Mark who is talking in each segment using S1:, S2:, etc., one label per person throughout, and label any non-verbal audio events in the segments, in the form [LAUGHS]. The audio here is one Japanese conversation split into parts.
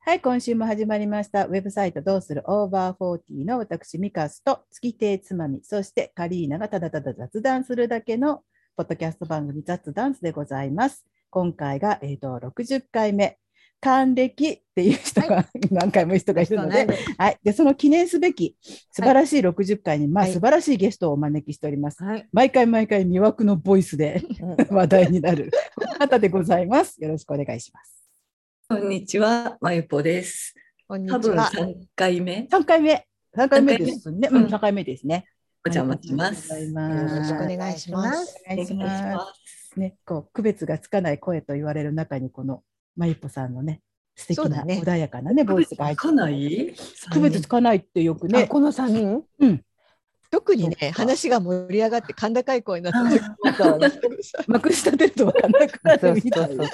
S1: はい、今週も始まりました。ウェブサイトどうするオーバーフォーティーの私、ミカスと月亭つまみ、そしてカリーナがただただ雑談するだけのポッドキャスト番組雑談スでございます。今回が、えー、と60回目。還暦っていう人が、何回も人がいるので、はい、でその記念すべき素晴らしい60回に、まあ、
S2: はい
S1: 素晴らしいゲストをお招きしております。
S2: はい。
S1: 毎回毎回魅惑のボイスで話題になる方でございます。よろしくお願いします。
S3: こんにちは、まゆぽです。
S2: こんに
S3: 多
S2: ち
S3: 分
S2: は。
S3: 3回目、
S1: 3回目、3回目ですね。う
S3: 目
S1: ん、
S3: うん
S1: 3回目ですね。
S3: お邪魔します。
S1: はい
S2: よ
S1: ありがとう
S2: ろ
S1: ご
S2: しくお
S1: ざいます
S2: 願いします。
S1: お願いし
S3: お願いし
S1: ま
S3: ます
S1: す。ね、こう区別がつかない声と言われる中にこのまゆっぽさんのね、素敵
S2: そう
S1: な、
S2: だね
S1: 穏やかなねボイスが入っ
S3: かなり
S1: 区別つかないってよく
S4: ね、
S1: ね。
S4: この三人。
S2: 特に
S1: そっ
S2: ね、
S1: か
S2: 話が盛り上がって甲高い声になって
S3: あ
S1: まくし立てるとわかんなくなるみたいな。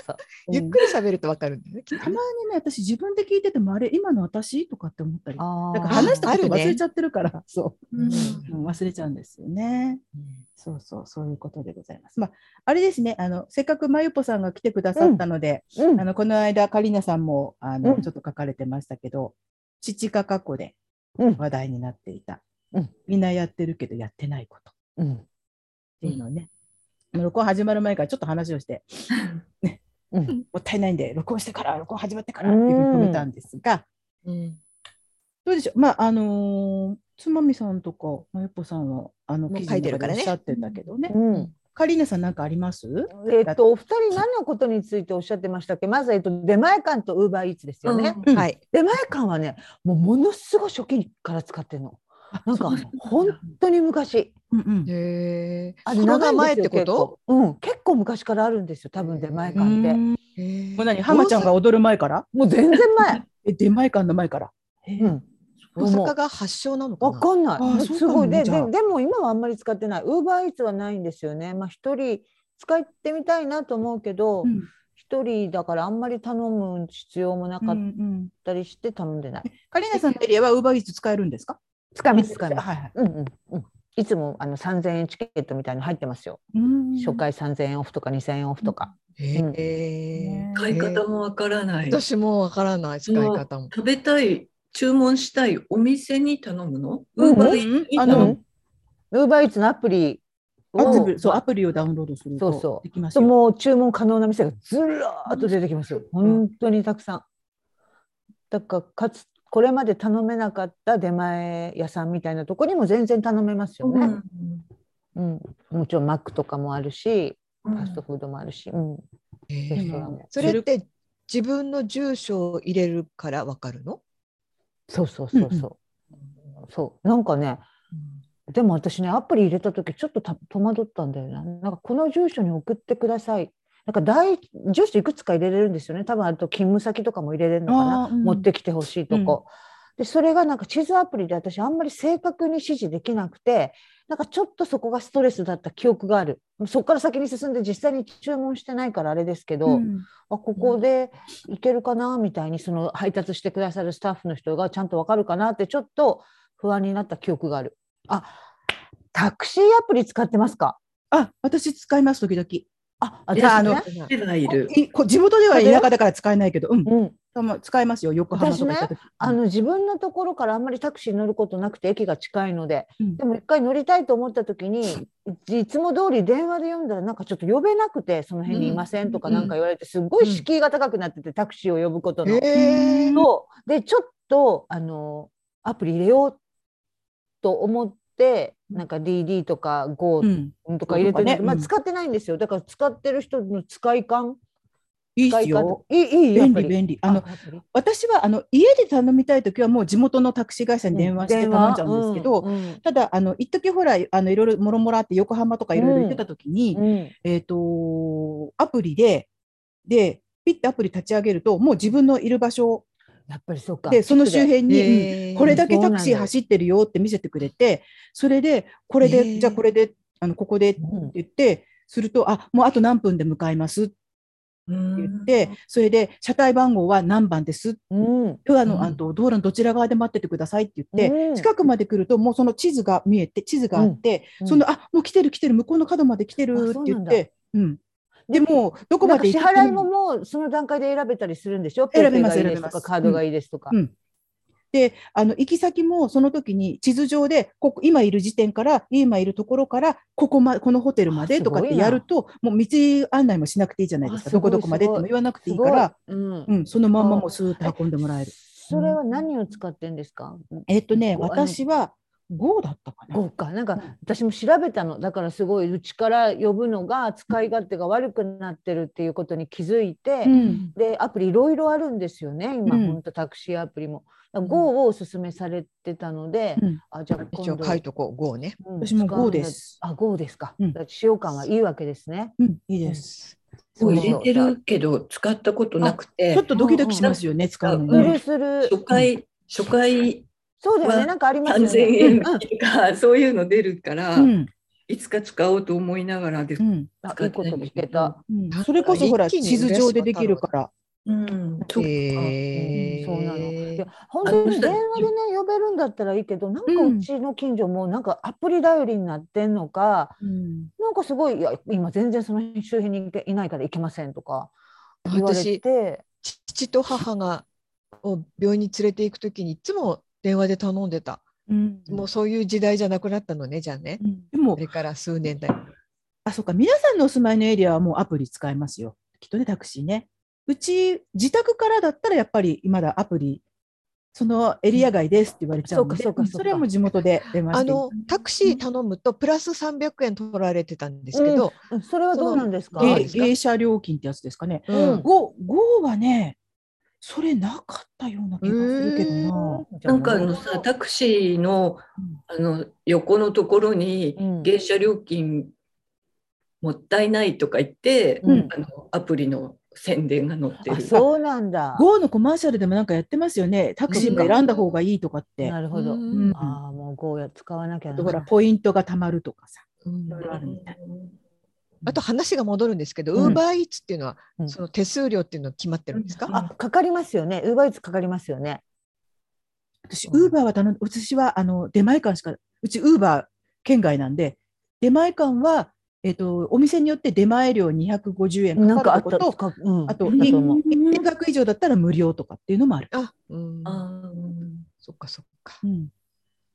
S2: ゆっくり喋るとわかるんだよね。きっと
S1: たまにね、私自分で聞いてても、あれ、今の私とかって思ったり。
S4: あ
S1: なんか
S2: あ
S1: 話したこと
S2: ある
S1: 忘
S2: ね
S1: れちゃってるから、そ
S3: う
S1: う、
S3: ん
S1: うん忘れちゃうんですよね。
S2: うん
S1: そうそう、そういうことでございます。まあ、あれですね、あの、せっかくまゆぽさんが来てくださったので、
S4: うん
S1: あの、この間、カリーナさんも、あの、
S4: うん
S1: ちょっと書かれてましたけど、父が過去で
S4: うん
S1: 話題になっていた、
S4: うん
S1: みんなやってるけどやってないことっ
S4: うん
S1: ていうのをね、あの録音始まる前からちょっと話をして、
S4: うん
S1: もったいないんで、録音してから、録音始まってからっていうふうに止めたんですが、
S2: うん
S1: どうでしょう、まああのーつまみさんとか、まゆっぽさんはあの
S2: もう
S1: 記事の
S2: 書いて
S1: 中でお
S2: るから
S1: っ
S2: ね
S1: しゃってんだけどね。
S4: うん
S1: カリーナさん、なんかあります
S4: えっとお二人何のことについておっしゃってましたっけまず、えっと、出前館とウーバーイーツですよね、
S3: うん
S1: うん
S2: はい。
S4: 出前館はねもうものすごい初期から使ってるのなんか
S3: そうなんだ
S4: 本当に昔
S1: うんうん
S2: へ
S4: あ
S2: え。コロナ前ってこと？
S4: 長いんですよ結構うん結構昔からあるんですよ多分出前
S1: う
S4: 館って、
S1: んも
S2: も
S1: う何、ハマちゃんが踊る前から
S4: もう全然前、 [LAUGHS]
S1: え、出前館の前から。
S4: うん、
S2: 大阪が発祥なのか
S4: わ
S2: な。
S4: かんな
S1: あ
S4: い。
S1: そう
S4: す
S1: かも
S4: ごい。
S1: ね
S4: で、で、
S1: じゃあ
S4: でも今はあんまり使ってない。ウーバーイーツはないんですよね。まあ一人使ってみたいなと思うけど
S1: う、ん
S4: 一、人だからあんまり頼む必要もな
S1: うん
S4: か
S1: う
S4: っ
S1: ん
S4: たりして頼んでない。
S1: カリーナさんのエリアはウーバーイーツ使えるんですか
S4: 使います使います。
S1: はいはい。
S4: うんうんうん。いつもあの三千円チケットみたいの入ってますよ。
S1: うん
S4: 初回三千円オフとか二千円オフとか。
S2: へえ。
S3: 買い方もわからない。食
S2: 私もわからない使い方も。
S3: べたい、注文したいお店に頼むの？
S4: う
S3: ウ
S4: ん
S3: ーバ
S1: う
S3: ーイ
S1: ん
S3: ー
S1: あ
S3: ツ
S1: の、
S4: うんウーバーイーツのアプリを
S1: アプリそうアプリをダウンロードすると
S4: そうそう
S1: できます
S4: と
S1: よ。
S4: もう注文可能な店がずらーっと出てきますよ。本当にたくさん。だからかつこれまで頼めなかった出前屋さんみたいなとこにも全然頼めますよ
S3: う
S4: ね。
S3: ん
S4: うん、もちろんマックとかもあるし、
S3: うん
S4: ファストフードもあるし、うん、
S2: へ
S4: レ
S2: え
S4: ストランも。
S2: それって自分の住所を入れるからわかるの？
S4: そうそうそうそう。そうなんかね、でも私ねアプリ入れた時ちょっとた戸惑ったんだよな。なんかこの住所に送ってください。なんか大住所いくつか入れれるんですよね。多分あと勤務先とかも入れれるのかな。
S1: あーうん
S4: 持ってきてほしいとこ。でそれがなんか地図アプリで私あんまり正確に指示できなくてなんかちょっとそこがストレスだった記憶があるそこから先に進んで実際に注文してないからあれですけど、
S1: うん
S4: あここでいけるかなみたいにその配達してくださるスタッフの人がちゃんとわかるかなってちょっと不安になった記憶がある。あタクシーアプリ使ってますか
S1: あ、私使います時々。
S4: あ
S3: い
S4: 私
S1: や
S4: ね
S1: あの
S3: 手がいる。
S1: いこ地元では田舎だから使えないけど、うん、
S4: うん、
S1: たま使えますよ。横浜とか行った時。
S4: あの自分のところからあんまりタクシーに乗ることなくて駅が近いので
S1: うん
S4: でも一回乗りたいと思った時にいつも通り電話で読んだらなんかちょっと呼べなくてその辺にいませんとかなんか言われてすっごい敷居が高くなっててタクシーを呼ぶことの。
S2: へえ。
S4: とでちょっとあのアプリ入れようと思ってなんか DD とか GO
S1: うん、
S4: とか入れてるんだけど
S1: うん
S4: まあ、
S1: うん
S4: 使ってないんですよだから使ってる人の使い感
S1: いい
S4: 使
S1: です
S4: い方
S1: よ。
S4: いいいいやっ
S1: 便
S4: ぱ
S1: 利
S4: り
S1: 便利。あの
S4: アプリ
S1: 私はあの家で頼みたいときはもう地元のタクシー会社に電話して
S4: 電
S1: 頼
S4: 話
S1: んじゃうんですけど、
S4: うんうん
S1: ただあの一時ほらあのいろいろもろもろあって横浜とかいろいろ行ってたときに、
S4: うん
S1: えっ、とアプリででピッてアプリ立ち上げるともう自分のいる場所
S4: やっぱりそうか
S1: でその周辺に、うん
S2: へえ
S1: これだけ
S4: そうな
S1: タ
S4: んだ
S1: クシー走ってるよって見せてくれてそれでこれで、
S2: へえ
S1: じゃあこれであのここでって
S4: うん
S1: 言ってするとあもうあと何分で向かいますって言って、それで車体番号は何番ですって
S4: うん
S1: あの、
S2: うん
S1: あの道路のどちら側で待っててくださいって言って、
S4: うん
S1: 近くまで来るともうその地図が見えて地図があって、
S4: うん
S1: そのあもう来てる来てる向こうの角まで来てる
S4: あ
S1: って
S4: そう
S1: 言
S4: な
S1: っ
S4: んだ
S1: て。うんでもうどこま
S4: なんか
S1: で
S4: 支
S1: 行って
S4: 払いももうその段階で選べたりするんでしょ
S1: 選べます
S4: PayPay がいい
S1: 選べ
S4: ですと
S1: ま
S4: か
S1: す
S4: カードがいいですとか。
S1: うんであの行き先もその時に地図上でここ今いる時点から今いるところからここ,、ま、このホテルまでとかっ
S4: あす
S1: て
S4: ごいな
S1: やるともう道案内もしなくていいじゃないですか
S4: あすご
S1: どこど
S4: い
S1: こまでっても言わなくていいから、
S4: すごいうん
S1: うん、そのまんまもうスーッと運んでもらえる。
S4: それは何を使ってんですか
S1: えっとね
S4: あの
S1: 私は GO だったかな。
S4: 豪華なん
S1: う
S4: か
S1: ん
S4: 私も調べたのだからすごいうちから呼ぶのが使い勝手が悪くなってるっていうことに気づいて、
S1: うん
S4: でアプリいろいろあるんですよね今、
S1: うん
S4: ほんとタクシーアプリも。GO をおすすめされてたので、
S1: うん
S4: あじゃあ
S2: 一
S4: 今
S2: 応
S4: 度
S2: 書いとこう、GO ね。
S4: うん
S1: 私も
S4: 使うん
S1: GO
S4: だ
S1: です。
S4: あ GO ですか、
S1: うん
S4: だから使用感がいいわけですね。
S1: うん、いいです。
S3: こう入れ
S4: そう
S3: てるけど使ったことなくて
S1: ちょっとドキドキしますよね、使うの
S4: す
S1: にね
S4: る。する
S3: 初回初回
S4: そうだよね
S3: は
S4: なんかありますよ
S3: 3000
S4: ね。
S3: 円
S4: うん
S3: とかそういうの出るから、
S1: うん、
S3: いつか使おうと思いながらで
S1: う、ん、
S4: あいいこと見つけた。
S1: うんそれこそほら、
S2: 一気に
S1: 地図上でできるから。
S3: うん、そっか
S4: うん
S2: えー
S4: そうなの。いや本
S3: あ
S4: 当
S3: そ
S4: に
S3: した
S4: 電
S3: ら
S4: 話でね呼べるんだったらいいけど、なんか
S1: うん
S4: うちの近所もなんかアプリ頼りになってんのか、
S1: うん
S4: なんかすごいいや今全然その周辺にいないから行けませんとか言われ
S2: 私
S4: て、
S2: 父と母がを病院に連れて行くときにいつも電話で頼んでた。
S1: うん
S2: もうそういう時代じゃなくなったのねじゃあね。
S1: でも
S2: これから数年だよ。
S1: あ、そうか、皆さんのお住まいのエリアはもうアプリ使えますよ。きっとね、タクシーね。うち、自宅からだったらやっぱりまだアプリ、そのエリア外ですって言われちゃうので、
S4: そうかそうか
S1: ん
S4: そうか
S1: れはもう地元で電話
S2: あ
S1: していい。
S2: のタクシー頼むとプラス300円取られてたんですけど、
S4: うんそれはどうなんですか？
S2: その
S1: げ
S2: え
S1: 芸者料金ってやつですかね。
S4: うん
S1: GO, GO はね、それなかったような気がするけどな。
S3: なんかあのさタクシーのあの横のところに
S4: うん
S3: 芸者料金もったいないとか言って、
S4: うん
S3: あのアプリの宣伝が載ってる
S4: あ。そうなんだ。
S1: GO のコマーシャルでもなんかやってますよね。タクシーも選んだ方がいいとかって。
S4: なるほど。
S2: うん
S1: うん
S4: ああもうゴーや使わなきゃ
S1: あ
S4: な。
S1: とほら、ポイントがたまるとかさ。
S2: うん
S1: いろいろあるみたい。
S2: あと話が戻るんですけど、
S1: う
S2: ウ
S1: ん
S2: ーバーイーツっていうのは、
S4: うん
S2: その手数料っていうのは決まってるんですか、
S3: うん
S4: あかかりますよね。ウーバーイーツかかりますよね。
S1: 私、
S2: うん
S1: ウーバーは頼ん私はあの出前館しか、うちウーバー県外なんで、出前館は、えっとお店によって出前料250円
S4: なん
S1: か
S4: か
S1: か
S4: あ
S1: る
S4: っ
S1: こ
S4: た
S1: と、
S4: かうん
S1: あと、
S4: だと思う
S1: 金額以上だったら無料とかっていうのもある。
S2: あ、うん、
S3: あ
S2: そっかそっか。
S1: うん、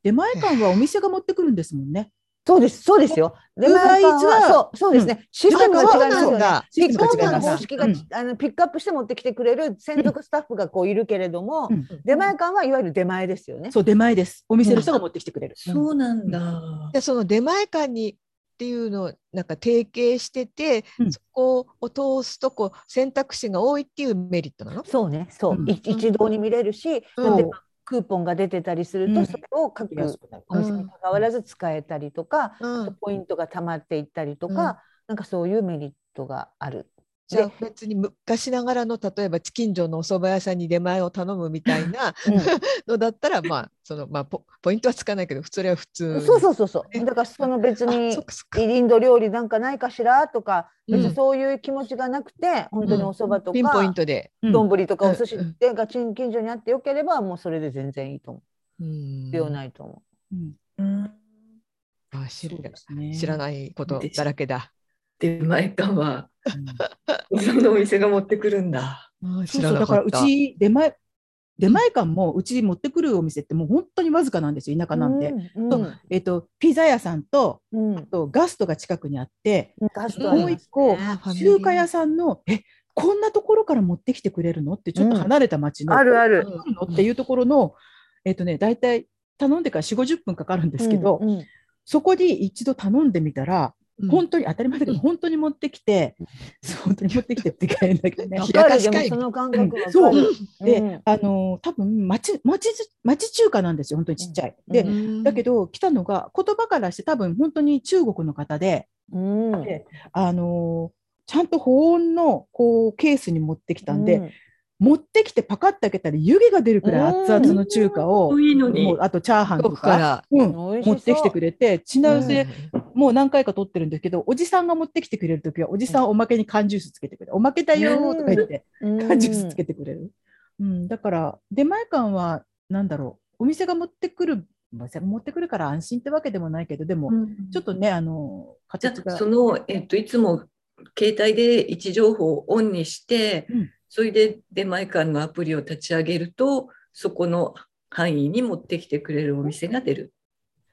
S1: 出前館はお店が持ってくるんですもんね。
S4: そうです、そうですよ。でも
S1: Uber
S4: なんか
S1: Eats は
S4: そう、そうですね。システムが違います
S2: そうな
S4: よね
S2: んだ。
S4: ピックアップ
S1: システム
S4: の
S1: が違います
S4: 方式が、
S1: うん
S4: あのピックアップして持ってきてくれる専属スタッフがこういるけれども、
S1: うん
S4: 出前館はいわゆる出前ですよね。
S1: そう、出前です。お店の人が持ってきてくれる。
S3: そうなんだ。
S2: で、その出前館にっていうのをなんか提携してて、
S1: うん
S2: そこを通すとこう選択肢が多いっていうメリットなの？
S4: そうね、そう、
S1: うん
S4: い一堂に見れるし、
S2: うん
S4: 例えばクーポンが出てたりすると、
S1: うん
S4: それを各
S1: 安くなる
S4: お店に関わらず使えたりとか、
S2: う
S4: あと
S2: ん。
S4: ポイントが溜まっていったりとか、
S2: うん
S4: なんかそういうメリットがある。
S2: じゃあ別に昔ながらの例えば近所のお蕎麦屋さんに出前を頼むみたいなのだったらまあそのまあポポイントはつかないけどそれは普通。
S4: そう
S2: う。
S4: そうそうそう。だからその別
S2: あ、
S4: に
S2: そっかそっか。
S4: インド料理なんかないかしらとか、
S2: うん
S4: 別にそういう気持ちがなくて、本当にお蕎麦と
S2: ピンポイン
S4: か
S2: トで。
S1: うん
S4: 丼とかお寿司
S2: うんうん
S4: でガチン近所にあってよければ、もうそれで全然いいと思う。
S2: うん
S4: 必要ないと思
S1: うん
S3: うん
S2: あ知らない
S1: すね
S2: 知らないことだらけだ。
S3: 出前館は
S2: [LAUGHS]
S1: うん
S3: そのお店が持ってくるんだ。
S2: あ
S1: そ
S2: 知
S1: うそ
S2: ら
S1: う、だ
S2: な
S1: か
S2: からっ
S1: う
S2: た。
S1: ち出前、出前館もうち持ってくるお店ってもう本当にわずかなんですよ、田
S4: う。
S1: 舎なんで。
S4: うんうん
S1: えっと、ピザ屋さんと、
S4: うん
S1: とガストが近くにあって、
S4: ガストあり
S1: も
S4: ま
S1: う
S4: す
S1: 一個、
S2: あファミリー
S1: 中華屋さんの、え、こんなところから持ってきてくれるのって、ちょっと離れた町の、
S4: あるある。
S2: うん
S1: こんなところからっていうところの、えっとね、大体頼んでから4、50分かかるんですけど、
S4: うんうん
S1: そこに一度頼んでみたら、
S2: うん
S1: 本当に当たり前だけど、本当に持ってき
S2: [LAUGHS]
S1: て、そう本当に持ってきてって言うんだけどね
S2: わ。
S4: わかる
S2: 冷やか
S4: で
S2: し
S4: も
S2: 会
S4: その感覚わかる。
S1: そうで、
S4: うん
S1: あの多分町町町中華なんですよ、本当にちっちゃい。で、
S4: うん
S1: だけど来たのが言葉からして多分本当に中国の方で、
S4: うん
S1: であのちゃんと保温のこうケースに持ってきたんで、
S4: うん
S1: 持ってきてパカッて開けたら湯気が出るくらい熱々の中華を、
S3: いいのに
S1: もう。あとチャーハンと
S2: 遠
S1: か
S2: くから
S1: うん、
S4: 美味しそ
S1: 持
S4: う
S1: ってきてくれて
S2: う
S1: 品
S2: ん
S1: 薄でもう何回か取ってるんですけど、おじさんが持ってきてくれるときはおじさんおまけに缶ジュースつけてくれるおまけだよーとか言って。
S4: うん
S1: 缶ジュースつけてくれる。うん、だから出前館はなんだろうお店が持ってくるお店が持ってくるから安心ってわけでもないけどでも、
S3: うん
S1: ちょっとねあの
S3: じゃ
S1: 形
S3: あ
S1: が
S3: その、えっと、いつも携帯で位置情報をオンにして、
S1: うん
S3: それで出前館のアプリを立ち上げるとそこの範囲に持ってきてくれるお店が出る。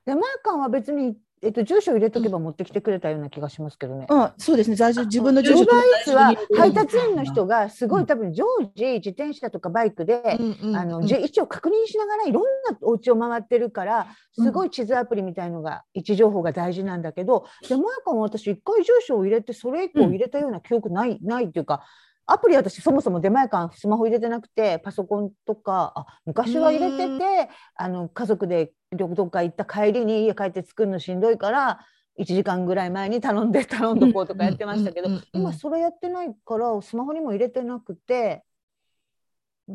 S4: 出前館は別に、えっと、住所入れとけば持ってきてくれたような気がしますけどね。
S1: あそうですね、在住、自分の住所
S4: ド
S3: 住
S1: と
S3: 所
S4: バイツは
S3: うん
S4: 配達員の人がすご
S1: うん
S4: い多分常時自転車とかバイクで、あのじ
S2: じ
S4: 位置を確認しながらいろんなお家を回ってるからすごい地図アプリみたいのが位置情報が大事なんだけどでもやかも私一回住所を入れてそれ以降
S1: うん
S4: 入れたような記憶ない、ないっていうかアプリ私そもそも出前館スマホ入れてなくてパソコンとかあ昔は入れて
S2: うん
S4: てあの家族で旅どっか行った帰りに家帰って作るのしんどいから1時間ぐらい前に頼んで頼んどこうとかやってましたけど
S2: うんうんうんうん
S4: 今それやってないからスマホにも入れてなくて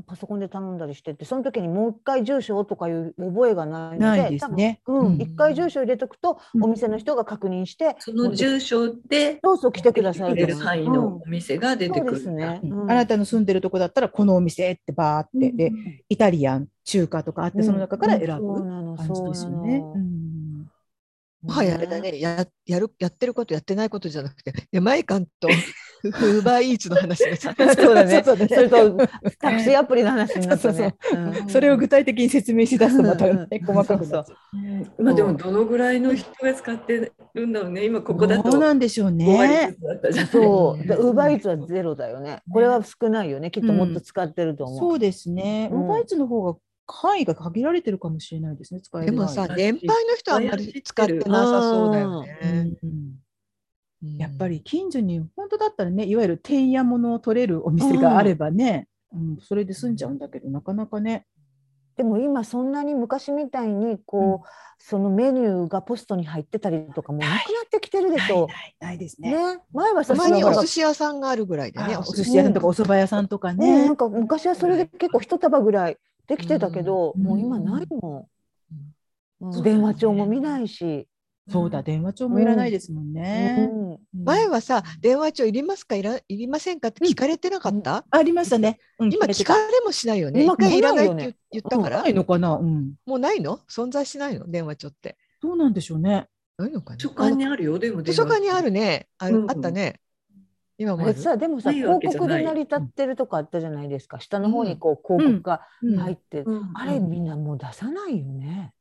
S4: パソコンで頼んだりしててその時にもう一回住所をとかいう覚えがないので
S1: ないですね。
S4: 多分
S2: う
S4: うんん、一回住所入れとくと、
S1: うん
S4: お店の人が確認して
S3: その住所で
S4: どうぞ来てくださ
S3: 来てく
S4: いで
S3: れる
S4: す
S3: 範囲
S4: う
S3: の
S4: ん
S3: お店が出て
S4: そう
S3: く
S4: です
S3: るん
S4: ね
S3: だ。、
S1: うん
S4: うん
S1: あなたの住んでるとこだったらこのお店ってバーって、でイタリアン中華とかあってその中から選
S4: そう
S1: ぶ
S4: なの
S1: 感じ
S4: そう
S1: です
S4: な
S1: よ
S4: の
S1: ね。うん
S2: もはやあれだね、ややるやってることやってないことじゃなくて、出前館と
S1: [LAUGHS]
S2: ウーバーイーツの話です。
S4: そうだね
S1: そうだね
S4: それとタクシーアプリの話になったねう
S1: [LAUGHS]
S4: ん
S1: それを具体的に説明しだすとまたね
S4: うん
S1: 細かくなっちゃう
S3: まあでもどのぐらいの人が使ってるんだろうね今ここだと
S1: どう
S3: 5
S1: なんでしょう
S3: 割
S1: ね
S3: ず。つだったじゃん。
S4: そう、ウーバーイーツはゼロだよね。これは少ないよね。きっともっと使ってると思う。
S1: そうですね。
S4: うん
S1: モバイツの方が範囲が限られてるかもしれないですね。使え
S2: で
S1: る範
S2: も
S1: 囲
S2: さ、
S3: うん
S2: 年配の人はあんまり使ってなさそうだよ
S1: う
S2: ね。
S1: んうん
S2: うん
S1: やっぱり近所に本当だったらね、いわゆるてんやものを取れるお店があればね、うんそれで済んじゃうんだけど、なかなかね。
S4: でも今そんなに昔みたいにこう、そのメニューがポストに入ってたりとかもうなくなってきてるでしょ。
S1: ないないですね。
S4: ね、前はさ
S2: たまに
S4: その
S2: お寿司屋さんがあるぐらいでね。
S1: あお寿
S4: 司
S1: 司屋さんとかお蕎麦屋さんとか
S4: ね、
S1: ね
S4: なん。か昔はそれで結構一束ぐらいできてたけど、
S1: うん
S4: もう今ないもん。
S2: ん
S4: うん電話帳も見ないし、
S1: そうだ、電話帳もいらないですもんね。
S4: うん
S1: うん
S2: 前はさ、電話帳いりますかいらいりませんかって聞かれてなかった、
S1: ありましたね。うん
S2: 今聞かれもしないよね。
S4: 今
S2: 一回いらないって
S4: 来ないよ
S2: 言
S4: ね
S2: 言った
S1: うん
S2: から、
S1: ないのかな。うん。
S2: もうないの存在しないの電話帳って。
S1: どうなんでしょうね。
S2: ないのかな
S3: 図書館にあるよでも
S2: 図書館にあるね。ある
S3: うん
S2: あったね。今も
S4: あ
S2: あ
S4: れ
S2: る
S4: さでもさ
S3: ないわ
S4: 広
S3: けじゃ
S4: 告
S3: ない
S4: で成り立ってるとかあったじゃないですか下の方にこう広告が入って、
S3: 電話
S4: あれみんなもう出さないよね。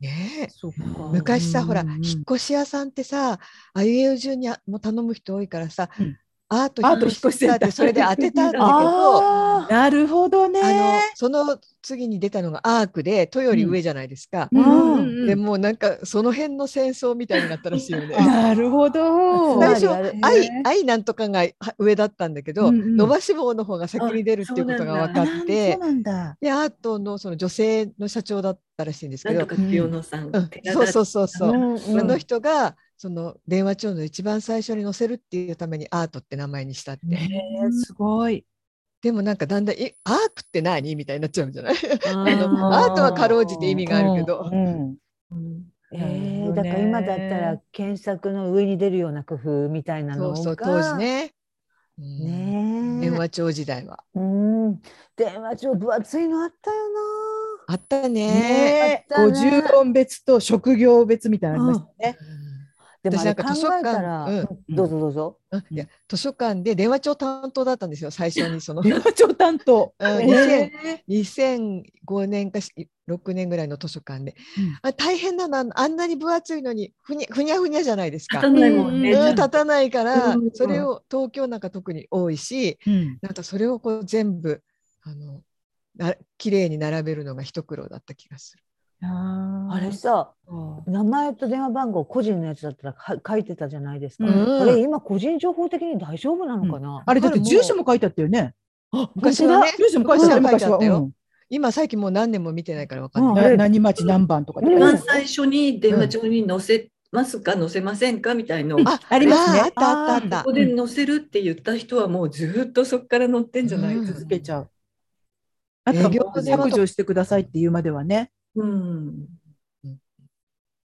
S2: ねえ
S1: そうか
S2: 昔さ、ほら、
S1: うんうんうん
S2: 引っ越し屋さんってさ、あいうえお順にあもう頼む人多いからさ、
S1: うん
S2: アート
S1: アート引っ越しセンター
S2: 引っってそれで当てたんだけど、あ
S4: あ
S1: なるほどね。
S2: のその次に出たのがアークで、都より上じゃないですか。
S1: うんうん
S4: うん
S1: うん
S2: でもうなんかその辺の戦争みたいになったらしいよね。
S1: なるほど。
S2: 最初
S4: あるある
S2: 愛愛なんとかがは上だったんだけど、
S1: うんうん
S2: 伸ばし棒の方が先に出るっていうことが分かっ
S1: そ
S2: て
S1: う、なんだ。
S2: でアートのその女性の社長だったらしいんです
S3: な
S2: け
S3: ん
S2: ど
S3: と、か清野さん、
S2: うん、
S3: 寺田
S2: そうそうそうそう。
S4: うん
S2: あの人がその電話帳の一番最初に載せるっていうためにアートって名前にしたって、
S1: ねえ、すごい。
S2: でもなんかだんだんいアークって何みたいになっちゃうんじゃない
S4: あ
S2: あのアートはかろうじて意味があるけ
S1: う
S2: ど、
S1: ん
S4: え
S1: なるほ
S4: ー
S1: ど
S4: だ
S1: ね
S4: から今だったら検索の上に出るような工夫みたいなの
S2: そ
S4: が
S2: うそう当時ね,うん、
S4: ね
S2: 電
S4: え
S2: 話帳時代は
S4: うん電話帳分厚いのあったよ
S2: あったね
S1: ねえ、
S4: あっ
S1: 五
S4: たね
S1: 十音別と職業別みたいなのありましたね。
S4: なでも
S2: 私な
S4: あれ
S2: んか
S4: 考
S2: 図書館
S4: えたら、
S2: うん
S1: うん
S4: どうぞどうぞ
S2: うんいや図書館で電話帳担当だったんですよ最初にその
S1: 電 [LAUGHS] 話帳担当。
S2: うん
S1: ねえ
S2: 2005年かし6年ぐらいの図書館で、
S1: うん
S2: あ大変だなあんなに分厚いのにふにゃふにゃふにゃじゃないですか
S3: 立た。ないもんね。
S1: うん
S2: うん、
S3: ち
S2: 立
S3: ゃんと
S2: たないから、
S3: うん
S2: それを東京なんか特に多いし
S1: うん
S2: なんかそれをこう全部あのな綺麗に並べるのが一苦労だった気がする。
S1: あ
S4: あれ
S1: ー
S4: さ
S1: そ
S4: 名前と電話番号個人のやつだったらは書いてたじゃないですか、
S1: うん
S4: これ今個人情報的に大丈夫なのかな
S1: う、あれだって
S2: あれもう
S1: 住所も書いてあったよね。
S2: 昔はね
S1: 住所も書いてあった
S2: 昔
S1: 昔
S2: は書いてあ
S1: は
S2: ったよ
S1: うん
S2: 今最近もう何年も見てないからわかん
S4: うん
S2: ない。
S1: な何町何番とか
S4: う
S3: 一
S4: ん
S3: 番最初に電話帳に載せますか、載せませんかみたいのを、こ
S2: あ
S1: ありますね
S2: ああったあったあった
S3: こ。で載せるって言った人はもうずっとそこから載ってんじゃない
S2: うん
S3: です
S1: 続
S3: か。
S1: けちゃう。あとは
S2: 営業
S1: もう削除してくださいっていうまではね。
S3: うん。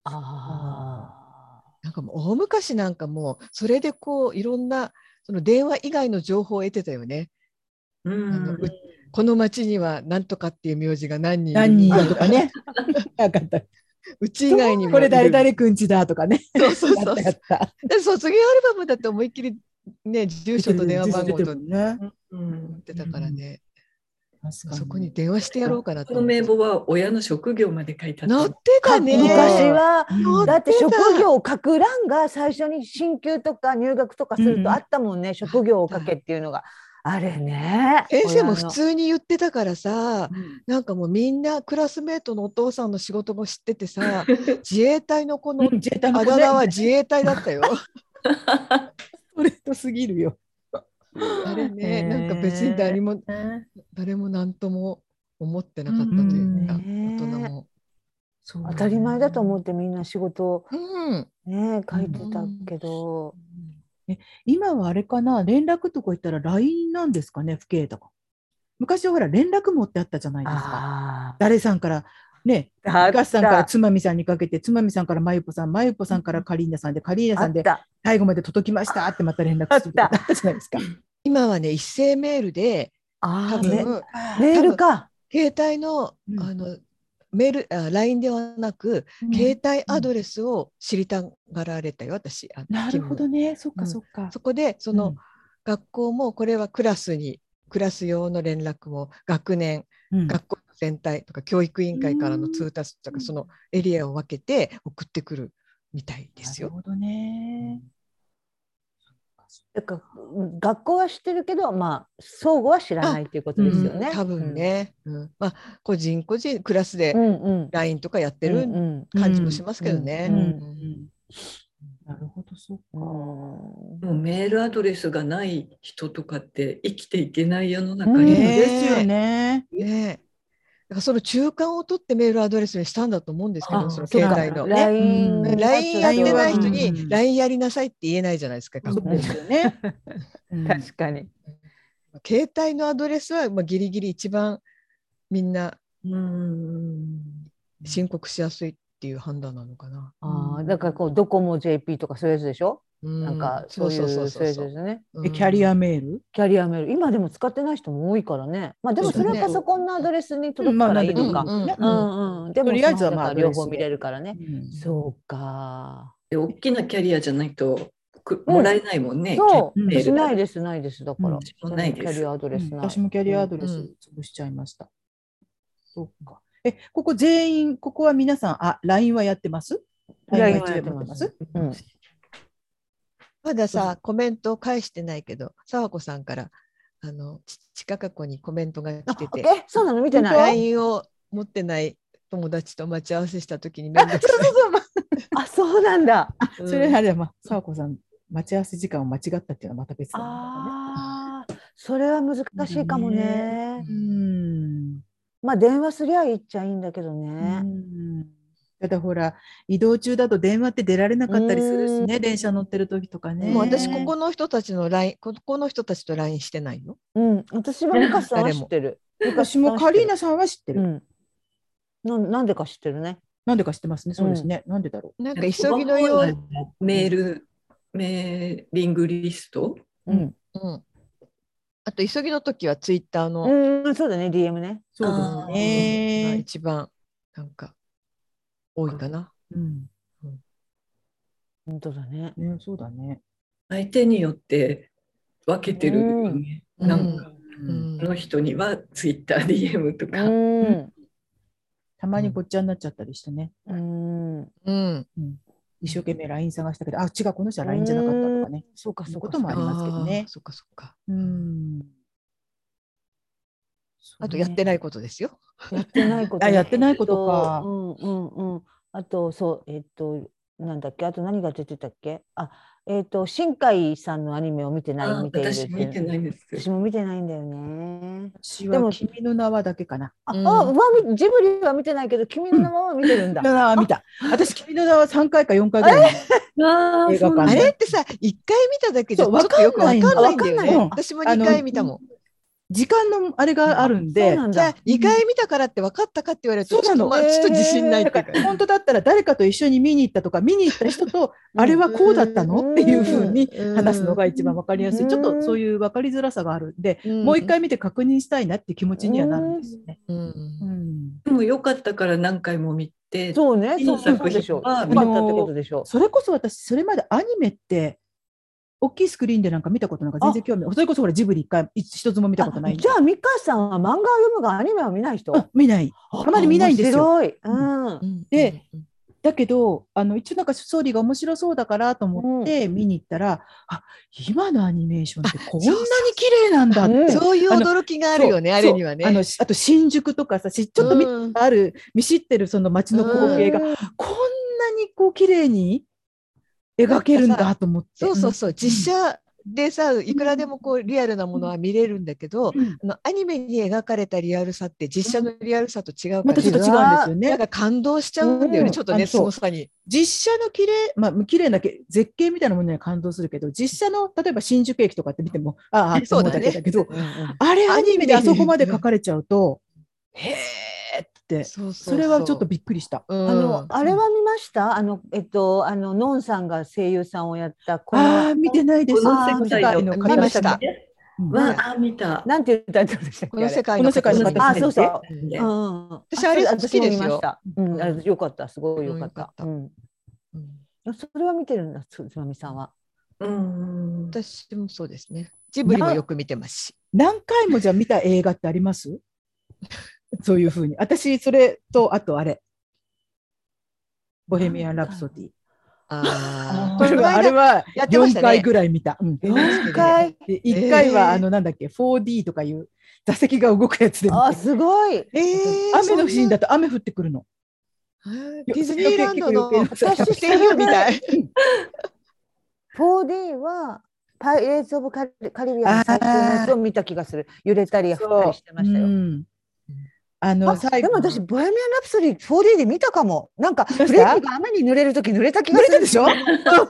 S4: あ
S2: なんかもう大昔なんかもうそれでこういろんなその電話以外の情報を得てたよね。あ
S3: う
S2: の
S3: ん。
S2: うこの町には何とかっていう名字が何人いる
S1: 何人だとかね。なかった。
S2: うち以外にもいる
S1: これ誰々くんちだとかね。
S2: そうそうそう
S1: あったあった。
S2: で卒業アルバムだって思いっきりね、住所と電話番号と
S1: 出てるもんね。
S3: うん
S2: 持ってたからね、
S1: 確かに
S2: そこに電話してやろうかなと
S3: この
S2: 思って
S3: 名簿は親の職業まで書いてあ
S2: 載
S3: っ。
S2: ったてたね
S4: 昔は
S1: うん
S4: だって職業を書く欄が最初に進級とか入学とかする
S1: うん
S4: とあったもんね、職業を書けっていうのがあれね
S2: 先生も
S4: 親
S2: 普
S4: の
S2: 通に言ってたからさなんかもうみんなクラスメートのお父さんの仕事も知っててさ自衛隊の子の
S1: 自衛隊の
S2: あ
S1: 子ね
S2: だ名は自衛隊だったよ。
S1: ストレートすぎるよ。
S2: あれね、
S4: へー
S2: なんか別に誰も
S1: ね
S2: 誰も何とも思ってなかったというか、
S4: うんうん
S2: 大人も。
S3: そう
S4: 当たり前だと思ってみんな仕事を
S2: うん、
S4: ね書いてたけど、
S1: 今はあれかな、連絡とか言ったら LINE なんですかね、不景とか。昔はほら、連絡持ってあったじゃないですか。
S4: あ
S1: 誰さんから、ね、
S4: あ
S1: ガスさんから
S4: あ
S1: つまみさんにかけて、つまみさんからまゆぽさん、まゆぽさんからカリーナさんで、カリーナ
S4: あ
S1: さん
S4: っ
S1: で
S4: た
S1: 最後まで届きましたってまた連絡するとかあったじゃないですか。
S2: 今はね一斉メールで
S4: あ
S2: 多
S4: ー
S2: 分
S4: メメールか
S2: 携帯の,、
S1: うん
S2: あのメールあ LINE ではなく、携帯アドレスを知りたがられたよ私あの
S1: なるほどね、そっか
S2: うん
S1: そっか。
S2: そこでその、学校もこれはクラスにクラス用の連絡も学年、
S1: うん、
S2: 学校全体とか教育委員会からの通達とか、そのエリアを分けて送ってくるみたいです
S1: な
S2: よ。
S1: るほどね。
S4: だから学校は知ってるけどまあ相互は知らないっていうことですよね、
S1: あ
S2: 多分ね、うんまあ個人個人クラスで
S4: うんうん
S2: LINE とかやって
S4: うん
S2: る
S4: うん
S2: 感じもしますけど
S1: う
S2: ね。
S1: ん
S4: う
S1: うんんなるほど、そっ
S4: う
S1: か。
S4: ん
S3: もうメールアドレスがない人とかって生きていけない世の中
S1: うん
S3: に、
S2: ね
S1: ですよね。
S2: ねえだからその中間を取ってメールアドレスにしたんだと思うんですけど、
S3: あ
S2: その
S3: そう
S2: 携
S3: か
S2: 帯の。ね、
S1: う
S4: LINE
S1: ん
S2: LINE やってない人
S1: う
S2: に
S1: ん
S2: LINE やりなさいって言えないじゃないですか、学
S1: そ
S2: 校
S1: うですよね。うん
S4: 確かに
S2: 携帯のアドレスはまあギリギリ一番みんな
S3: うん
S2: 申告しやすいっていう判断なのかな。
S4: ああだからこうドコモ JP とかそういうやつでしょ、なんかそういうそういうやつですね
S1: えキャリ
S2: ア
S1: アメール、
S4: キャリアメール今でも使ってない人も多いからねまあでもそれはパソコンのアドレスに届く
S1: まあ
S4: から
S1: なん
S4: い
S1: で
S4: いのか、
S1: もいいね
S4: う
S1: うん
S4: うんでも
S1: とりあえずは
S4: スマホだ
S1: まあ
S4: から両方見れるからね。
S1: うん
S4: そうか。
S3: で大きなキャリアじゃないとくもらえないもんね。
S4: そうう、
S1: ん
S4: しないです、ないです、だから。
S1: うん
S3: 私もないです
S4: キャリアアドレスない。
S1: 私もキャリアアドレ
S2: う
S1: ス
S2: ん
S1: 潰しちゃいました。そうか。え、ここ全員、ここは皆さん、あ、LINE はやってます
S4: LINE
S1: は
S4: はやってま
S1: やっ
S4: す
S1: て。
S4: うん
S2: まださコメントを返してないけど沢子さんからあのち近か子にコメントが来てて
S4: え、そうなの見てない。
S2: LINE を持ってない友達と待ち合わせした時にめん
S4: あ、
S2: ど
S4: そう
S2: くさい
S4: そうそう。まあ、そうなんだ。
S1: それあれは、まあ、さわこさん、待ち合わせ時間を間違ったっていうのはまた別なんだ
S4: ああ、それは難しいかもね
S1: ね。。うん。
S4: まあ、電話すりゃいいっちゃいいんだけどね。
S1: うんただほら、移動中だと電話って出られなかったりするしね、電車乗ってる時とかね。
S2: もう私こ
S1: こ
S2: この人たちの LINE ここの人たちと LINE してないの
S4: うん、私はルカスさんは
S2: 誰
S4: 知
S2: も
S4: ってる。
S1: 私もカリーナさんは知って
S4: う
S1: る。
S4: ん。なん、なんでか知ってるね。
S1: なんでか知ってますね。そうですね。なんでだろ
S2: なん
S3: な
S2: か
S3: ん
S2: 急ぎのように、
S3: メール、メーリングリスト
S4: うん。
S2: うん、あと急ぎの時はツイッターの、
S4: うん、そうだね、DM ね。
S1: う。そうですね。
S2: が一番なんか多いかな。
S1: うん。
S4: 本当だね。
S1: ね、そうだね。
S3: 相手によって分けてるよね。
S2: うん
S3: なんか、
S2: うん
S3: この人には TwitterDM と
S4: う
S3: か、
S4: ん。
S1: たまにごっちゃになっちゃったりしてね。
S4: うん。
S2: うん
S1: 一生懸命 LINE 探したけど、あ、違う、この人は LINE じゃなかったとかね。そうか、そういうこともありますけどね
S2: あー。そっかそっか。
S1: うん。
S2: あとやって
S1: い。
S2: ないことですよ。
S4: やってないこと、
S1: あやってないことか
S4: そううんうんうん。あとそうえっとなんだっけあと何が出てたっけあえっと新海さんのアニメを見てない
S3: あ
S4: 見ている
S3: 私見てないんですけ
S4: 私も見てないんだよね。
S1: 私
S4: で
S1: は
S4: も
S1: 君の名はだけかな。
S4: あ、
S2: うん
S4: あうわみジブリは見てないけど君の名は見てるんだ。
S1: 君の名は見た。私、君の名は3回か4回ぐらい見た。
S3: ど。あ
S1: 映画館
S2: あ
S1: うん
S2: れってさ一回見ただけじゃち
S1: そ
S2: ょ
S1: う
S2: っとよくわかんないんだよ
S1: わかんない
S2: ね。
S1: のうん
S2: 私も
S1: あ
S2: 二
S1: の
S2: 回見たも
S1: 時間のあれがあるん
S4: そう
S1: で、
S4: なん
S2: ん。じゃ
S4: だ
S2: あ。二回見たからって分かったかって言われると
S1: そう
S2: ちょ
S1: な
S2: っ
S1: の
S2: とまあちょっと自信ないっ
S1: だ
S2: てい
S1: か、
S2: うから
S1: 本当だったら誰かと一緒に見に行ったとか、見に行った人と、あれはこうだったのっていうふうに話すのが一番わかりやす
S4: う
S1: い。
S4: ん
S1: ちょっとそういう分かりづらさがあるんで、
S2: うん
S1: もう一回見て確認したいなっていう気持ちにはなるんですよね。
S2: うん
S1: うん
S3: でも良かったから何回も見て、
S4: そうね、そうそうそうでしょ
S3: いい作品
S4: う。よか
S3: は
S4: ったってことでしょ
S1: それこそ私、それまでアニメって大きいスクリーンでなんか見たことなんか全然興味ないそれこそほらジブリ一回一一つも見たことないんで
S4: じゃあミカさんは漫画を読むがアニメは見ない人
S1: あ見ないあまり見ないんですよ
S4: 面白い、うん
S1: で、だけどあの一応なんか総理が面白そうだからと思って見に行ったら、あ今のアニメーションってこんなに綺麗なんだって
S4: あそう
S1: そう
S2: そういう驚きがあるよね、あれにはね。
S1: あのしあと新宿とかさしちょっと見たことある、見知ってるその街の光景が、
S4: うん
S1: こんなにこう綺麗に描けるんだと思って。
S2: そうそうそう、実写でさ、いくらでもこうリアルなものは見れるんだけど、
S1: うん
S2: あのアニメに描かれたリアルさって実写のリアルさと違うから、
S1: またちょっと違うんですよ
S2: な
S1: ね
S2: ん。か感動しちゃうんだよね、
S1: うん
S2: ちょっと
S1: あ
S2: ね、
S1: の
S2: す
S1: そう
S2: ごさに。
S1: 実写の綺麗、まあ綺麗なけ絶景みたいなものには感動するけど、実写の例えば新宿駅とかって見ても、あああ、
S2: そうだね
S1: って思うだけだけど、
S4: うんうん
S1: あれアニメで
S2: アニメ
S1: あそこまで書かれちゃうと、へえって、
S2: そうそう
S1: それはちょっと、びっくりした。
S2: うん、
S4: あの、あれ
S2: は
S4: は見ましたあのえっとあののんさんが声優さんをやったこ
S1: ああ、
S4: の
S1: 見てないです。
S3: この
S4: 世
S1: 世界
S3: 界
S1: の
S3: の
S1: 方
S2: 見ました
S1: うん
S4: はい
S3: は、あ、見た。
S4: なんていうタイトルでしたっけ
S2: この世
S4: 界
S2: 界
S1: この世界の
S2: 片
S1: 片
S2: 隅
S1: 隅
S4: あそうそう
S3: で
S4: うん、
S2: 私あれ好
S4: そ
S2: きですよ
S4: 私も見ましたうん、あれよかった、すごいよかっ。
S2: よかったた
S4: うん、
S2: うん
S4: それは見てるんだ、つつまみさんは。
S3: うん。
S2: 私もそうですね。ジブリもよく見てますし。
S1: 何回もじゃあ見た映画ってあり
S2: [LAUGHS]
S1: ますそういうふうに。私、それと、あとあれ。ボヘミアン・ラプソディ。
S2: あ
S1: あ
S2: ー
S1: れはあれは
S2: やってまし
S1: 4
S2: たね
S1: 回ぐらい見た。うん
S2: 4
S4: 回
S1: で1回は、
S2: えー
S1: あの、なんだっけ、4D とかいう座席が動くやつで見
S4: あ、
S1: た。
S4: すごい。
S2: えー、
S1: 雨のシーン
S2: だ。
S1: だと雨降ってくるの。
S2: ディズニーランドの
S1: 結局 [LAUGHS] 余計な
S2: 私声優みたい。
S4: 4D はパイレーツ・オブ・カリカリビアンの最近のやつを見た気がする。揺れたり振ったりしてましたよ。
S1: んあの、
S4: あ
S1: 最
S4: で
S1: 後
S4: も
S1: の。
S4: 私、ボヘミアン・ラプソディ 4D で見たかも。なんか、
S1: 見
S4: フ
S1: ま
S4: レ
S1: した
S4: ディが雨に濡れるとき濡れた気
S1: 濡
S4: が
S1: れ
S4: す
S1: た
S4: る
S1: でしょ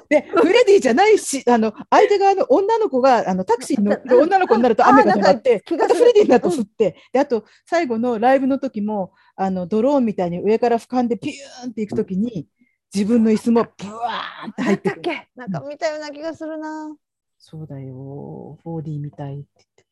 S1: で、フレディじゃないし、あの、相手側の女の子が、あの、タクシーに乗ってる女の子になると雨が止まって、
S4: 気
S1: ま
S4: が
S1: た
S4: す
S1: フレ
S4: る。
S1: ディになると降って、で、あと、最後のライブの時も、あの、ドローンみたいに上から俯瞰でピューンっていく時に、自分の椅子もブワーンって
S4: な
S1: 入っ
S4: ん
S1: てく
S4: だっ
S1: る。
S4: けなんか見たような気がするな。
S1: そうだよ、4D みたいって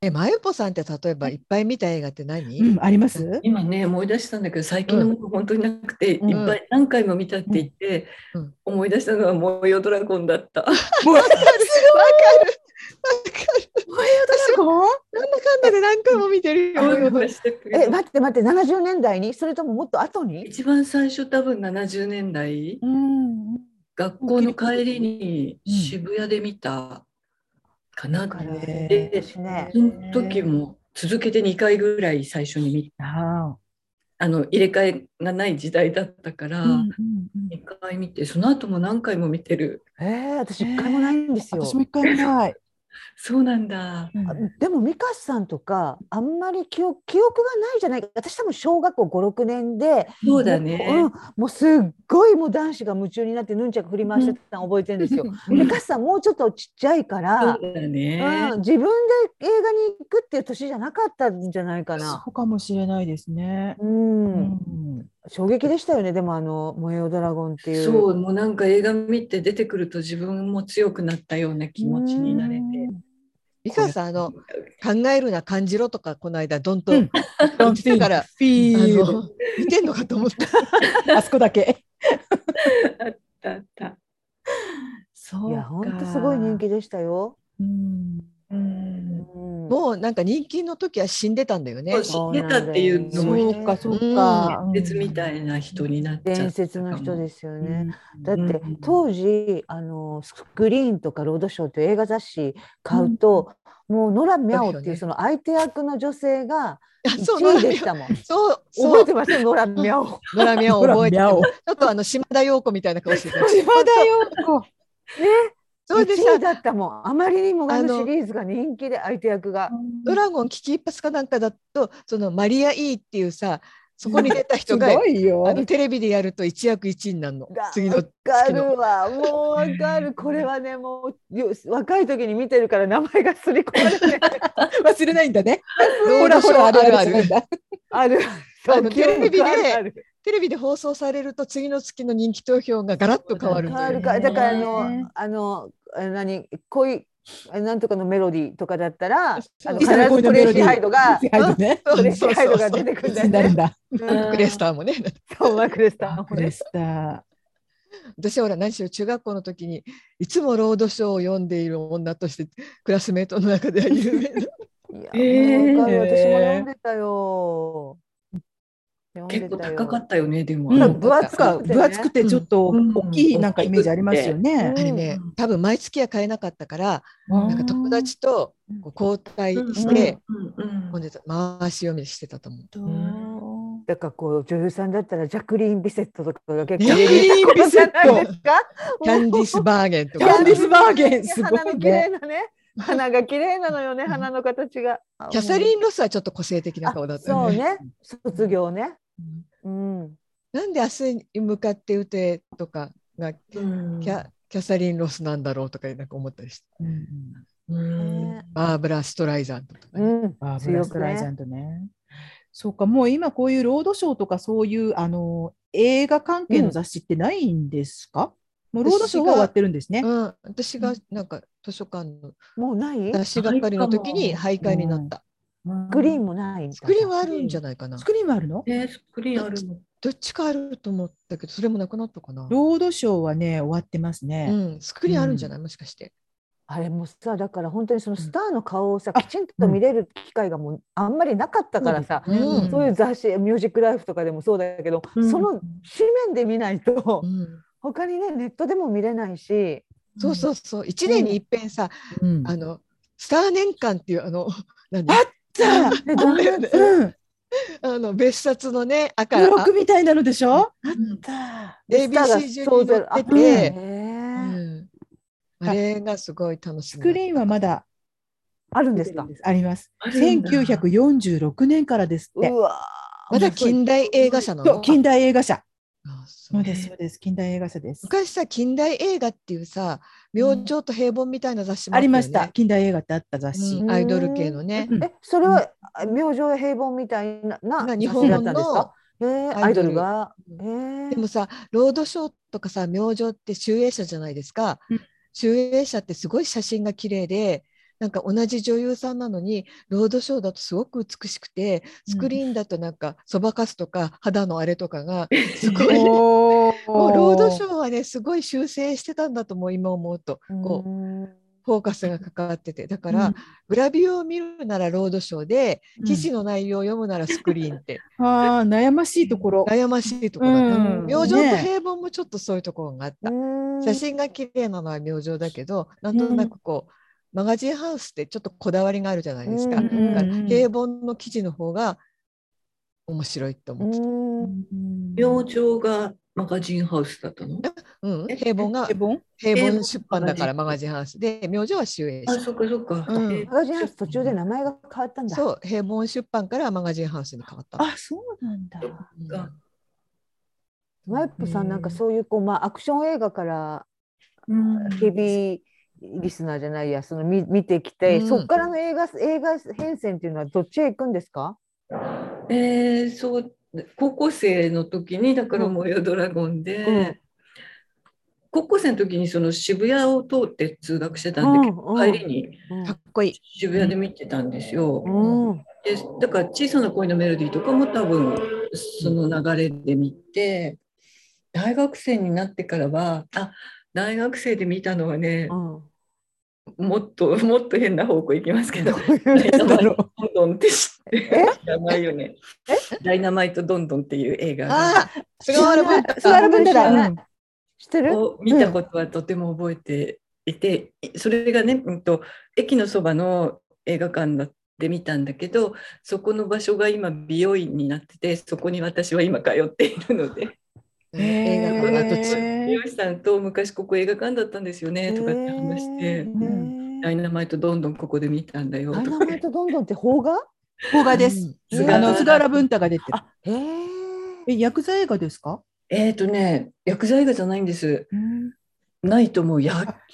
S2: え、まゆぽさんって例えばいっぱい見た映画って何、
S1: 言って。うん、あります
S3: 今ね思い出したんだけど最近のもの本当になくて、
S4: うん
S3: いっぱい何回も見たって言って、
S2: うん
S3: 思い出したのは「燃えよドラゴン」だった。
S2: わかるわかるわかる。
S1: すごい
S2: なんだかんだで何回も見てるよ。
S3: 思い出したけど
S4: え、待って待って、70年代にそれとももっと後に
S3: 一番最初多分70年代
S1: うん。
S3: 学校の帰りに渋谷で見たかなって、
S1: うん
S3: で
S4: ですね。
S3: その時も続けて2回ぐらい最初に見
S1: あ
S3: あの入れ替えがない時代だったから、
S1: あ。
S3: 2回見てその後も何回も見てる
S4: えー、私一回もないんですよ。
S1: 私も一回もない。
S3: そうなんだ
S4: あでも美香さんとかあんまり記憶記憶がないじゃないか私多分小学校56年で
S3: そうだね、
S4: もううん、もうすっごいもう男子が夢中になってヌンチャク振り回してたの覚えてるんですよ。
S3: うん
S4: 美香さんもうちょっとちっちゃいから、
S3: そうだ
S4: う
S3: ね
S4: ん、自分で映画に行くっていう年じゃなかったんじゃないかな。
S1: そうかもしれないですね。
S4: うん
S1: う、ん。
S4: 衝撃でしたよねでもあの「燃えよドラゴン」っていう。
S3: そうもうなんか映画見て出てくると自分も強くなったような気持ちになれて
S2: 美川さん、あの、考えるな、感じろとか、この間、どんと
S1: う
S2: 言
S1: ん
S2: ってたから、あ
S1: ピー
S2: の、見てんのかと思った。
S1: あそこだけ。
S3: だった
S1: そ
S4: いや本当すごい人。気でしたよ。
S1: うん。
S3: うん
S4: うん
S2: もう、なんか人気の時は死んでたんだよね
S3: そう。死んでたっていうのも
S1: そうかそうか。うん
S3: 別みたいな人になっちゃった
S4: 伝説の人
S3: す
S4: ですよね。。だっ
S1: う
S4: て、
S1: ん
S3: うん
S4: 当時あのスクリーンとかロードショーという映画雑誌買うと、もうノラ・ミャオっ
S2: そう
S4: てい
S2: よね
S4: うその相手役の女性が
S2: あそう、
S4: 1
S2: 野
S4: 位
S2: 良
S4: で
S2: 美
S4: したもん。
S2: そう、
S4: 覚
S2: [LAUGHS] そ
S4: え
S2: う
S4: て、ますノラ・ミャオ。
S2: 野良美を
S1: ほら
S2: 覚えてて。ち
S1: ミャオ
S2: ょっと、あの、島田陽子みたいな顔してた。
S1: 島田よ。
S2: [LAUGHS] それで
S4: 1
S2: さ
S4: 位、だったもん。あまりにもあ
S2: あ
S4: の
S2: の
S4: シリーズが人気で相手役が。
S2: ドラゴン危機一発かなんかだと、そのマリア・イーっていうさ、そこに出た人
S1: す
S2: が、
S1: ごいよ
S2: あ。のテレビでやると一躍一位になるの
S4: だ。
S2: 次の
S4: わかるわ。もうわかる。これはね、もうよ若い時に見てるから名前がすり込まれて
S1: 忘れないんだね。
S2: ロ
S1: ほ
S2: ード
S1: ら
S2: シ
S1: ほ
S2: ョー
S1: ら
S2: あ
S1: あ
S2: る
S1: る
S2: あ
S1: あ
S2: る
S1: る。
S4: ある。
S2: [LAUGHS] あの
S4: そう記憶
S2: テレビで
S4: あるある
S2: テレビで放送されると次の月の人気投票がガラッと変わる
S4: 変
S2: の
S4: わ
S2: よ
S4: る
S2: ね
S4: からだからあ
S1: ね
S4: のあのあ何恋あなんとかのメロディーとかだったら
S2: そう
S4: あ
S2: 小
S4: の必
S2: さ
S1: な
S4: ず
S1: 恋の
S4: プ
S1: メ
S4: レ
S1: ロ
S4: イシ
S1: ディー
S4: ーハイドが
S1: はいるね。
S2: そう
S4: プレイシ
S2: そう
S4: ーハイドが
S2: そ
S4: 出
S2: う
S4: てくるんだ
S1: にな
S4: よ
S1: るん
S4: ね。
S1: だ。
S2: クレスターもね。 [LAUGHS]
S4: そうマクレスターも
S1: で
S4: ね。
S1: した。
S2: 私はほら何しろ中学校の時にいつもロードショーを読んでいる女としてクラスメートの中では有名な
S4: いや、
S3: えー
S4: わかる私も読んでたよ。
S3: 結構高かったよね、でも。
S1: う
S3: あ
S1: ん、
S3: の
S1: 分厚か
S4: うん
S1: 分厚くてちょっと
S3: うん
S1: 大きいなんかイメージありますよね
S2: あ。れね多分毎月は買えなかったから
S1: な
S2: なんか友達とこう交代して
S3: うんうん
S2: 読んでた回し読みしてたと思う。
S1: と
S4: だからこう女優さんだったらジャクリーン・ビセットとかが結
S2: ジャ
S4: 構
S2: ク
S4: 出
S2: リ
S4: て
S2: ーン
S4: くる
S2: ビセット
S4: ないですか。
S2: キャンディス・バーゲンと
S1: キ
S2: か。
S1: ャンディスバーゲンすご
S4: 花
S1: い
S4: の綺
S1: ね。
S4: 麗な
S2: [LAUGHS]
S4: ね。花が綺麗なのよね。花の形が。
S2: キャサリン・ロスはちょっと個性的な顔だった
S4: そ
S2: よ
S4: う
S2: ね。
S4: ね。卒業ね。
S2: うん
S4: うん。
S2: なんで明日に向かって打てとかがキ
S3: うん
S2: ャキャサリン・ロスなんだろうとかなんか思ったりして。
S3: うん
S4: ね
S2: バーブラ・ストライザンとかね。
S4: うん。
S1: バーブ
S4: 強
S1: ラ・
S4: く
S1: スライザ
S4: ね。
S1: ンとね。そうか、もう今こういうロードショーとかそういうあの映画関係の雑誌ってないんですか、もうロードショーは終わってるんですね。
S2: うん、私がなんか図書館の
S4: もうない。
S2: 出し係の時に
S3: な
S2: 徘徊になった。
S1: ス
S4: グリーンもないんだ。
S2: スクリーンはあるんじゃないかな
S1: ス。クリーンはあるの
S3: ねスクリーンあるの。
S2: どっちかあると思ったけど、それもなくなったかな。
S1: ロードショーはね、終わってます
S2: う
S1: ね。
S2: ん、スクリーンあるんじゃないもしかして。
S4: あれもさだから本当にそのスターの顔をさ、
S1: うん
S4: きちんと見れる機会がもうあんまりなかったからさ、
S1: うん
S2: うん
S4: そういう雑誌「ミュージックライフ」とかでもそうだけど、
S3: うん
S4: その紙面で見ないと、
S2: うん
S4: 他にねネットでも見れないし
S2: そうそうそう。一年に一遍さ、
S1: うん
S2: あの、スター年間っていう、あ
S1: [LAUGHS]
S2: の、何
S1: じゃあ、
S4: でどんな
S1: うん、
S2: あの、別冊のね、赤、
S1: ブロッ
S2: あ
S1: クみたいなのでしょ
S3: うん
S1: だ
S4: スターが
S2: ABC 順に
S4: そうぞ
S2: 載って
S1: あ
S2: て、う
S4: ね
S2: んあれがすごい楽し
S1: ス
S2: み。
S1: クリーンはまだ
S4: あるんですか
S1: あります。
S3: あるんだ
S1: 1946年からですって
S4: う。わ
S2: まだ近代映画社な
S1: そう
S2: の
S1: 近代映画社。
S2: あそ
S1: そ
S2: う
S1: うです、そうです。近代映画社です。
S2: 昔さ、近代映画っていうさ、明星と平凡みたいな雑誌も
S1: ありまし
S2: ったよ
S1: た。
S2: ね
S1: 近代映画ってあった雑誌。
S2: うんアイドル系のね
S1: う。ん
S4: ーえそれはあ明星平凡みたいなな
S2: な
S4: 日
S2: 日
S4: 本
S2: 本
S4: だったんです
S2: の
S4: か、えー、ア
S2: ア
S4: イ
S2: イ
S4: ド
S2: ドル
S4: ルが、え
S2: で
S4: ー、
S2: もさ、ロードショーとかさ、明星って集英社じゃないですか
S1: うん。
S2: 集英社ってすごい写真が綺麗で、なんか同じ女優さんなのに、ロードショーだとすごく美しくて、スクリーンだとなんかそばかすとか肌のあれとかが、すごい。も
S1: おー
S2: うロードショーはね、すごい修正してたんだと思う、今思うと。こう
S4: うん
S2: フォーカスがかかってて。だか
S1: う
S2: ら、
S1: ん
S2: グラビアを見るならロードショーで、
S1: うん
S2: 記事の内容を読むならスクリーンって、
S1: あー悩ましいところ。
S2: 悩ましいところだった。
S1: うん
S2: 明星と
S1: ね
S2: 平凡もちょっとそういうところがあった。
S4: うん
S2: 写真が綺麗なのは明星だけど、なんとなくこう、マガジンハウスってちょっとこだわりがあるじゃないですか。
S4: うん
S2: だから
S1: うん
S2: 平凡の記事の方が面白いと思ってた。
S4: うん
S3: 明星がマガジンハウスだったの
S2: うん、
S3: え
S2: 平凡が
S1: ヘボン
S2: 平凡出版だから
S3: 平凡
S2: マガジンハウスで明星は集英
S3: あ、
S2: 社。
S3: そっかそっか。
S2: うん
S3: えー
S4: マガジンハウス途中で名前が変わったんだ。
S2: そう平凡出版からマガジンハウスに変わったの。
S1: あ、そうなんだ。
S3: か
S4: マイプさんなんかそういうこう、まあ、アクション映画から
S3: うん
S4: 日々リスナーじゃないやその見見てきて、
S2: うん
S4: そこからの映画映画変遷っていうのはどっちへ行くんですか
S3: えーそう高校生の時にだから「模様ドラゴンで」
S4: うん
S3: 高校生の時にその渋谷を通って通学してたんだけど、
S4: うんうん
S3: 帰りに
S2: うんかっこいい。
S3: 渋谷で見てたんですよ。
S4: うんうん
S3: でだから「小さな恋のメロディー」とかも多分その流れで見て大学生になってからはあ大学生で見たのはねもっともっと変な方向行きますけど
S4: どう [LAUGHS] いう
S3: ダイナマイト
S4: ろう
S3: ドンドンって知って名前よね。ダイナマイトドンドンっていう映画が
S2: ああ、菅原文太。
S1: 菅原文太だ
S4: 知らない
S1: うん
S4: 知ってる
S3: を見たことはとても覚えていて、それがね、うん、と駅のそばの映画館だで見たんだけどそこの場所が今美容院になっててそこに私は今通っているので
S2: うん映画館の跡地。
S1: へー
S3: 美容師さんと昔ここ映画館だったんですよねとかって話して
S1: ー
S3: 「ダイナマイトどんどんここで見たんだよ」
S4: ダイ
S3: と
S4: ナ
S3: か
S4: マイトどんどんって邦画
S1: 邦画です。
S2: う
S1: あの菅原文太が出てる。
S4: あへえ
S1: え、ヤクザ映画ですか？
S3: えっとね薬剤映画じゃないんですないと思う野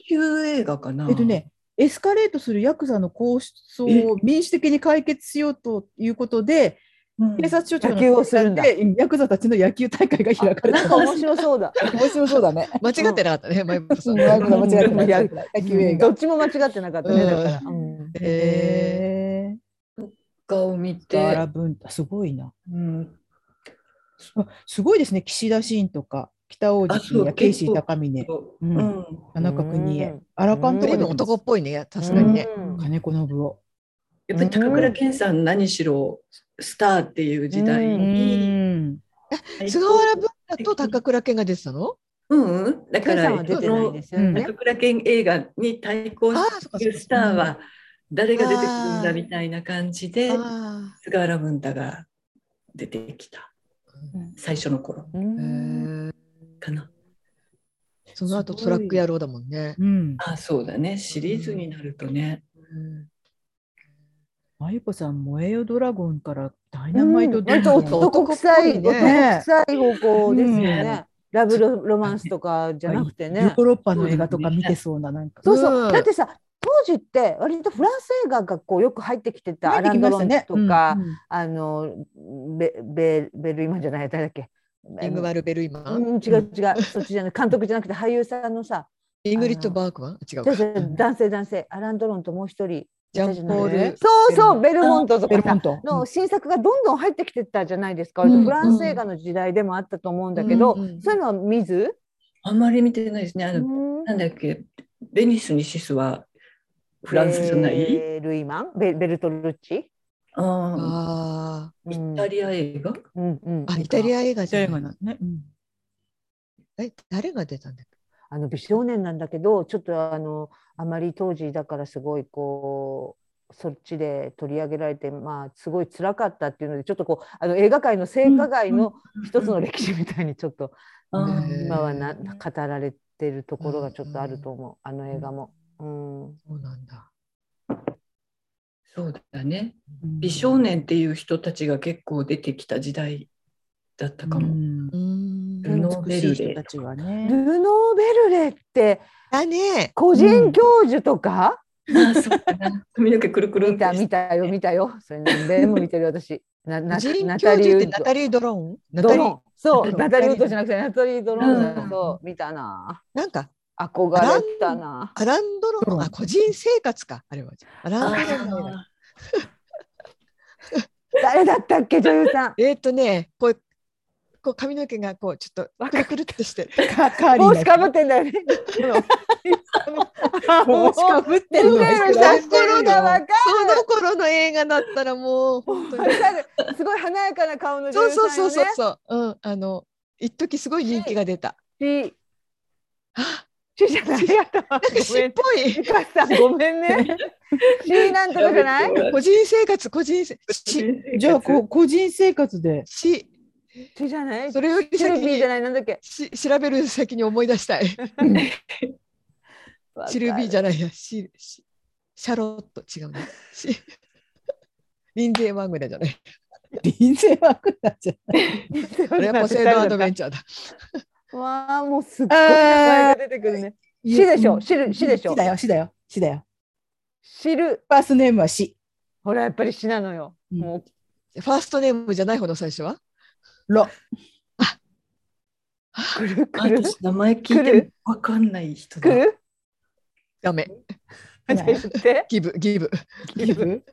S3: 球映画かな。
S1: えっとね、エスカレートするヤクザの抗争を民主的に解決しようということで、
S3: うん
S1: 警察署長の
S4: 野球をするんだ
S1: でヤクザたちの野球大会が開かれ
S4: なん
S1: た。
S4: か面白そうだ
S1: 面白そうだね。
S2: 間違ってなかったね、マイプさ。
S1: うんんワイプが間違ってない
S4: うん
S1: 野球映画
S4: ど。っちも間違ってなかったねだから、うん
S2: え
S1: へー
S3: 画を見
S1: 菅原
S3: て、
S1: 文太すごいな。
S3: うん、
S1: あすごいですね、岸田新とか、北大路
S3: あ
S1: 欣
S3: そ
S1: 也、
S3: う
S1: ケイシー高峰、う、
S3: うんん
S1: 田中邦衛
S4: うん、
S1: 荒監
S2: プ
S1: 督
S2: レー
S1: で
S2: の
S1: も
S2: 男っぽいね確かにね。
S4: うん
S1: 金子信夫。
S3: やっぱり高倉健さん何しろスターっていう時代
S1: う
S3: に、
S1: ん、
S2: 菅原文太と高倉健が出てたの
S3: うんうん、だか
S4: ケンさんは
S3: ら
S4: 出てないですよ
S1: うん
S4: ね。
S3: 高倉健映画に対抗
S2: あ
S3: し
S2: あそっか
S3: て
S2: そっ
S3: る
S2: か
S3: スターは誰が出てくるんだみたいな感じで
S2: あ
S3: 菅原文太が出てきた
S1: うん
S3: 最初の頃
S4: う
S2: あへ
S4: ん
S2: ー
S3: かな。
S2: その後トラック野郎だもんね。
S1: うん、
S3: あそうだねシリーズになるとね。
S2: うん
S1: まゆこさん、燃えよドラゴンからダイナマイトデイ
S4: 割
S1: ズ
S4: と
S1: の
S4: 男臭い、
S2: ね
S4: 男臭い方向ですよね。ラブロロマンスとかじゃなくて
S1: ヨ
S4: ね
S1: ー。ロッパの映画とか見てそうな、なんか。
S4: そうそうう。
S2: ん
S4: だってさ、当時って割とフランス映画がこうよく入ってきてたアランドロンとか、あのベベベルイマンじゃない誰だっけ。
S2: イングマル・ベルイマン、
S4: うん、違う違う、そっちじゃない、監督じゃなくて俳優さんのさ、
S2: イングリッド・バークマン違う
S4: じ
S2: か
S4: ゃあじゃあ男性男性、アランドロンともう一人、
S2: ジャンポール・
S4: そうそう、ベルモントと
S1: ベル
S4: か
S1: モ
S4: さ
S1: ン、ト。
S4: の新作がどんどん入ってきてたじゃないですか、
S1: うん
S4: 割とフランス映画の時代でもあったと思うんだけど、
S2: うんうん
S4: そういうのは見ず、
S3: あんまり見てないですね。あの
S4: うん
S3: なんだっけベニスにシスはフランスじゃない、
S4: ベルイマンベベルトルッチ、
S3: あ
S2: あ
S4: う
S3: ー
S4: ん
S3: イタリア映画
S4: うんうん
S2: ーあイタリ
S4: ア
S2: ア映画じゃない
S1: なんね。うん
S2: え誰が出たんだっけ
S4: あの美少年なんだけどちょっとあのあまり当時だからすごいこうそっちで取り上げられてまあすごい辛かったっていうのでちょっとこうあの映画界の性加害の一つの歴史みたいにちょっと
S3: あ
S2: うん
S3: ー
S4: 今は
S2: へ
S4: な
S2: ー
S4: 語られてるところがちょっとあると思うあの映画も。うん
S2: そうなんだ
S3: そうだね。美少年っていう人たちが結構出てきた時代だったかも。
S1: うん
S2: うーん
S3: ルノー
S1: 美
S3: ベ
S1: しい
S3: ル
S1: 人
S3: レ
S1: た
S3: ー
S1: ち
S3: と
S1: が
S3: か
S1: ね。
S4: ルノーベルレって
S2: だね
S4: 個人教授とか、
S3: あーそうだな髪の毛くるくるん
S4: 見た
S3: て
S4: 見たよ見たよそれ何遍も見てるよ私。なな
S2: 人
S4: ナ
S2: 教
S4: タリ
S2: 授
S4: ー
S2: っ
S4: ウ
S2: て
S4: ッ
S2: ナ
S4: ド
S2: タリー・ドローンナ
S4: ド
S2: タリ
S4: ロ
S2: ー
S4: ンそ
S2: ナタリー
S4: うナタリーウッドじゃなくてナタリードローン
S3: う
S4: だ
S3: ん
S4: そう見たな
S2: なんか
S4: 憧れたな
S2: アラン・ドロ
S1: ド
S2: ー
S1: ロー
S2: ン
S1: ン
S2: あ個人生活かあれはアラン・ドローンの映画
S3: あ
S4: 誰だったっけ女優さん
S2: えーっとねこうこう髪の毛がこうちょっとくるくるっと [LAUGHS] してる
S1: カカーリー
S4: [LAUGHS] 帽
S1: の
S4: 子かぶってんだよね
S1: 帽子かぶってるの
S4: ル
S1: が
S4: ー
S1: 知
S4: ル
S1: らない
S4: さんころがわか
S2: その頃の映画だったらもう本当に
S4: るわかる [LAUGHS] すごい華やかな顔の女
S2: そう
S4: 優さん
S2: そ
S4: よ
S2: う
S4: ね
S2: そうそうそう、うん、あの一時すごい人気が出た。
S4: し
S2: あ、
S4: しじゃないやったわ
S2: なんか
S4: ご
S2: 詩
S4: め
S2: っ
S4: ん
S2: ぽい
S4: ゆ。かさんごめんねしなんとかじゃない
S2: 個人生活、個人生詩、
S1: じゃあこう個人生活
S2: [LAUGHS]
S1: で
S2: 詩、
S4: しじゃない
S2: それより
S4: シル
S2: 先
S4: ビーじゃ
S2: に
S4: ないなんだっけ
S2: し調べる先に思い出したい。シルビーじゃ
S4: ゃ
S2: ないや、シシシャロット違うね。シリンゼー・ワングレじゃない。
S1: 人生枠なんじゃない
S2: これはポセイド・アドベンチャーだ。
S4: わあもうすっごい名前が出てくるね死でしょ
S1: うん
S4: 死る死でしょ
S1: 死だよ死だよ死だよ
S4: 知る
S1: ファーストネームは死
S4: ほらやっぱり死なのよ、
S1: うん
S4: もう
S2: ファーストネームじゃない方の最初は
S1: ロ
S4: くるくる
S3: 私名前聞いてもわかんない人
S4: く
S3: だ。
S4: る
S2: ダメ。
S4: って言って
S2: ギブ、ギブ。
S1: ギブ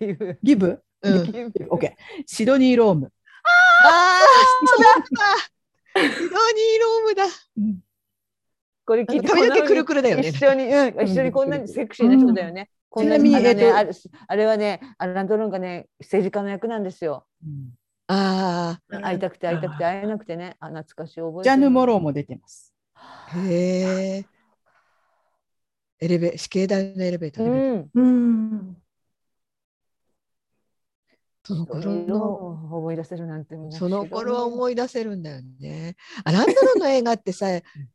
S4: ギブ
S1: ギブ
S4: [LAUGHS]
S2: うん、
S4: ギブ
S1: オッケーシドニー・ローム
S2: ああ、そうだった。シドニー・ロームだ。
S4: これ聞いて
S2: 髪の毛くるくるだよね。
S4: 一緒に、うん、一緒にこんなにセクシーな人だよね、こんなに
S1: ちなみに
S4: あれね
S1: えっと
S4: あれあれはねアランドロンがね政治家の役なんですよ
S1: うん
S2: あ
S4: 会いたくて会いたくて会えなくてねあ懐かしい覚え
S1: ジャヌ・モロー
S4: ー
S1: も出てます
S2: あ、へえ。エレベ、死刑台のエレベーターで、
S4: うん
S3: うん。
S2: その頃
S4: 色
S2: の、
S4: を思い出せるなんてもう
S2: その頃は
S4: う
S2: 思い出せるんだよね。アランドロンの映画ってさ、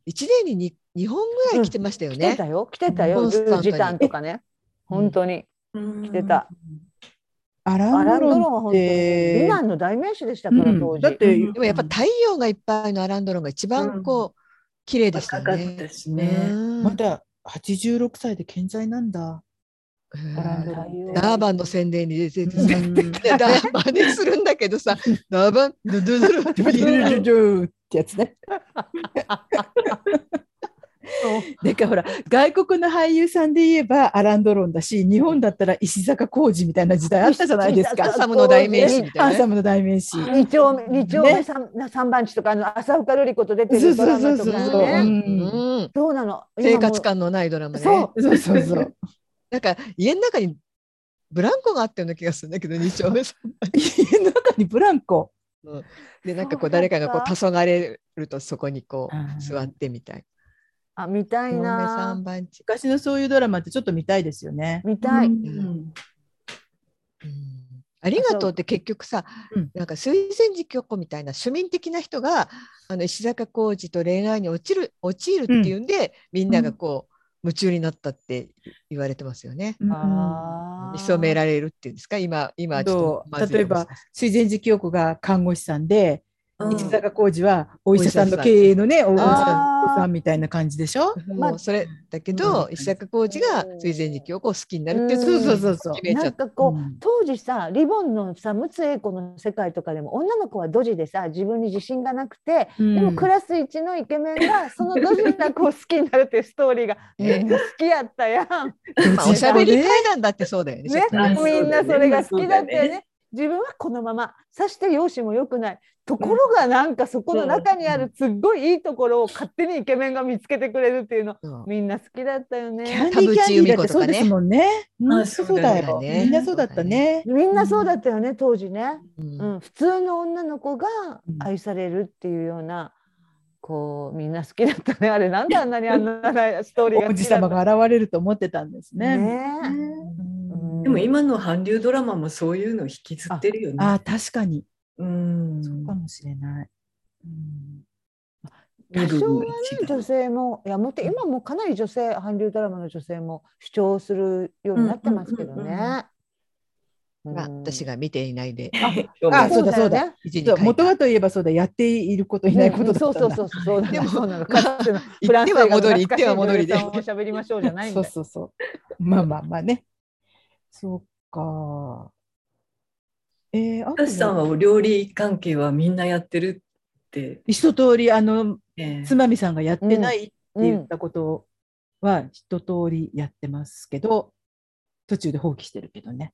S2: 一年にに二本ぐらい来てましたよ
S4: 来て
S2: ね。
S4: たよ来てたよ
S2: コンスタントに
S4: 10時間とかね本当に
S3: 来
S4: 来てた。
S1: アラ
S4: ア
S1: ン
S4: ラン
S1: ドロ
S4: ドロ
S1: ン
S4: ン
S1: は
S4: は
S1: 本当
S4: 本当
S1: に
S4: に
S1: 美男
S4: 美男の代名詞でした
S1: う
S4: から、
S1: ん
S4: 当時。
S1: だ
S4: [LAUGHS]
S1: って
S3: うん
S2: でもやっぱ太陽がいっぱいのアランドロンが一番こう、綺麗でした
S3: 若
S2: よ
S3: か
S2: ね
S3: った。しね。
S2: うん
S1: また86歳で健在なんだ
S2: うん
S1: アランドロンって
S2: ダーバンの宣伝に出ててさ、
S1: うん
S2: でダーバンにするんだけどさ、ダーバン、ドゥドゥドゥドゥドゥドゥ
S1: ってやつね。だからほら外国の俳優さんで言えばアラン・ドロンだし日本だったら石坂浩二みたいな時代あったじゃないです
S2: ハ
S1: か
S2: ン。サムの代名詞みた
S1: ハン
S2: いな
S1: サ
S2: ね。
S1: ムの代名詞。
S4: 二丁目、二丁目
S1: ね
S4: 三、三番地とか、あの朝岡瑠璃子と出て
S1: そう
S4: る
S1: そう
S4: ドラ
S1: そうそう
S4: マとか
S1: そう
S4: ね。
S1: うん
S2: うん
S4: そうなの。今も
S2: 生活。感のないドラマね。
S4: そう。
S1: そうそうそう。
S2: なんか家の中にブランコがあったような気がするんだけど二丁目さん
S1: [LAUGHS] 家の中にブランコ。
S2: でなんかこ
S4: そううだった
S2: 誰かがこう黄昏れるとそこにこう座ってみたい。
S4: あ、見たい
S2: 二丁目三
S4: な。
S2: 番地。
S1: 昔のそういうドラマってちょっと見たいですよね。
S4: 見たい。
S3: うん
S2: うんありがとうって結局さ、
S1: うん
S2: なんか水前寺京子みたいな庶民的な人があの石坂浩二と恋愛に落ちる陥るっていうんで、みんながこう夢中になったって言われてますよね。
S1: うん
S4: あー
S2: 見初められるっていうんですか今今はちょっとまずいかもしれない
S1: 水前寺清子が看護師さんで、
S3: うん
S1: 石坂浩二はお医者さんの経営のね、お医者
S4: あー
S1: さんみたいな感じでしょ。
S4: まあ
S2: もうそれだけど、
S1: うん
S2: 石坂浩二が水前寺京子を好きになるっていううんところに
S1: そうそうそうそう
S2: 決めちゃ
S4: な
S2: っ
S4: ん
S2: た
S4: かこう、
S1: うん
S4: 当時さリボンのさ陸奥英子の世界とかでも女の子はドジでさ自分に自信がなくて、でもクラス一のイケメンがそのドジな子を好きになるっていうストーリーがみんな [LAUGHS] 好きやったやん。
S2: まあおしゃべり会談だってそうだよね。
S4: ね
S2: ちょっとね
S3: あ
S4: みんなそれが好きだ
S3: そうだ
S4: ったよね。
S3: ね
S4: 自分はこのままさして容姿も良くないところがなんかそこの中にあるすっごいいいところを勝手にイケメンが見つけてくれるっていうの
S2: そう
S4: みんな好きだったよ
S1: キ
S4: ね
S1: ャンディーキャンディーだってそうですもんね。
S3: 美
S1: うん
S3: 子
S1: そ
S3: とかね
S1: うだよ。
S2: あそうだね
S1: みんなそうだったね。
S4: みんなそうだったよね当時ね、
S2: うん
S4: うん、普通の女の子が
S1: うん
S4: 愛されるっていうようなこうみんな好きだったねあれなんであんなにあんなストーリーが
S1: 王
S4: 好
S1: 子
S4: きだった
S1: 様が現れると思ってたんですね。
S4: ね
S1: ね
S4: うん
S3: でも今の韓流ドラマもそういうの引きずってるよね。
S1: あー確かに、
S3: うん。
S1: そうかもしれない。うん
S4: 多
S3: 身
S4: 少
S3: 分の
S4: はね
S3: 一部
S4: 女性もいやもって今もかなり女性韓流ドラマの女性も主張するようになってますけど
S3: うんうんうん
S4: ね。うん
S2: まあ私が見ていないで
S3: そう
S1: あ
S3: だ
S1: そうだそう
S4: よ
S1: だ
S4: ね。
S2: 一時に
S1: そう
S2: 書い
S1: 元
S2: た
S1: はといえばそうだやっていることいないことだったんだ。
S4: うんうんそうそうそうそうだな。
S2: でも
S4: そうなのかつてのフラ
S2: 行って
S4: ンス映
S2: は
S4: 画の
S2: 戻り行っ
S4: 懐
S2: ては
S4: か
S2: 戻
S4: し
S2: り
S4: い
S2: で
S4: 女優さんを喋りましょうじゃないん
S1: そ
S4: だ
S1: う
S4: よ。
S1: そうそう。まあまあまあね。そうか。えー、あとね
S3: 私さんはお料理関係はみんなやってるって、
S1: 一通りあの
S3: ね
S1: つまみさんがやってないって
S4: う
S1: 言っ
S4: ん。
S1: たことは一通りやってますけど、途中で放棄してるけどね。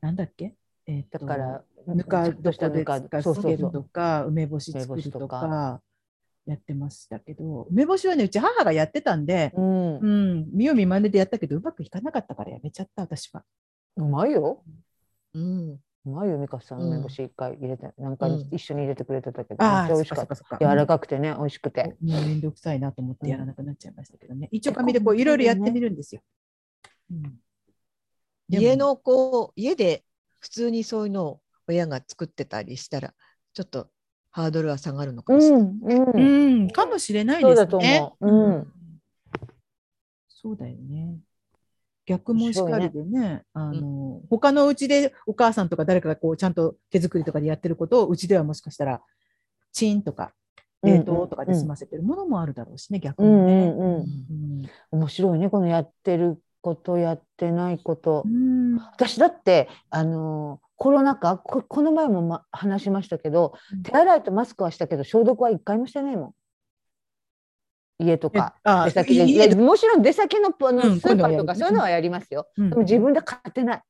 S1: なんだっけえー
S4: だ
S1: と
S4: から
S1: ぬか
S4: ちょっとした
S1: 床で
S4: ぬか
S1: つか
S4: そう
S1: つ
S4: そ
S1: け
S4: う
S1: る
S4: そ
S1: と
S4: う。
S1: か梅干し作
S4: 梅干
S1: る
S4: しとか
S1: とかやってましたけど梅干しはねうち母がやってたんで、
S4: うん
S1: う。ん、見よう見まねでやったけどうまくいかなかったからやめちゃった私は。
S4: うまいよ。
S2: うん
S4: うまいよ美香さん
S2: うん
S4: 梅干し一回入れて何回
S2: うん
S4: 一緒に入れてくれてたけどめっち
S1: あ
S4: ゃ
S1: あ、
S4: 美味しかった。
S1: そっか
S4: 柔らかくてね美味しくて。
S1: もうめんどくさいなと思ってやらなくなっちゃいましたけどね。一応紙でこういろいろやってみるんですよ。うんでも
S2: 家のこう家で普通にそういうのを親が作ってたりしたらちょっとハードルは下がるのか
S4: う
S2: もしれない。
S4: んう。
S1: うんんかもしれない
S4: そ
S1: で
S4: うだ
S1: す
S4: と
S1: ね。
S4: 思う。うん。
S1: そうだよね。逆もしかりでね、あ
S2: ね
S1: の、他のうちでお母さんとか誰かがこうちゃんと手作りとかでやってることをうちではもしかしたらチンとか冷凍とかで済ませてるものもあるだろうしね、逆
S4: う
S1: に
S4: ん
S1: ね。
S4: うんうん。
S1: うん
S4: 面白いねこのやってることやってないこと
S1: う。ん
S4: 私だってあのーコロナ禍ここの前も、ま、話しましたけど
S1: うん
S4: 手洗いとマスクはしたけど消毒は一回もしてないもん。家と
S1: え
S4: か。
S1: あ
S4: 出先でい
S1: 家
S4: や
S1: で
S4: もちろん出先のあの
S1: うん
S4: スーパ
S1: 今
S4: ーと
S1: 度はや
S4: か
S1: る
S4: そういうのはやりますよ。
S1: うん
S4: でも自分で買ってない。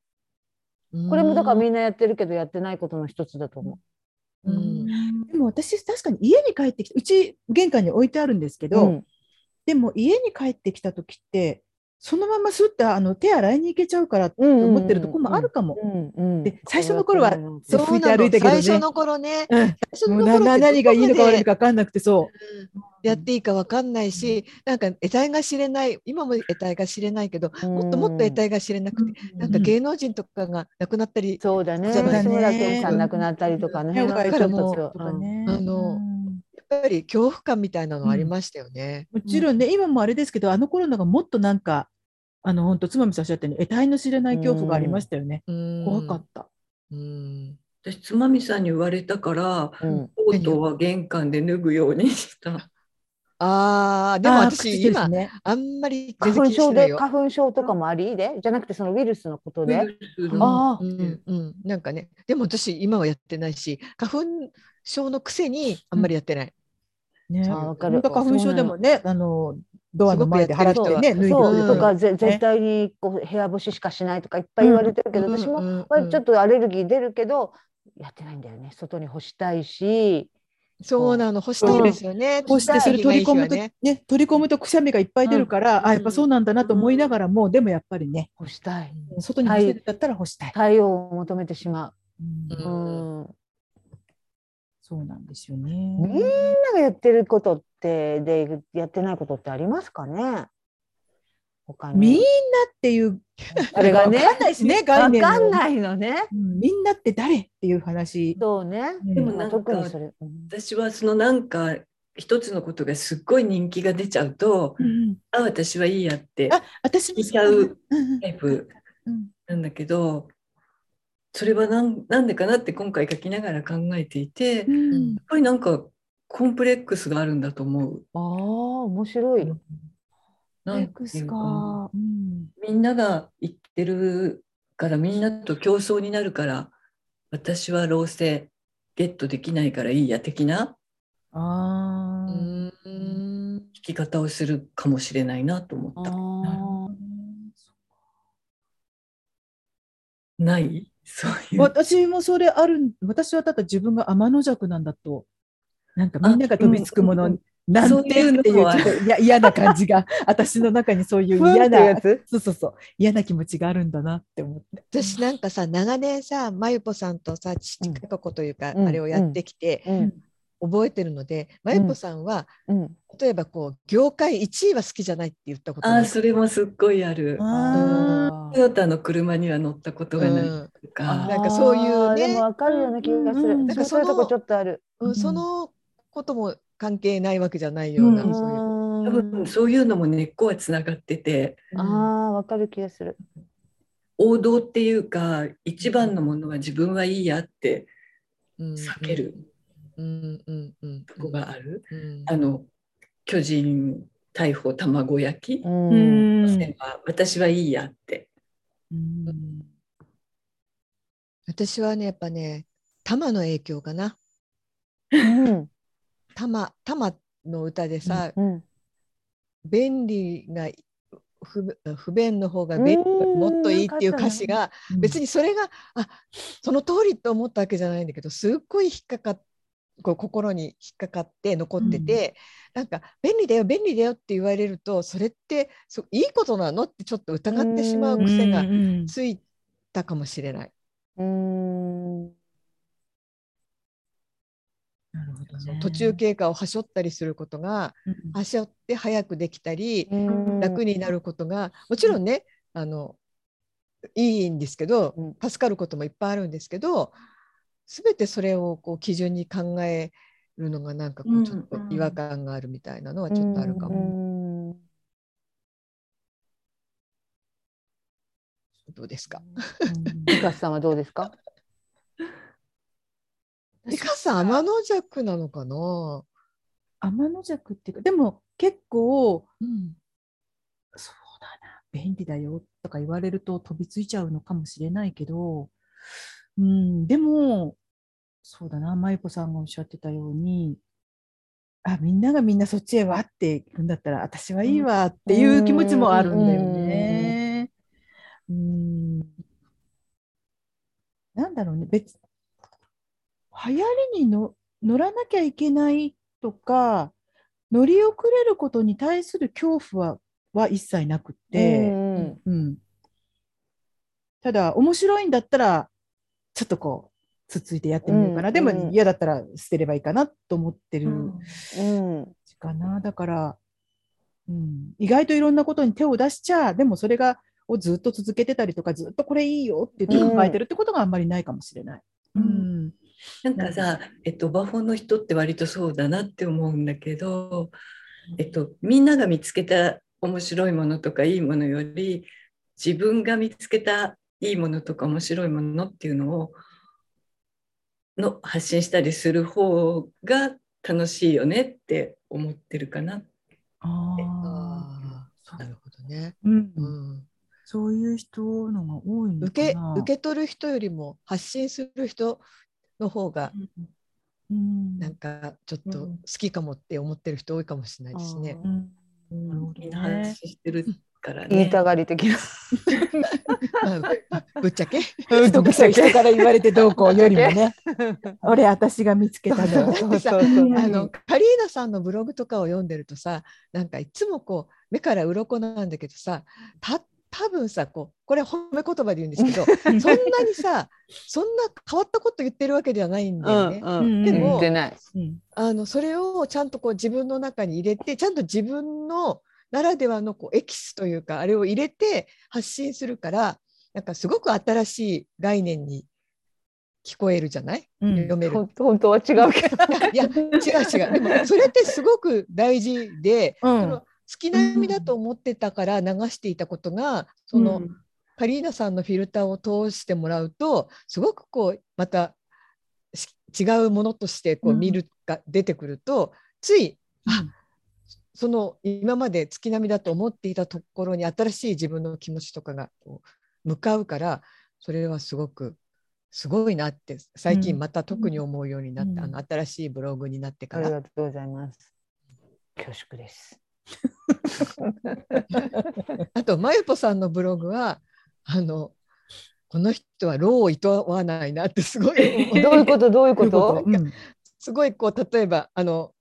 S2: うん
S4: これもだからみんなやってるけどやってないことの一つだと思
S2: う
S1: うんんでも私確かに家に帰ってきてうち玄関に置いてあるんですけ
S4: う。
S1: ど、
S4: うん
S1: でも家に帰ってきた時ってそのまますってあの手洗いに行けちゃうからと
S4: うん
S1: 思ってるとこもあるかも。
S4: うんうん
S1: で最初の頃は
S2: そう
S1: 拭いて
S2: な
S1: 歩
S2: の
S1: いたけどね
S2: 最初の頃ね
S1: うん
S2: 最初
S1: も
S2: の
S1: うな
S2: 頃
S1: な何がいいのか悪いの
S2: か
S1: か分かんなくてそ
S2: やっていいかわかんないしなんか得体が知れない今も得体が知れないけどもっともっと得体が知れなくて
S1: う。
S2: なんか芸能人とかが亡くなったり
S4: そうだね。
S2: そ
S4: 志
S2: うだね
S4: 村けんさん亡くなったりとかね。
S1: ね
S4: なんか
S2: だからもう
S4: ちょっ
S1: と
S4: と
S1: かね、
S2: あの
S1: うん
S2: やっぱり恐怖感みたいなのありましたよね。
S1: もちろんね、今もあれですけどあの頃のがもっとなんかあの本当つまみさんおっしゃったように得体の知れない恐怖がありましたよね、怖
S2: 怖
S1: かった、
S2: うん
S3: 私つまみさんに言われたから、
S4: うん
S3: コートは玄関で脱ぐようにした。
S2: あーでも
S1: あー
S2: 私今
S1: 口ですね
S2: あんまり全然
S4: 花
S2: 気
S4: 粉
S2: にして
S4: 症
S2: ない
S4: で
S2: よ。
S4: 花粉症とかもありでじゃなくてそのウイルスのこと
S3: ウイ
S4: で。
S3: ルスの
S4: ああ
S2: う、んうん、なんかねでも私今はやってないし花粉症のくせにあんまりやってない。
S1: ね、
S4: あわかる
S1: 本当花粉症でもね、あの、ドアの前で払っ
S2: すごく
S1: てね、
S2: やって
S1: 脱
S2: る
S1: いで
S2: 人は
S4: そう
S1: る
S2: ん
S1: と
S4: と
S1: か。
S4: かぜ絶対にこう部屋干ししかしないとかいっぱい言われてるけど、
S2: うん
S4: 私
S2: う
S4: も
S2: んうん
S4: 割とちょっとアレルギー出るけど、やってないんだよね外に干したいし
S2: そうなの干したいですよね。
S1: こうしてそれ取り込むと、ね、取り込むとくしゃみがいっぱい出るから、
S2: うん
S1: あ、やっぱそうなんだなと思いながらも、でもやっぱりね、
S4: 干したい
S1: 外に干せるんだったら干したい。
S4: 太陽を求めてしま
S1: うん
S4: う、うん、
S1: そうなんですよね。
S4: みんながやってることってでやってないことってありますかね他に
S1: みんなっていう、
S4: あれがね
S1: わかんないしね、概
S4: わ
S1: 念
S4: かん
S1: い。
S4: ないのね
S1: うんみんなって誰っていう話。
S4: そうね
S1: うん
S3: でも
S4: ま
S3: な
S4: あ
S3: んか
S4: 特にそれ、うん
S3: 私はそのなんか一つのことがすっごい人気が出ちゃうと、
S1: うん
S3: あ私はいいやって
S1: あ、私も
S3: いちゃう
S1: うん
S3: タイプ
S1: うん
S3: なんだけどそれはなんなんでかなって今回書きながら考えていてやっ
S1: うん
S3: ぱりなんかコンプレックスがあるんだと思う。
S4: ああ面白い、
S3: うんな
S1: レ
S3: ん
S1: ッ
S3: て
S1: ク
S3: い
S1: ス
S3: う
S1: か
S3: かな。
S1: うん
S3: みんなが言ってるからみんなと競争になるから私は老成ゲットできないからいいや的な
S1: あ
S2: う
S1: ー
S2: ん
S3: 聞き方をするかもしれないなと思
S4: あ
S3: った。
S1: なるほ
S4: ー
S1: どね
S3: ないそういう。
S1: 私もそれあるん、私はただ自分が天の弱なんだと、なんかみんなが飛びつくも
S3: あうんう
S1: の
S3: ん
S1: なんてっていう
S3: そういう
S1: ち
S3: の
S1: ょ
S3: は
S1: っといや嫌な感じが、私の中にそういう嫌な、
S4: つ
S1: そうそうそう、嫌な気持ちがあるんだなって思って。
S2: 私なんかさ長年さまゆぽさんとさ父
S4: うん
S2: 過去というか、
S4: うん
S2: あれをやってきて
S4: うん
S2: 覚えてるので、まゆぽさんは
S4: うん
S2: 例えばこう業界1位は好きじゃないって言ったこと
S3: あ
S2: な
S3: あ
S2: い
S3: それもすっごいある。
S1: あ
S3: トヨタの車には乗ったことがない
S2: うん
S3: と
S2: あ
S3: か、
S2: なんかそういうね
S4: あーでもわかるような気がす
S1: うんうんう
S4: る。
S1: ん
S4: なんかそういうとこちょっとある。
S2: うん
S1: うん
S2: そのことも関係ないわけじゃないような、
S1: うん
S2: そういう。
S3: 多分そういうのも根っこはつながってて
S1: ー
S4: あ
S1: あ
S4: あー、わかる気がする。
S3: 王道っていうか一番のものは自分はいいやって
S2: うん
S3: 避ける
S2: うんうんうん
S3: とこがある。
S2: うん
S3: あの巨人大砲卵焼き
S1: ー
S4: う。
S1: うんん
S3: は私はいいやって。
S1: うん
S2: 私はねやっぱね玉の影響かな
S4: うん。
S2: 玉玉の歌でさ、
S4: うん。
S2: 便利が不不便の方が便利がもっといいっていう歌詞が別にそれがあその通りと思ったわけじゃないんだけどすっごい引っかかっこう心に引っかかって残ってて、なんか「便利だよ便利だよ」って言われるとそれってそういいことなのってちょっと疑ってしまう癖が
S1: うん
S2: ついたかもしれない。
S4: うん。
S1: なるほど
S2: そ
S1: ね
S2: の途中経過をはしょったりすることが
S1: うん
S2: はしょって早くできたり
S4: うん
S2: 楽になることがもちろんねあのいいんですけど
S4: うん
S2: 助かることもいっぱいあるんですけど全てそれをこう基準に考えるのがなんかこ
S3: う
S2: うんちょっと違和感があるみたいなのはちょっとあるかも。
S4: も。
S2: どうですか
S4: ミカさんはどうですか。
S2: リカさん天の弱なのかな、
S1: 天の弱っていうか、でも結構、
S2: うん
S1: そうだな、便利だよとか言われると飛びついちゃうのかもしれないけど、うん、でも、そうだな、舞子さんがおっしゃってたように、あ、みんながみんなそっちへわって行くんだったら、私はいいわっていう気持ちもあるんだよね。うん、なんだろうね、別、流行りにの乗らなきゃいけないとか、乗り遅れることに対する恐怖はは一切なくって、
S4: うん
S1: うん、ただ面白いんだったらちょっとこうつっついてやってみようかな、
S4: うん
S1: で
S4: う
S1: も
S4: ん
S1: 嫌だったら捨てればいいかなと思ってる
S4: うん。
S1: かな、だから、うん、意外といろんなことに手を出しちゃでもそれがをずっと続けてたりとかずっとこれいいよって言って抱えてるってことがあんまりないかもしれない。う
S3: うん
S1: ん
S3: なんかさ、えっと、バフォンの人って割とそうだなって思うんだけど、えっと、みんなが見つけた面白いものとかいいものより自分が見つけたいいものとか面白いものっていうのをの発信したりする方が楽しいよねって思ってるかな。
S1: あ
S2: あ
S1: そ
S2: ーなるほどね、
S1: ーうん
S2: うん
S1: そういう人のが多いのか
S2: 受け
S1: な
S2: 受け取る人よりも発信する人の方が
S1: うんうん
S2: なんかちょっと好きかもって思ってる人多いかもしれないですね。
S1: うん
S3: みんな話してるから
S4: 言い
S3: ね。
S4: たがり的な。
S2: まあぶっち [LAUGHS] ゃけ。
S4: うん
S1: 人から言われてどうこうよりもね俺私が見つけたのよ
S4: そうそうそう
S2: あのカリーナさんのブログとかを読んでるとさなんかいつもこう目から鱗なんだけどさた多分さこうこれ褒め言葉で言うんですけ
S4: [LAUGHS]
S2: どそんなにさそんな変わったこと言ってるわけではないんだよね。
S1: うん
S2: でも
S4: 言ってない。
S1: うん
S2: あのそれをちゃんとこう自分の中に入れてちゃんと自分のならではのこうエキスというかあれを入れて発信するからなんかすごく新しい概念に聞こえるじゃない
S1: うん
S2: 読める
S4: 本当本当は違うけど。
S2: [LAUGHS] いや違う違うでもそれってすごく大事で、
S1: うん
S2: その月並みだと思ってたから流していたことがその、
S3: うん
S2: カリーナさんのフィルターを通してもらうとすごくこうまたし違うものとしてこう
S1: うん
S2: 見るが出てくると、つい
S1: うん
S2: あその今まで月並みだと思っていたところに新しい自分の気持ちとかがこう向かうからそれはすごくすごいなって最
S1: う
S2: 近
S1: ん
S2: また特に思うようになった、
S1: うん
S2: あの新しいブログになって
S4: あ
S2: か
S4: り
S2: ら。
S4: がとうございます。恐縮です。
S2: あとまゆぽさんのブログはあのこの人は老を厭わないなってすごい思う
S4: どういうことどういうこと？
S1: うん
S2: すごいこう例えばあの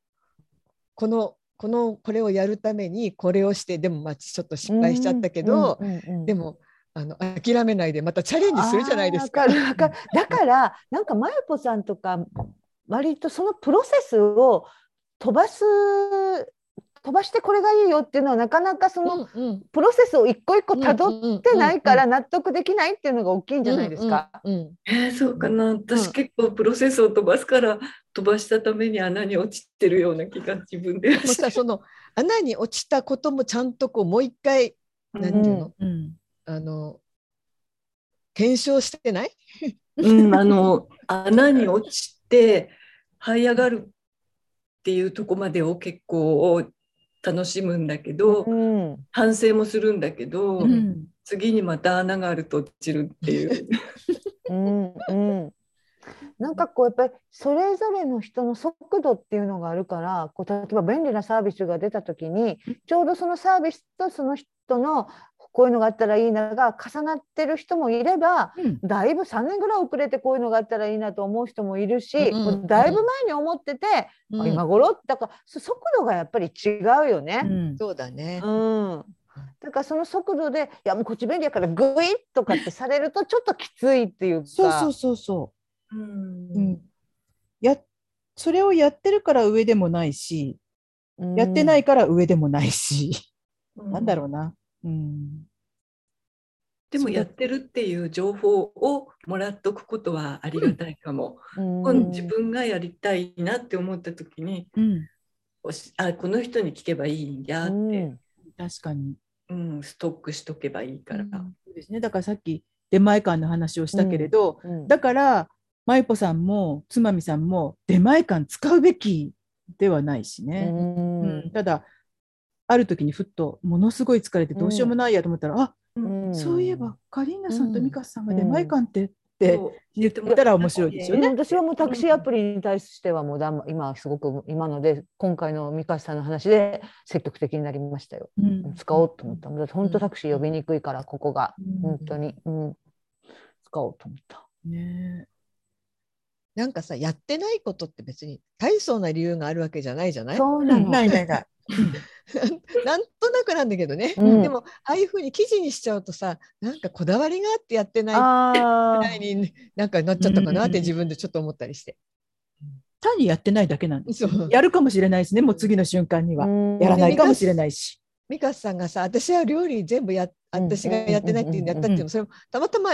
S2: このこのこれをやるためにこれをしてでもまあちょっと失敗しちゃったけど、
S4: うんうんうんうん
S2: でもあの諦めないでまたチャレンジするじゃないですか。
S4: あーわかるわかる。だからなんかまゆぽさんとか割とそのプロセスを飛ばす飛ばしてこれがいいよっていうのはなかなかその
S2: っ
S4: プロセスを一個一個たどっ
S2: って
S4: ないから納得できないっていうのが大きいんじゃないですか。。
S2: うんうんうん
S3: えーそうかな私結構プロセスを飛ばすから飛ばしたために穴に落ちてるような気が自分で
S2: でもさその穴に落ちたこともちゃんとこうもう一回なんていうの、
S1: うん
S2: あの検証してない
S3: うん、あの穴に落ちて這い上がるっていうとこまでを結構楽しむんだけど、
S4: うん。
S3: 反省もするんだけど、
S2: うん
S3: 次にまた穴があると落ちるっていう。
S4: うんうん [LAUGHS] なんかこうやっぱりそれぞれの人の速度っていうのがあるからこう例えば便利なサービスが出た時にちょうどそのサービスとその人のこういうのがあったらいいなが重なってる人もいれば
S1: うん
S4: だいぶ3年ぐらい遅れてこういうのがあったらいいなと思う人もいるし、
S2: うんうんうん
S4: もうだいぶ前に思ってて、あ今頃だからそ速度がやっぱり違うよね。
S1: うん
S2: そうだね。
S4: うんだからその速度で「いやもうこっち便利やからグイッ!」とかってされるとちょっときついっていうか。
S1: そうそうそうそうう、うんん、やそれをやってるから上でもないしやってないから上でもないし、なんだろうな、うん、
S3: でもやってるっていう情報をもらっとくことはありがたいかも。
S4: うん、
S3: 今度自分がやりたいなって思った時に
S1: うん、
S3: おしあこの人に聞けばいいんやって、
S4: うん
S1: 確かに
S3: うんストックしとけばいいから。
S1: そうですね。だからさっき出前館の話をしたけれど、
S4: うん
S1: だからまゆぽさんもつまみさんも出前館使うべきではないし
S4: う
S1: ね。
S4: ん
S1: うんただある時にふっとものすごい疲れてどうしようもないやと思ったら、あ
S3: うん
S4: ん
S1: そういえばカリーナさんとミカさんが出前館ってっ
S3: そ
S1: て
S3: う
S1: 言ったら面白いですよ
S4: うん
S1: ね。
S4: 私はもうタクシーアプリに対してはもうだん今すごく今ので今回の三橋さんの話で積極的になりましたよ。
S1: うん
S4: 使おうと思った。だって本当タクシー呼びにくいからここが
S1: うん
S4: 本当に、うん、使おうと思った。
S1: ね
S2: なんかさやってないことって別に大層な理由があるわけじゃないじゃない
S4: そうなの。
S1: ないないない。
S2: なんとなくなんだけどね、
S4: うん
S2: でもああいうふうに記事にしちゃうとさなんかこだわりがあってやってない
S4: あ
S2: み
S4: あ
S2: たいになんかなっちゃったかな
S1: う
S2: っ
S1: んうんう
S2: て
S1: ん
S2: 自分でちょっと思ったりして、
S1: 単にやってないだけなんです。
S2: そう
S1: やるかもしれないしね、もう次の瞬間には。やら
S4: ら
S1: ないかもしれないし。
S2: 美香さんがさ私は料理全部や
S4: うん
S2: 私がやってないっていうのやったっていうのそれもたまたま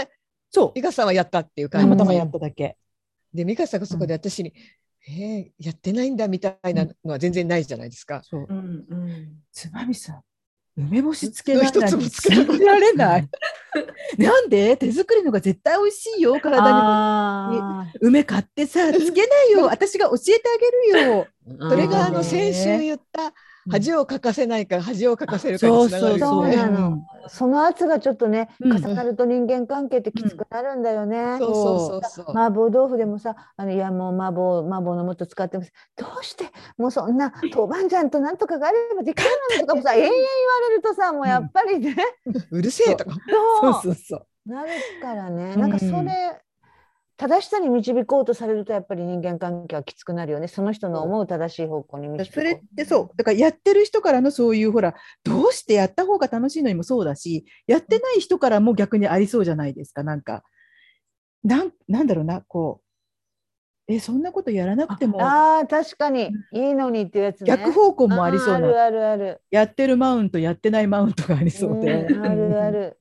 S1: そう。
S2: 美香さんはやったっていう
S1: た
S2: 感
S1: ま
S2: じ
S1: たまやっただけ。
S2: で美香さんがそこで私に「えーやってないんだ」みたいなのは全然ないじゃないですか。
S1: そう
S3: うんうん
S1: つまみさん、梅干しつけられ
S2: 一
S1: ない。
S2: 粒つけられない
S1: 信じられない。
S2: [LAUGHS]
S1: なんで手作りのが絶対美味しいよ、体に。
S4: あー
S1: 梅買ってさ、つけないよ、私が教えてあげるよ。
S2: それがあ
S1: あ
S2: の
S1: ー
S2: 先週言った
S1: うん
S2: 恥をかかせないか恥をかかせるか
S1: そう
S2: につなが
S1: そ
S2: る
S1: う
S2: よ
S1: そう。
S2: ね。
S4: なのその圧がちょっとね、
S1: うん
S4: 重なると人間関係ってきつくなるんだよね。
S2: そうそうそうそう。
S4: 麻婆豆腐でもさ、あのいやもう麻婆麻婆の素使ってます。どうしてもうそんな豆板醤となんとかがあればできるのとかも
S1: [LAUGHS]
S4: さ、延々言われるとさ、もうやっぱりね、
S2: うるせえとか。
S1: そう
S4: そ
S1: そううそう。
S4: なるからね。
S1: うん
S4: なんかそれ、正しさに導こうとされるとやっぱり人間関係はきつくなるよね。その人の思う正しい方向に導こう。
S1: それってそうだからやってる人からのそういうほらどうしてやった方が楽しいのにもそうだしやってない人からも逆にありそうじゃないですかなんかなんなんだろうなこうえそんなことやらなくても
S4: ああ確かにいいのにっていうやつね。
S1: 逆方向もありそう
S4: ーある
S1: な
S4: あるある。
S1: やってるマウントやってないマウントがありそうで
S4: うんあるある。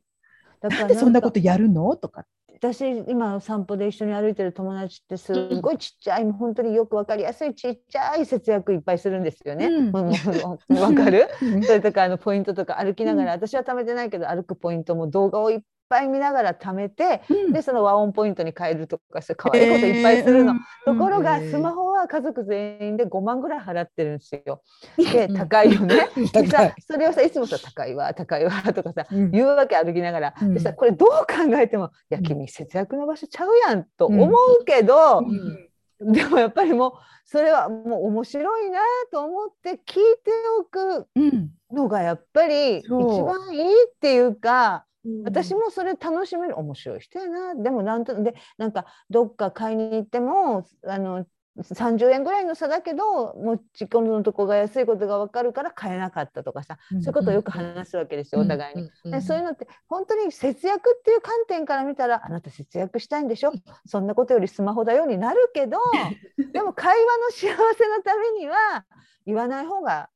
S1: [LAUGHS]
S4: だ
S1: なんでそんな
S4: と
S1: ことやるのとか
S4: 私今散歩で一緒に歩いてる友達ってすっごいちっちゃい、もう本当によくわかりやすいちっちゃい節約いっぱいするんですよね。
S1: うん
S4: もうも
S2: [LAUGHS]
S4: うわかる
S1: うん
S4: それとかあのポイントとか歩きながら、私は貯めてないけど歩くポイントも動画をいっぱい見ながら貯めて、でその和音ポイントに変えるとかそういう可愛いこといっぱいするの。ところが
S2: うん
S4: スマホは家族全員で5万ぐらい払ってるんです
S2: [LAUGHS]
S4: よ。で
S2: うん
S4: 高いよね。で
S1: 高い
S4: さそれをさいつもさ高いわ高いわとかさ
S1: うん
S4: 言うわけ歩きながら、
S1: うん
S4: でさこれどう考えてもいや
S1: うん
S4: 君節約の場所ちゃうやんと思うけど、
S2: うん
S4: でもやっぱりもうそれはもう面白いなと思って聞いておく
S1: うん
S4: のがやっぱり一
S1: そう
S4: 番いいっていうか。私もそれ楽しめる面白い人やなでもなんとでなんかどっか買いに行ってもあの30円ぐらいの差だけど持ち込むのとこが安いことが分かるから買えなかったとかさ、
S1: うん
S4: そういうことをよく話すわけですよ、お互いに。
S2: うん
S4: でそういうのって本当に節約っていう観点から見たらあなた節約したいんでしょそんなことよりスマホだよになる
S1: [LAUGHS]
S4: けどでも会話の幸せのためには言わない方が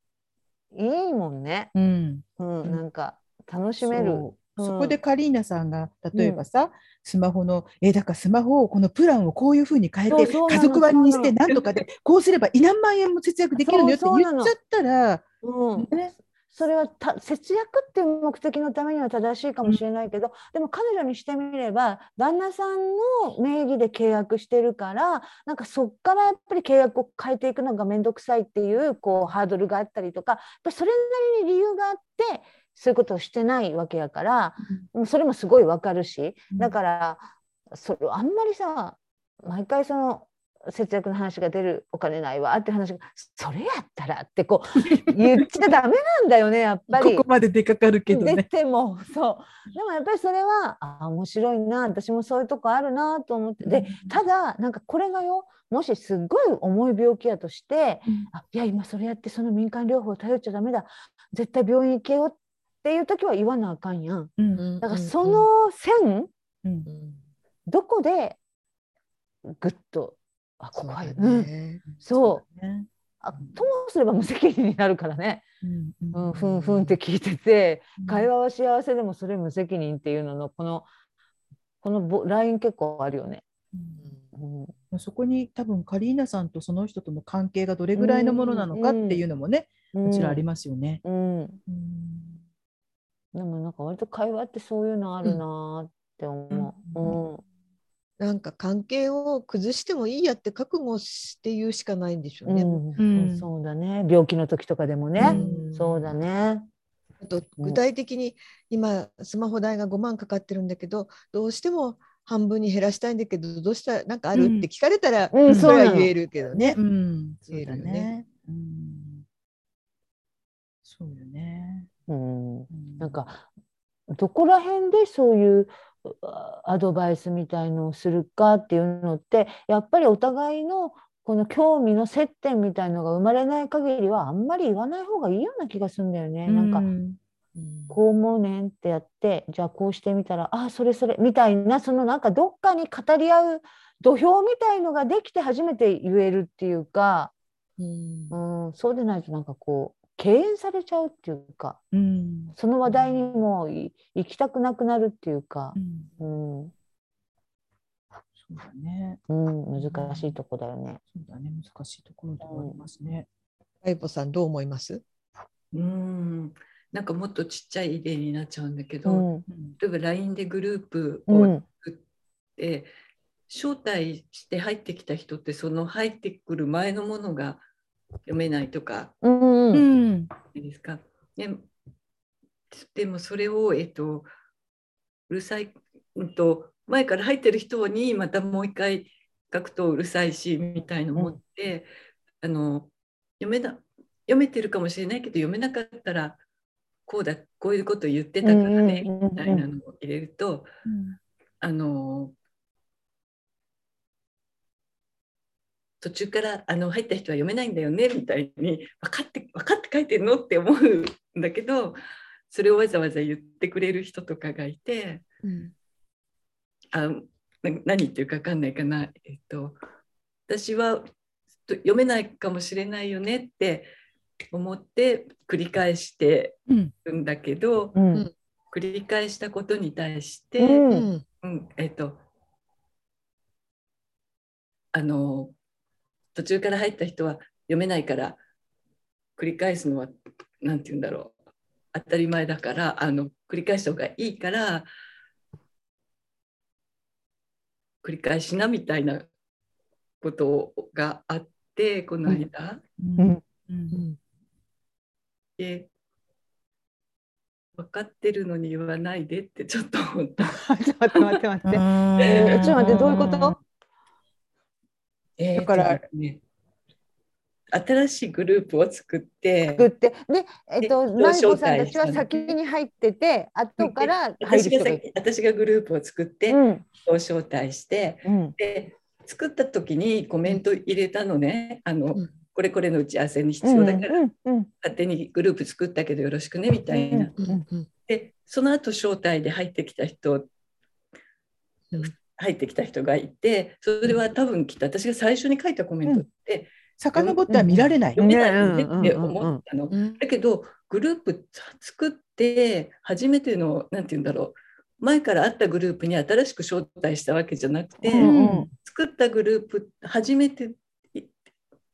S4: いいもんね、
S1: うん
S4: うん、
S1: ん
S4: なんか楽しめる。
S1: そう
S4: うん
S1: そこでカリーナさんが例えばさ、スマホのえだからスマホをこのプランをこういうふうに変え
S4: そう
S1: て
S4: そうな
S1: 家
S4: の
S1: 族割にして
S4: そう
S1: なんとかでこうすれば何万円も節約できるのよって
S4: そうそう
S1: 言
S4: な
S1: っ
S4: の
S1: ちゃったら、
S4: うん
S1: ね、
S4: それはた節約っていう目的のためには正しいかもしれないけど、でも彼女にしてみれば旦那さんの名義で契約してるからなんかそっからやっぱり契約を変えていくのが面倒くさいっていうこうハードルがあったりとかやっぱりそれなりに理由があってそういうことをしてないわけやから、うんそれもすごいわかるしだからそれをあんまりさ毎回その節約の話が出るお金ないわって話がそれやったらってこう言っちゃダメなんだよねやっぱり
S1: ここ。まで出かかるけど
S4: 出
S1: ね。
S4: てもそうでもやっぱりそれはあ面白いな私もそういうとこあるなと思ってでただなんかこれがよもしすっごい重い病気やとして、
S1: うん
S4: あいや今それやってその民間療法頼っちゃダメだ絶対病院行けよっていう時は言わなあかんやん。
S1: うん
S2: うん
S4: だからその線、
S1: うん
S2: うん
S4: どこでぐっとあこ
S2: そう
S4: こ
S2: だ
S4: は
S2: よ
S4: うん
S2: ね。
S4: そう
S1: うだね
S4: あともすれば無責任になるからね、
S1: うんう
S4: うんん、ふんふんって聞いてて会話は幸せでもそれ無責任っていうののこのこのぼライン結構あるよね。
S1: うん
S4: うん
S1: まあそこに多分カリーナさんとその人との関係がどれぐらいのものなのかっていうのもね、
S4: うん、
S1: もちろんありますよね。
S4: うん、
S1: うん
S4: でもなんか割と会話ってそういうのあるなーって思う。うん
S2: なんか関係を崩してもいいやって覚悟して言うしかないんでしょ
S4: う
S2: うね。
S4: ん
S1: うん
S4: そうだね病気の時とかでもね、
S1: うん
S4: そうだね。
S2: あと具体的に今スマホ代が5万かかってるんだけどどうしても半分に減らしたいんだけどどうしたらなんかある、
S1: うん
S2: って聞かれたら、
S4: うん
S2: それ
S4: そう
S2: は
S4: なの
S2: 言えるけど
S1: ね、
S2: ね。
S1: うん、そうだ
S2: 言えるよね
S1: ね。うん、そうよね。
S4: うん
S1: う
S4: なん、かどこら辺でそういうあアドバイスみたいのをするかっていうのってやっぱりお互いのこの興味の接点みたいのが生まれない限りはあんまり言わない方がいいような気がするんだよね。なんかこう思うねんってやってじゃあこうしてみたらあそれそれみたいなそのなんかどっかに語り合う土俵みたいのができて初めて言えるっていうか、
S2: うん
S4: うん、そうでないとなんかこう敬遠されちゃうっていうか。
S1: うん、
S4: その話題にもい行きたくなくなるっていうか
S1: う、ん、
S4: うん、う
S1: そうだね。
S4: ん、難しいとこだよね。
S1: そうだね、難しいところではありますね。
S2: アイボさんどう思います？
S3: うんなんかもっとちっちゃい例になっちゃうんだけ
S4: う
S3: ど、
S4: ん、うん、
S1: うん、
S3: 例えば LINE でグループ
S4: う
S3: を
S4: ん、
S3: 作って、招待して入ってきた人ってその入ってくる前のものが読めないとか
S4: うん
S1: う
S4: うん
S1: ん。
S3: ですか。ででもそれを、えっと、うるさい、うんと、前から入ってる人にまたもう一回書くとうるさいしみたいの持って、あの読めな読めてるかもしれないけど読めなかったらこうだこういうこと言ってたからね
S4: うんうんうんうん
S3: みたいなのを入れるとあの途中からあの入った人は読めないんだよねみたいに分かって分かって書いてんのって思うんだけどそれをわざわざ言ってくれる人とかがいてあな何言ってるか分かんないかな、えっと、私はと読めないかもしれないよねって思って繰り返して
S1: うん。
S3: るんだけど
S4: うん
S2: うん
S3: 繰り返したことに対して、
S4: うん
S2: うん
S3: うん、えっと、あの、途中から入った人は読めないから、繰り返すのは、なんて言うんだろう、当たり前だから、あの、繰り返した方がいいから、繰り返しなみたいなことがあって、この間。
S1: うん。う。
S2: うんん
S3: で分かってるのに言わないでってちょっと思った。
S4: ちょっと待って待って。
S1: え
S4: えーちょっと待ってどういうこと？
S3: えー
S4: だから
S3: とね、新しいグループを作って
S4: 作ってでえっと
S3: で
S4: ナイコさんたち
S3: 招
S4: は
S3: 待した
S4: 先に入ってて後から入る
S3: 私
S4: 人
S3: が
S4: がいる。
S3: 先私がグループを作って、
S4: うん
S3: を招待して
S4: うん
S3: で作った時にコメント入れたのねあの、
S2: うん
S3: これこれの打ち合わせに必
S4: うん
S3: 要
S4: う
S3: だから、
S4: んうん
S3: 勝手にグループ作ったけどよろしくねみたいな。
S2: うんうん
S3: でその後招待で入ってきた人
S2: うん
S3: 入ってきた人がいてそれは多分きっと私が最初に書いたコメントって、
S1: 遡っては見られない。
S3: 読めないよねって思ったの。
S2: うん
S3: だけどグループ作って初めてのなんて言うんだろう前からあったグループに新しく招待したわけじゃなくて、
S4: うんうん
S3: 作ったグループ初めて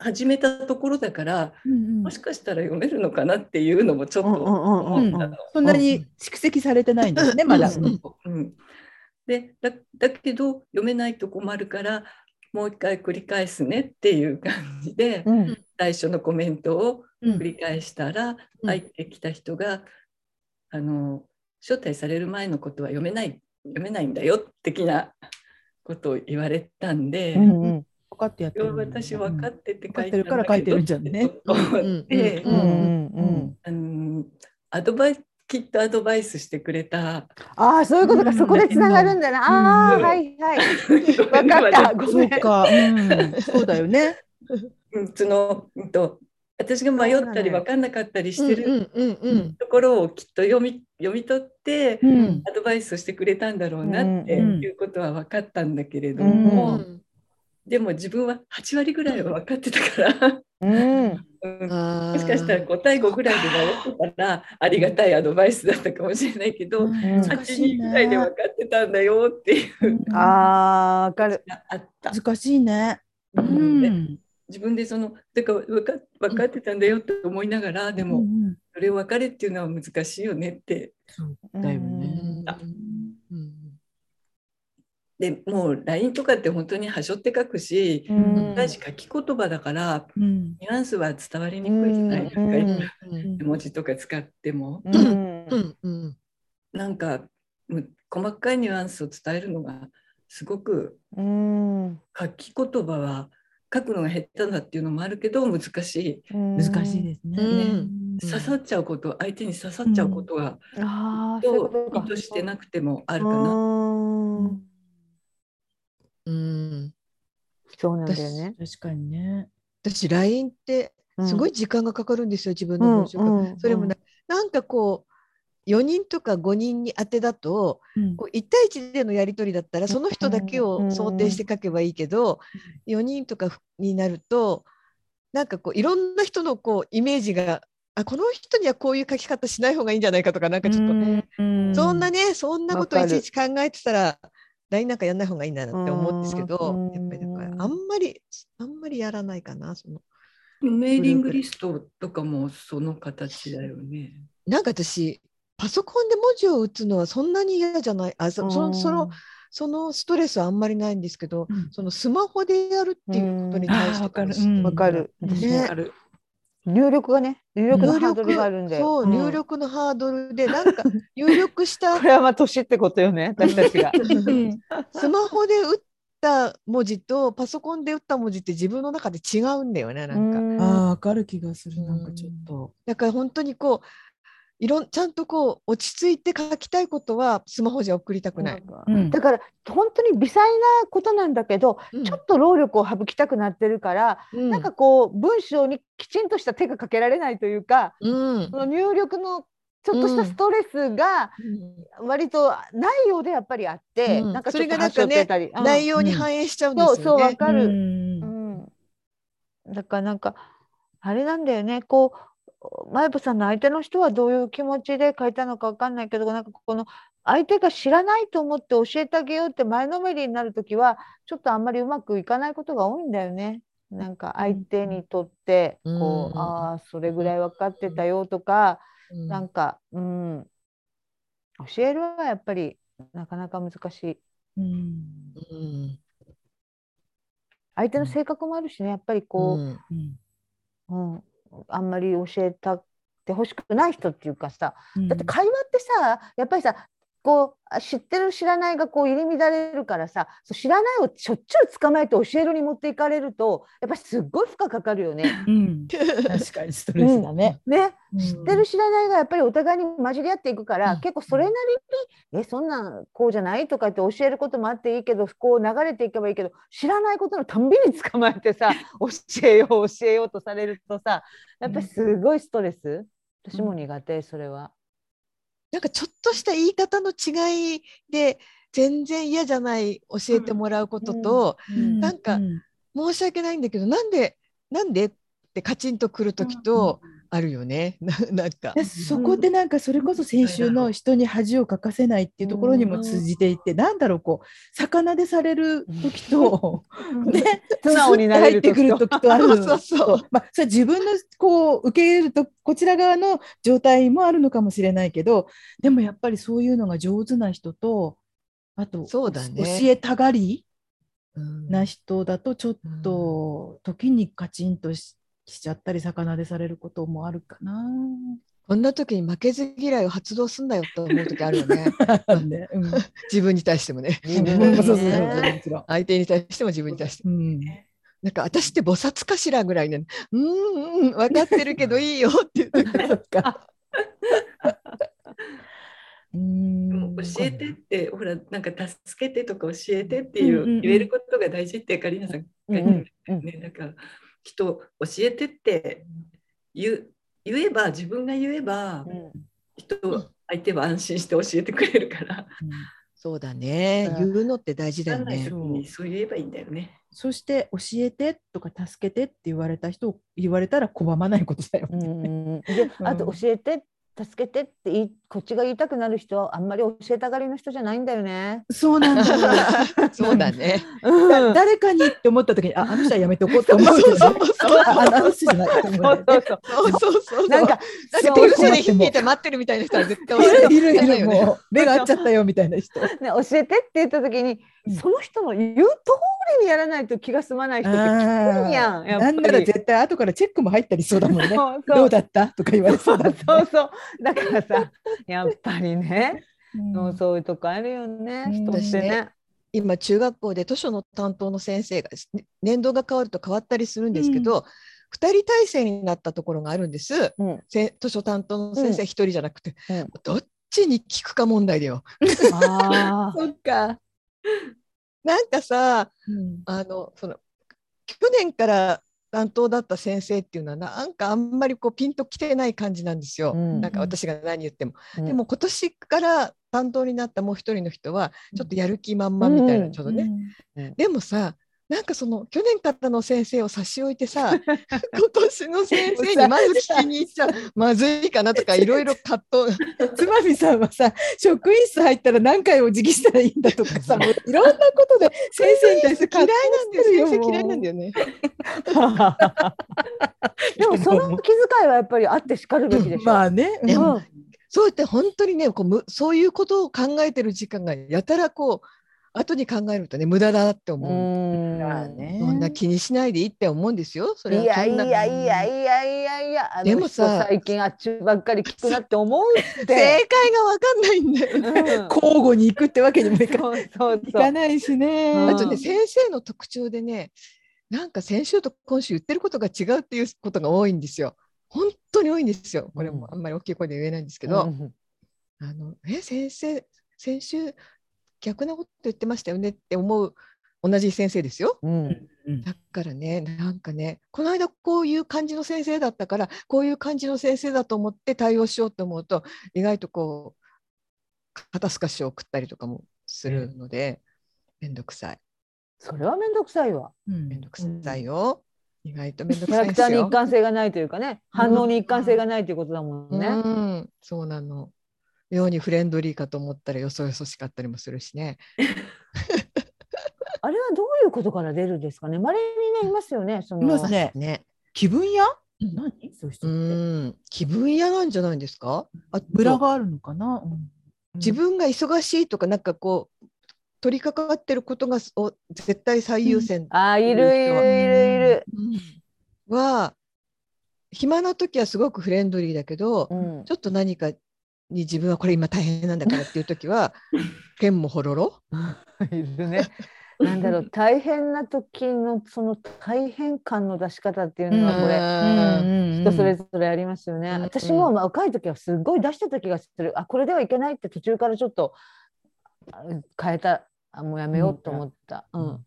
S3: 始めたところだから
S1: うん
S3: もしかしたら読めるのかなっていうのもちょっ
S4: うんう
S3: と
S4: んうんうん
S3: 思ったの。
S1: そんなに蓄積されてないんですね、まだ。
S2: うん
S1: うん
S3: うん、でだだけど読めないと困るからもう一回繰り返すねっていう感じで
S4: うん
S3: 最初のコメントを繰り返したら
S2: うん
S3: 入ってきた人が、あの招待される前のことは読めない読めないんだよ的なことを言われたんで、
S4: うんうん
S1: 分かってやって
S3: 要
S1: る
S3: は私分かってて書
S1: 分か
S3: い
S1: ってるから書いてるんじゃんね
S3: と思って
S2: う
S4: うん
S1: う
S4: んうんん
S3: あのアドバイスきっとアドバイスしてくれた。
S4: ああそういうこと
S1: う
S4: か
S1: ん
S4: そこでつながるんだなあ
S3: う
S4: ー
S3: ん
S4: はいはいわかったご
S1: そ
S4: め
S1: うんか、うん、そうだよね。
S3: うんその、うんと、私が迷ったり
S4: そうなのよ
S3: 分かんなかったりして
S2: う
S3: る
S2: んうんうん
S3: ところをきっと読み読み取って
S1: うん、
S3: アドバイスをしてくれたんだろうなって
S4: うん
S1: うん
S3: いうことは分かったんだけれど
S1: う
S3: も、
S1: ん
S2: うん
S3: でも自分は8割ぐらいは分かってたから、
S4: うん
S3: うん
S2: あー
S3: もしかしたら5対5ぐらいで迷ってたらありがたいアドバイスだったかもしれないけど、
S4: ん
S3: 8
S1: 難しい
S3: 人ぐらい
S1: ね
S3: で分。かってたんだよっていう
S4: あーわかる
S3: のがあった。
S1: 難しいね。う
S3: で
S1: ん、
S3: 自分でそのだから分か分かってたんだよって思いながらで
S1: う
S3: も、
S1: ん
S3: それを分かれっていうのは難しいよねって
S1: だよね
S2: うん
S3: でもう LINE とかって本当に端折って書くし
S4: う
S2: うん
S3: 一回しか書き言葉だから
S1: うん、
S3: ニュアンスは伝わりにくいじゃないですか
S4: うん
S3: いっぱい
S2: うん
S3: 絵文字とか使っても
S4: うんうん
S2: うんうん
S3: なんかうん細かいニュアンスを伝えるのがすごく
S4: うん
S3: 書き言葉は書くのが下手だっていうのもあるけど難しい
S1: 難しいですね。
S2: うん
S1: ね
S3: 刺さっちゃうこと相手に刺さっちゃうことが
S4: ああそういう
S3: と
S4: ことか
S3: 意図してなくてもあ
S4: あ
S3: るかな。
S1: うん
S2: うん
S4: そうなんだよね
S1: 確かにね。
S2: 私 LINE ってすごい時間がかかるんですよ、自分の文章が、それもななんかこう4人とか5人に当てだと
S1: うん
S2: こう1対1でのやり取りだったらその人だけ
S4: うんう
S2: を
S4: ん
S2: 想定して書けばいいけど4人とかになるとなんかこういろんな人のこうイメージがあこの人にはこういう書き方しない方がいいんじゃないかとかなんかちょっと、
S1: うん
S2: そんなねそんなこと
S4: わ
S2: い
S4: かる
S2: ちいち考えてたら LINE なんかやんない方がいいんだなって思うんですけど
S4: うん
S2: やっぱりだからあんまりあんまりやらないかなその
S3: メーリングリストとかもその形だよね。
S2: なんか私パソコンで文字を打つのはそんなに嫌じゃないあそそのそのそのストレスはあんまりないんですけど、
S1: うん
S2: そのスマホでやるっていうことに対して
S1: あーわかる
S2: しれない
S1: うん
S4: わかる
S1: うん
S4: 私
S2: ね
S4: も
S3: ある
S4: 入力がね、入力の
S2: 入
S4: ハードルがあるん
S2: 力
S4: で。
S2: そう、
S4: ん
S2: 入力のハードル
S4: [LAUGHS]
S2: で、なんか入力した
S4: これはまあ年ってことよ
S2: [LAUGHS]
S4: ね、私たちが。
S1: うん
S2: スマホで打った文字とパソコンで打った文字って自分の中で違うんだよね、なんか。
S4: うん
S5: ああ、わかる気がする。なんかちょっと。
S2: だから本当にこう、いろんちゃんとこう落ち着いて書きたいことはスマホじゃ送りたくない。
S1: うん
S4: だから本当に微細なことなんだけど、ちょっと労力を省きたくなってるから、
S2: うん
S4: なんかこう文章にきちんとした手がかけられないというか、
S2: うん
S4: その入力のちょっとしたストレスが割とないようでやっぱりあって、
S2: うん
S4: なんかち
S2: そ
S4: ょ
S2: れ
S4: っと
S2: がなん
S4: 端
S2: か
S4: 折っ
S2: ね
S4: てたり、うん
S2: 内容に反映しちゃうんで
S4: そう
S2: す
S4: そ
S2: よ
S4: うわ
S2: ね。
S4: かる、
S5: うん
S4: うんだからなんかあれなんだよねこうマイプさんの相手の人はどういう気持ちで書いたのかわかんないけどなんかこの相手が知らないと思って教えてあげようって前のめりになる時はちょっとあんまりうまくいかないことが多いんだよね。なんか相手にとってこう、
S2: うん
S4: ああそれぐらい分かってたよとか、
S2: うん
S4: なんかうん教えるはやっぱりなかなか難しい。
S1: うん
S2: うん
S4: 相手の性格もあるしねやっぱりこう、
S2: うん
S4: うん、あんまり教えたってほしくない人っていうかさ
S1: うん
S4: だって会話ってさやっぱりさこうあ知ってる知らないがこう入り乱れるからさそう知らないをしょっちゅう捕まえて教えるに持っていかれるとやっぱりすっごい負荷かかるよ
S1: [LAUGHS]
S4: ね。
S1: うん確かにストレスだね。
S4: ね
S1: 知
S4: 知ってる知らないがやっぱりお互いに混じり合っていくから、結構それなりに「えそんなんこうじゃない?」とか言って教えることもあっていいけどこう流れていけばいいけど知らないことのたんびに捕まえて [LAUGHS] さ教えよう教えようとされるとさやっぱりすごいストレス私も苦手それは。
S2: なんかちょっとした言い方の違いで全然嫌じゃない教えてもらうことと、
S1: うん
S2: なんか
S1: うん
S2: 申し訳ないんだけどなんでなんでってカチンとくる時とあるよね、ななんか
S1: でそこでなんかそれこそ先週の人に恥をかかせないっていうところにも通じていて、なんだろうこう魚でされる時と、ね
S4: 素直になれる
S1: スッ
S4: 時
S1: て入って
S4: と
S1: くる時とある
S2: そうそうそう
S1: まあ、それ自分のこう受け入れるとこちら側の状態もあるのかもしれないけどでもやっぱりそういうのが上手な人とあと
S2: そうだね
S1: 教えたがり
S2: うん
S1: な人だとちょっと時にカチンとししちゃったり魚でされることもあるかな。
S2: こんな時に負けず嫌いを発動すんだよと思う時あるよ
S4: [LAUGHS]
S2: ね
S1: ね [LAUGHS] うん
S2: 自分に対してもね
S4: 自分
S1: うん
S4: に
S1: そ
S4: ね
S1: うそうそうもちろん。
S2: 相手に対しても自分に対しても
S1: うん、
S2: なんか私って菩薩かしらぐらいねうーんうん分かってるけどいいよっていう時
S1: そっか。 [LAUGHS] うー
S3: でも
S1: ん
S3: 教えてって、ほら、なんか助けてとか教えてってい
S1: う
S3: う、
S1: んうんうん
S3: 言えることが大事って、カリーナさんが言ってたよね、だから、きっと教えてって言う言えば、自分が言えば、きっと相手は安心して教えてくれるから、
S2: そうだね言うのって大事だよ
S3: わかんない
S2: ね
S3: 時にそう言えばいいんだよね。
S1: そして教えてとか助けてって言われた人を言われたら拒まないことだよ。
S4: うんであと
S1: うん
S4: 教えて助けてって言いこっちが言いたくなる人はあんまり教えたがりの人じゃないんだよね。
S1: そうなんだ。
S2: そうだね
S1: だ誰かにって思った時にああの人はやめとこうって思うけどね。ああの人じゃない。
S4: そう
S2: そ
S4: そうそう
S2: うそうそう
S4: [LAUGHS] なん
S2: だ
S4: か
S2: って
S4: そう
S2: 手癖で引いて待ってるみたいな人は絶対
S1: いるいるい
S2: 教えない
S1: る
S2: よね
S1: もう目が合っちゃったよみたいな人。
S4: ね、教えてって言った時に、
S1: うん
S4: その人の言う通りにやらないと気が済まない人って聞くんやんやっぱ
S1: な
S4: り
S1: んなら絶対後からチェックも入ったりしそうだもんね。
S4: そう
S1: [LAUGHS] ど
S4: そう
S1: うだったとか言われそうだ、ね。
S4: そうそうだからさやっぱりね、
S1: う
S4: も
S1: ん
S4: うそういうとこあるよね
S1: うん
S4: 人ってね。
S2: 今中学校で図書の担当の先生がね年度が変わると変わったりするんですけど、二人体制になったところがあるんです、
S4: うん
S2: せ図書担当の先生一人じゃなくて、
S4: うん
S2: どっちに聞くか問題だよ。
S4: あ
S2: そっかなんかさ
S1: うん
S2: あのその去年から担当だった先生っていうのはなんかあんまりこうピンときてない感じなんですよ。
S4: ー [LAUGHS] うん
S2: なんか私が何言っても、
S4: うん
S2: でも今年から担当になったもう一人の人はちょっとやる気満々みたいなちょうどね、でもさなんかその去年からの先生を差し置いてさ今年の先生にまず聞きに行っちゃうまずいかなとかいろいろ葛藤が
S1: つまみさんはさ職員室入ったら何回お辞儀したらいいんだとかさもういろんなことで先生に対する
S2: 嫌いなんだよ先
S1: も
S2: 生
S1: う
S2: 嫌いなんだよね。
S4: でもその気遣いはやっぱりあってしかるべきでしょ。
S1: まあね、
S2: で
S1: うん
S2: もそうやって本当にねこうむそういうことを考えてる時間がやたらこう後に考えるとね無駄だって
S4: う
S2: 思う。
S1: まあ
S4: ん。
S1: ね
S2: そんな気にしないでいいって思うんですよ。そ
S4: い
S2: れは
S4: やい
S2: そんな
S4: やいやいやいやいや、あの
S2: でもさ
S4: 人最近あっちばっかり聞くなって思うっ
S2: 正 [LAUGHS]
S4: て。
S2: 解がわかんないんだよね。
S4: うん
S5: 交互に行くってわけにもいかない
S4: [LAUGHS] そうそう
S5: い
S4: そ
S5: か
S4: う。
S5: ないしね。
S4: うん
S2: あとね先生の特徴でねなんか先週と今週言ってることが違うっていうことが多いんですよ。本当に多いんですよ。これもあんまり大きい声で言えないんですけど、
S4: うん
S2: あのえ先生先週逆なこと言ってましたよねって思う同じ先生ですよ。
S4: うん
S2: だからねなんかねこの間こういう感じの先生だったからこういう感じの先生だと思って対応しようと思うと意外とこう肩透かしを送ったりとかもするので面倒くさい。
S4: それはめんどくさいわ。
S1: うん
S2: めんどくさいよ。意外とめんどく
S4: キャ
S2: さ
S4: ラ
S2: いで
S4: ク
S2: す
S4: ターに
S2: よ
S4: 一。貫性がないというかね、反応に一貫性がないということだもんね。
S2: うん、そうなの。妙にフレンドリーかと思ったらよそよそしかったりもするしね。
S4: あれはどういうことから出るんですかね。まれにねいますよね。その
S1: いますね
S2: ね。
S1: 気分屋
S2: うん
S1: 何そういう人
S2: う
S1: って。
S2: ん、気分屋なんじゃないんですか。あと
S1: ムラがあるのかな、うん
S2: 自分が忙しいとか、なんかこう。取り掛かってることが、を絶対最優先。
S4: あーいるいるいるいる。
S2: は。暇な時はすごくフレンドリーだけど。
S4: うん
S2: ちょっと何かに自分はこれ今大変なんだからっていう
S1: [LAUGHS]
S2: 時は剣もほろろ
S4: いるね。 [LAUGHS] なんだろう大変な時のその大変感の出し方っていうのはこれ、人それぞれありますよね。
S2: うん
S4: 私もまあ若い時はすごい出してた気がする。あこれではいけないって途中からちょっとあ変えた。あもうやめようと思った。うん。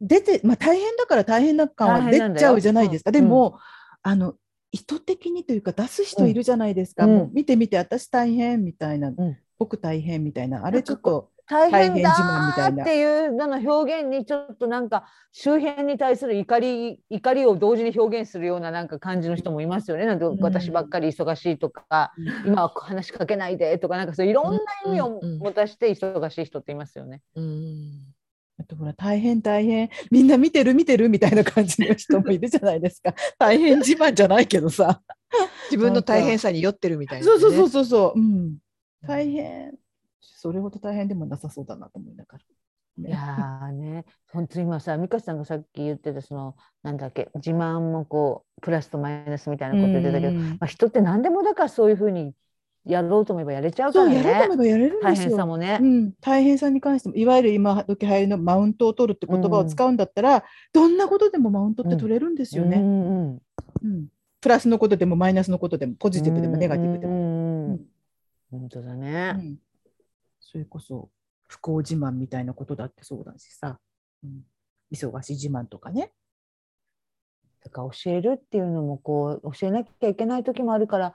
S1: 出て、まあ、大変だから大変な感は
S4: 大変なん
S1: 出
S4: だよ
S1: ちゃうじゃないですか。
S4: うん
S1: でも、あの意図的にというか出す人いるじゃないですか。
S4: うん
S1: もう見て見て私大変みたいな、
S4: ん
S1: 僕大変みたいなあれちょっと
S4: 大
S1: 変
S4: 変だ
S1: 自慢みたい
S4: ー
S1: な
S4: っていうのの表現にちょっとなんか周辺に対する怒り怒りを同時に表現するようななんか感じの人もいますよね。なんか
S1: ん
S4: 私ばっかり忙しいとか、今は話しかけないでとかなんかそういろんな意味を
S2: うんうん
S4: 持たして忙しい人っていますよね。
S2: うん
S1: あとほら大変大変みんな見てる見てるみたいな感じの人もいるじゃないです
S4: [LAUGHS]
S1: か大変自慢じゃないけどさ
S2: 自分の大変さに酔ってるみたいな、ね、
S1: そうそうそうそうそう、うん、大変それほど大変でもなさそうだなと思いながら、ね
S4: いやーね本当に今さ美香さんがさっき言ってたそのなんだっけ自慢もこうプラスとマイナスみたいなこと言ってたけど、
S1: う
S4: ま
S1: ん
S4: あ、人って何でもだからそういうふうにやろうと思えばやれちゃうか
S1: そ
S4: ら
S1: うやれた
S4: ね
S1: め。ばやれるん
S4: 大
S1: です
S4: 変さ
S1: よ
S4: もね。
S1: うん、大変さに関してもいわゆる今時流行りのマウントを取るって言葉を使うんだったら、どんなことでもマウントって取れるんですよ
S4: う
S1: ね、
S4: んうん
S1: うんプラスのことでもマイナスのことでもポジティブでもネガティブでも、
S4: も
S1: うん
S4: 本当だ
S1: う
S4: ね。
S1: ん、それこそ不幸自慢みたいなことだってそうだしさ、うん、忙しい自慢とかね
S4: だから教えるっていうのもこう教えなきゃいけない時もあるから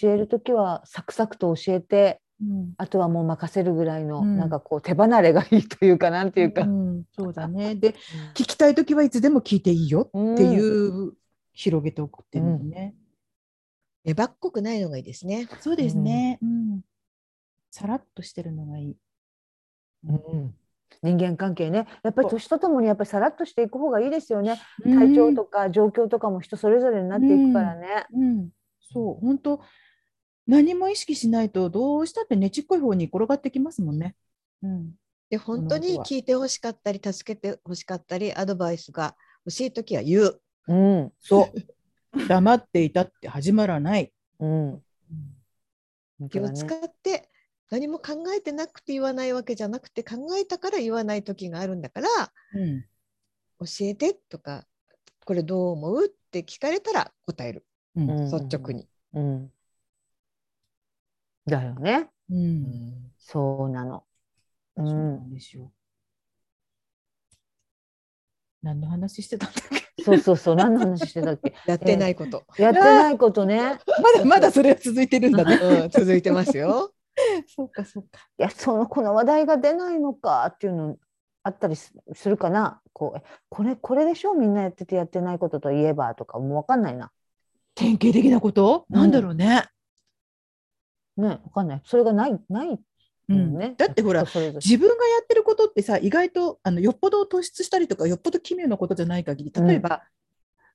S4: 教える時はサクサクと教えて
S1: うん、
S4: あとはもう任せるぐらいの、
S1: うん
S4: なんかこう手離れがいいというかなんていうか、
S1: うん、そうだねで聞きたい時はいつでも聞いていいよっていう広げておくっていうのもね、
S2: 粘っこくないのがいいですね
S1: そうですね、うんさらっとしてるのがいい、
S4: うん人間関係ねやっぱり年とともにやっぱりさらっとしていく方がいいですよね、
S1: うん
S4: 体調とか状況とかも人それぞれになっていくからね。
S1: うん、そう本当何も意識しないとどうしたってねちっこい方に転がってきますもんね、うん、
S2: で本当に聞いてほしかったり助けてほしかったりアドバイスが欲しい時は言う
S4: うん、
S1: そう黙っていたって始まらない、
S4: うん
S2: 気を使って何も考えてなくて言わないわけじゃなくて考えたから言わない時があるんだから
S1: うん
S2: 教えてとかこれどう思うって聞かれたら答える
S1: うん
S2: 率直に、
S4: うんだよね。
S1: うん、
S4: そうなの。う。
S1: そうなんんですよ。何の話してたんだっ
S4: [LAUGHS]
S1: け
S4: そうそうそう。何の話して
S1: [LAUGHS]
S4: たっけ。
S2: やってないこと、
S4: やってないことね。
S1: まだまだそれは続いてるんだね。
S2: うん続いてますよ。
S1: [LAUGHS] そうかそうか。
S4: いや、そのこの話題が出ないのかっていうのあったりすするかな。こうえこれこれでしょ。みんなやっててやってないことといえばとかもうわかんないな。
S1: 典型的なこと、
S4: うん
S1: なんだろうね。
S4: ね、わかんない。それがないない、
S1: うん
S4: ね。
S1: だってほら
S4: 人それぞれ
S1: 自分がやってることってさ意外とあのよっぽど突出したりとかよっぽど奇妙なことじゃない限り例えば、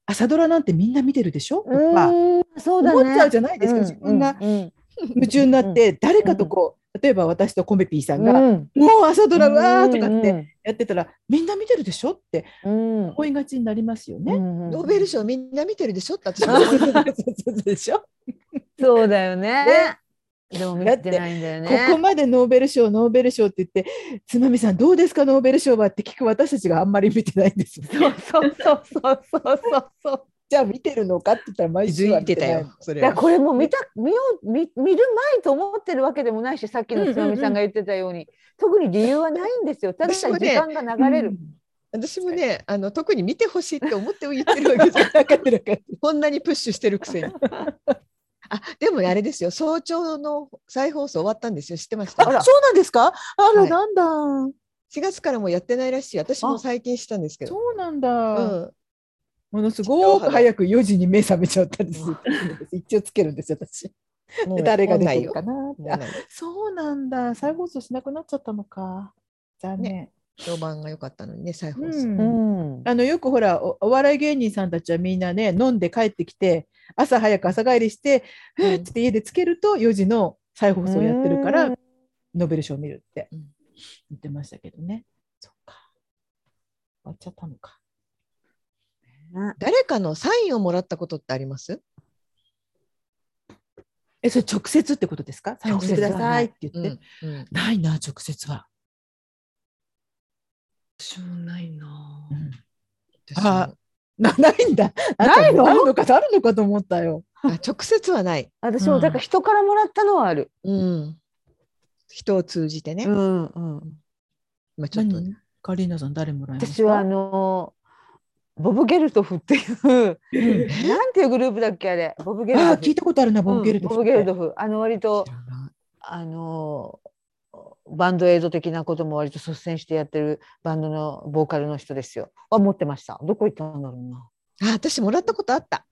S1: 朝ドラなんてみんな見てるでしょとか
S4: うーんそうだね。
S1: 思っちゃうじゃないですか、
S4: うん
S1: 自分が
S4: うん
S1: 夢中になって誰かとこう例えば私とコメピーさんが「
S4: ん、
S1: もう朝ドラうわ!」とかって
S4: て、
S1: やってたらみんな見てるでしょって
S4: うん
S1: 思いがちになりますよ
S4: う
S1: ね。
S4: ん
S2: ノーベル賞みんな見てるでしょって
S1: [LAUGHS]
S2: 私
S1: そうそうそうでしょ
S4: そうだよね。でも見
S1: だって
S4: てないんだよ
S1: こ
S4: ね。
S1: こまでノーベル賞ノーベル賞って言って「つまみさんどうですかノーベル賞は」って聞く私たちがあんまり見てないんですよ。
S4: そうそうそうそうそうそう。
S1: じゃあ見てるのかって言ったら毎
S2: 気
S1: 週は
S2: づい
S1: 見て
S2: て
S1: な
S2: た
S1: い
S2: よ。それ
S4: いや
S2: は
S4: これもう見た見よう見見る前と思ってるわけでもないしさっき
S1: うんうんう
S4: の
S1: ん
S4: つまみさんが言ってたように、特に理由はないんですよただ
S2: 私
S4: た
S2: も
S4: だ時
S2: ね
S4: 間が流れる、
S2: 私もねあの特に見てほしいって思って言ってるわけじゃない
S1: 分かってる分かってる
S2: こんなにプッシュしてるくせに。あでもねあれですよ早朝の再放送終わったんですよ知ってました
S1: あそうなんですかあら、
S2: はい
S1: なんだ
S2: 4月からもうやってないらしい私も最近したんですけど。
S1: そうなん
S2: う
S1: だ、
S2: ん、
S1: ものすごく早く4時に目覚めちゃったりする [LAUGHS] 一応つけるんですよ私
S2: も
S1: で
S2: う
S1: 誰が出
S2: もうな
S1: て
S2: い
S1: る
S2: よ
S1: かなっ
S2: もう
S1: て
S2: な
S1: あ
S2: い
S1: そうなんだ再放送しなくなっちゃったのか残念、
S2: 評判が良かったのにね再放
S1: う
S2: 送。
S4: うん
S1: あのよくほらおお笑い芸人さんたちはみんなね飲んで帰ってきて朝早く朝帰りして、
S2: うん
S1: ふーっつって家でつけると4時の再放送やってるからノーベル賞見るって
S2: うん
S1: 言ってましたけどね。そっか終わっちゃったのか。
S2: 誰かのサインをもらったことってあります
S1: えそれ直接ってことですかサインしてくださいって言
S2: う
S1: って。
S2: んうん
S1: ないな直接は。
S3: 私もないな
S1: う。ん
S2: 私も
S1: あな [LAUGHS] ないんだ。ないのあるのかあるのかと思ったよ。
S2: あ直接はない。
S4: 私もだから人からもらったのはある、
S2: うん、人を通じてね、
S4: んうん、
S2: まあ、ちょっと
S1: 何カリーナさん誰もらいました
S4: 私はあのボブ・ゲルトフっていう
S1: うん
S4: なんていうグループだっけあれボブ・ゲルトフ
S1: あー聞いたことあるなボブ・ゲルト
S4: うん
S1: フ
S4: ボ
S1: って
S4: ブゲルドフあの割と
S2: 知らな
S4: あのバンドエイド的なことも割と率先してやってるバンドのボーカルの人ですよ。は持ってました。どこ行ったんだろうな。
S2: いあ私もらったことあった。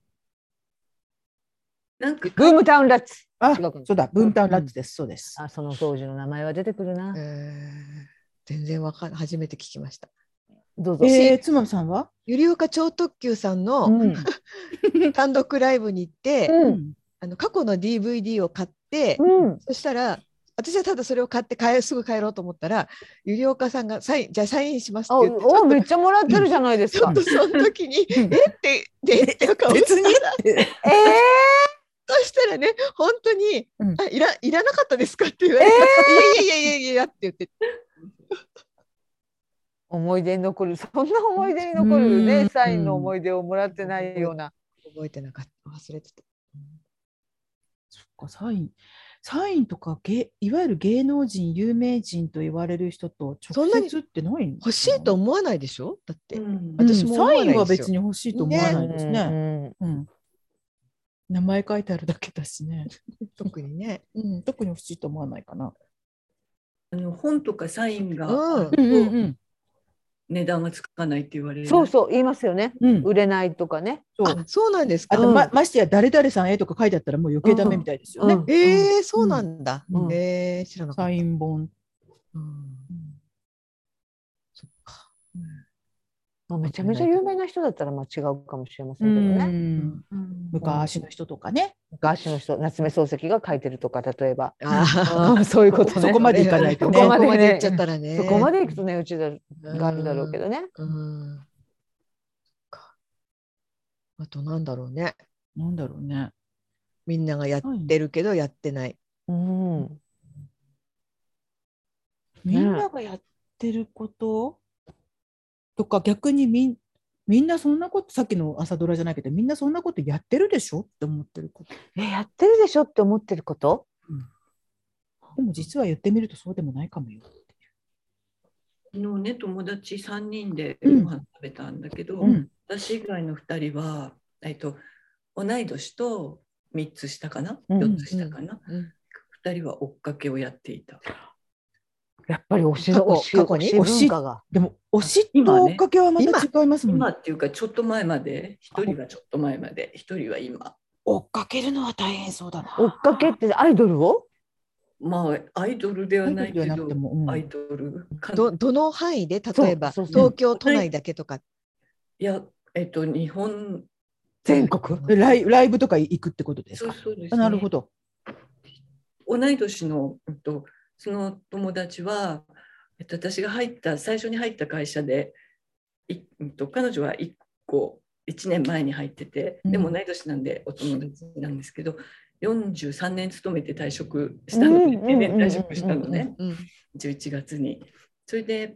S3: なんか
S4: ブームタウンラッツ。
S1: あ
S4: 違うかな
S1: そうだブームタウンラッツです、そうです。
S4: あその当時の名前は出てくるな
S2: え。ー全然わかん初めて聞きました。
S4: どうぞ。
S1: えー、つまみさんは、
S2: ゆりおか超特急さん
S4: う
S2: の
S4: ん
S2: 単独ライブに行って、
S4: うん
S2: あの過去の DVD を買って、
S4: うん
S2: そしたら私はただそれを買って帰すぐ帰ろうと思ったらゆりおかさんがサインじゃあサインします
S4: あ
S2: って言ってち
S4: お
S2: ょっ
S4: め
S2: と
S4: っちゃもらってるじゃないです
S2: ちょ
S4: か
S2: っ。とその時にえってでっていう顔
S1: 別に
S4: ええ
S2: そしたらね、本当に、
S1: うん
S2: あいらいらなかったですかって言われて、いやいやいやいやいやって言って、
S4: 思い出に残るそんな思い出に残る
S1: う
S4: ね
S1: ん
S4: サインの思い出をもらってないような。
S2: 覚えてなかった、忘れてた。
S1: そっかサインサインとか芸いわゆる芸能人有名人と言われる人と
S2: そん
S1: 直
S2: なに
S1: 接ってないのかな
S2: 欲しいと思わないでしょだって、
S3: うん
S1: うん
S2: 私も思わない
S1: サインは
S2: ですよ
S1: 別に欲しいと思わないですね。
S4: ね。
S1: うん名前書いてあるだけだしね、
S2: 特にね。
S1: うん、特に欲しいと思わないかな。
S3: あの本とかサインが
S2: うん
S1: うんうんうん
S3: 値段がつかないって言われる。
S4: そうそう言いますよね。
S1: うん、
S4: 売れないとかね。
S1: そ
S2: あ
S1: う
S2: そうなんです
S1: あ
S2: か。
S1: と、
S4: うん
S1: まましてや誰々さんへとか書いてあったらもう余計ダメみたいですよね。
S4: うん
S2: えー、そうなんだ。
S1: うん
S2: えー、知らなかっ
S1: サ
S2: た。
S1: イン本。
S2: うんそっか
S4: まあ、めちゃめちゃ有名な人だったらまあ違うかもしれませんけどね。
S1: うん昔の人とかね。
S4: 昔の人夏目漱石が書いてるとか例えば。
S2: あー
S4: あー [LAUGHS] そういうこと
S1: そ
S4: ね。
S1: こまでいかないとね
S2: そこまで行っちゃったらね。
S4: そこまでいくとねうちだがあるだろうけ
S2: ど。
S4: どね。
S2: うん。そっかあとなんだろうね。
S1: なんだろうね。
S2: みんながやってるけどやってない。
S4: うん。
S1: みんながやってること、とか逆にみんみんなそんなことさっきの朝ドラじゃないけどみんなそんなことやってるでしょって思ってること
S4: えやってるでしょって思ってること？
S1: でも実は言ってみるとそうでもないかもよ。
S3: 昨日ね友達3人でご
S1: うん
S3: 飯食べたんだけど、
S1: うん
S3: 私以外の2人は、えっと、同い年と3つ下かな
S4: うん
S3: 4つ下かな、
S2: うん
S3: 2人は追っかけをやっていた。
S4: やっぱり推し
S2: 過去
S4: 推し
S2: 過去に
S4: 推し文化が。
S1: でも推し
S3: 今
S1: と
S3: は
S1: 追
S3: ね
S1: っかけはまた違いますもんね
S3: 今っていうかちょっと前まで1人はちょっと前まで1人は今。
S1: 追っかけるのは大変そうだな。
S4: 追っかけってアイドルを？
S3: まあアイドルではないけ
S1: アイドルではなくて
S3: ど
S1: もうん
S3: アイドルか
S2: どどの範囲で例えば
S4: そうそうそう
S2: 東京都内だけとか、
S3: いやえっと日本
S4: 全国。
S1: ライライブとか行くってことです
S3: そう
S1: か
S3: そうです、
S1: あなるほど。
S3: 同い年の、うんと、その友達は、えっと、私が入った最初に入った会社でい、うんと、彼女は1個1年前に入っててでも同い年なんでお友達なんですけど、43年勤めて退職したの
S4: うん
S3: で
S4: うんうん
S3: 定年退職したの
S2: うん
S3: ね
S2: うん
S3: 11月に。それで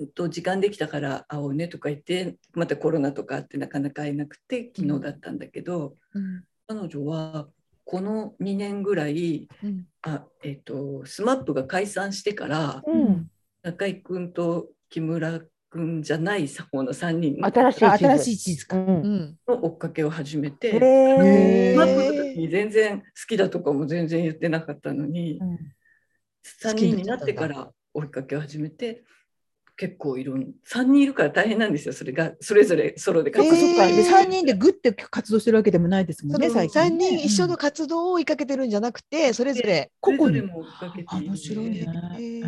S3: うんと時間できたから会おうねとか言ってまたコロナとかあってなかなか会えなくて昨日だったんだけど、
S2: うん
S3: 彼女はこの2年ぐらい
S2: うん
S3: あ、えっと SMAP が解散してから
S4: うん、
S3: 中井君と木村君じゃない方の3人の
S4: 新しい
S1: あ
S4: 地図
S1: 新しい地図
S4: う、
S1: か。
S2: うんん
S3: 追っかけを始めて。
S4: へ
S3: マ
S1: マッ
S3: ップ
S1: プ
S3: の時に全然好きだとかも全然言ってなかったのに、3人になってから追いかけ始めて結構いろん3人いるから大変なんですよそれがそれぞれソロで
S1: そっかそっか。
S3: え
S1: で
S3: ー
S1: 三人でグッて活動してるわけでもないですも
S2: そ
S1: んね。
S2: の
S1: 最
S2: 3
S1: 近ね
S2: 人一緒の活動を追いかけてるんじゃなくてそれぞれ
S1: 個
S3: それぞ
S1: 々
S3: れ
S1: に。
S3: も追っかけて
S1: あ面
S3: い
S1: 白
S3: る
S1: い
S3: ので
S1: ね。
S2: えー
S1: う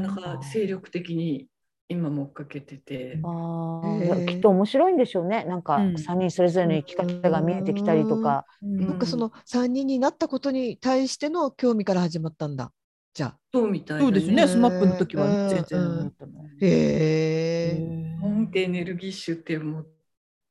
S1: ん
S3: なかなか精力的に今も追っかけてて
S4: あ
S2: へえ
S4: ーきっと面白いんでしょうねなんか
S1: うん
S4: 3人それぞれの生き方が見えてきたりとか、
S1: うん
S2: なんかその3人になったことに対しての興味から始まったんだじゃあ。
S3: そうみたいな
S1: そうですね。
S2: うん
S1: スマップの時は
S2: うん
S1: 全然なかったもん。
S2: へえ。
S3: 本当エネルギッシュって思っ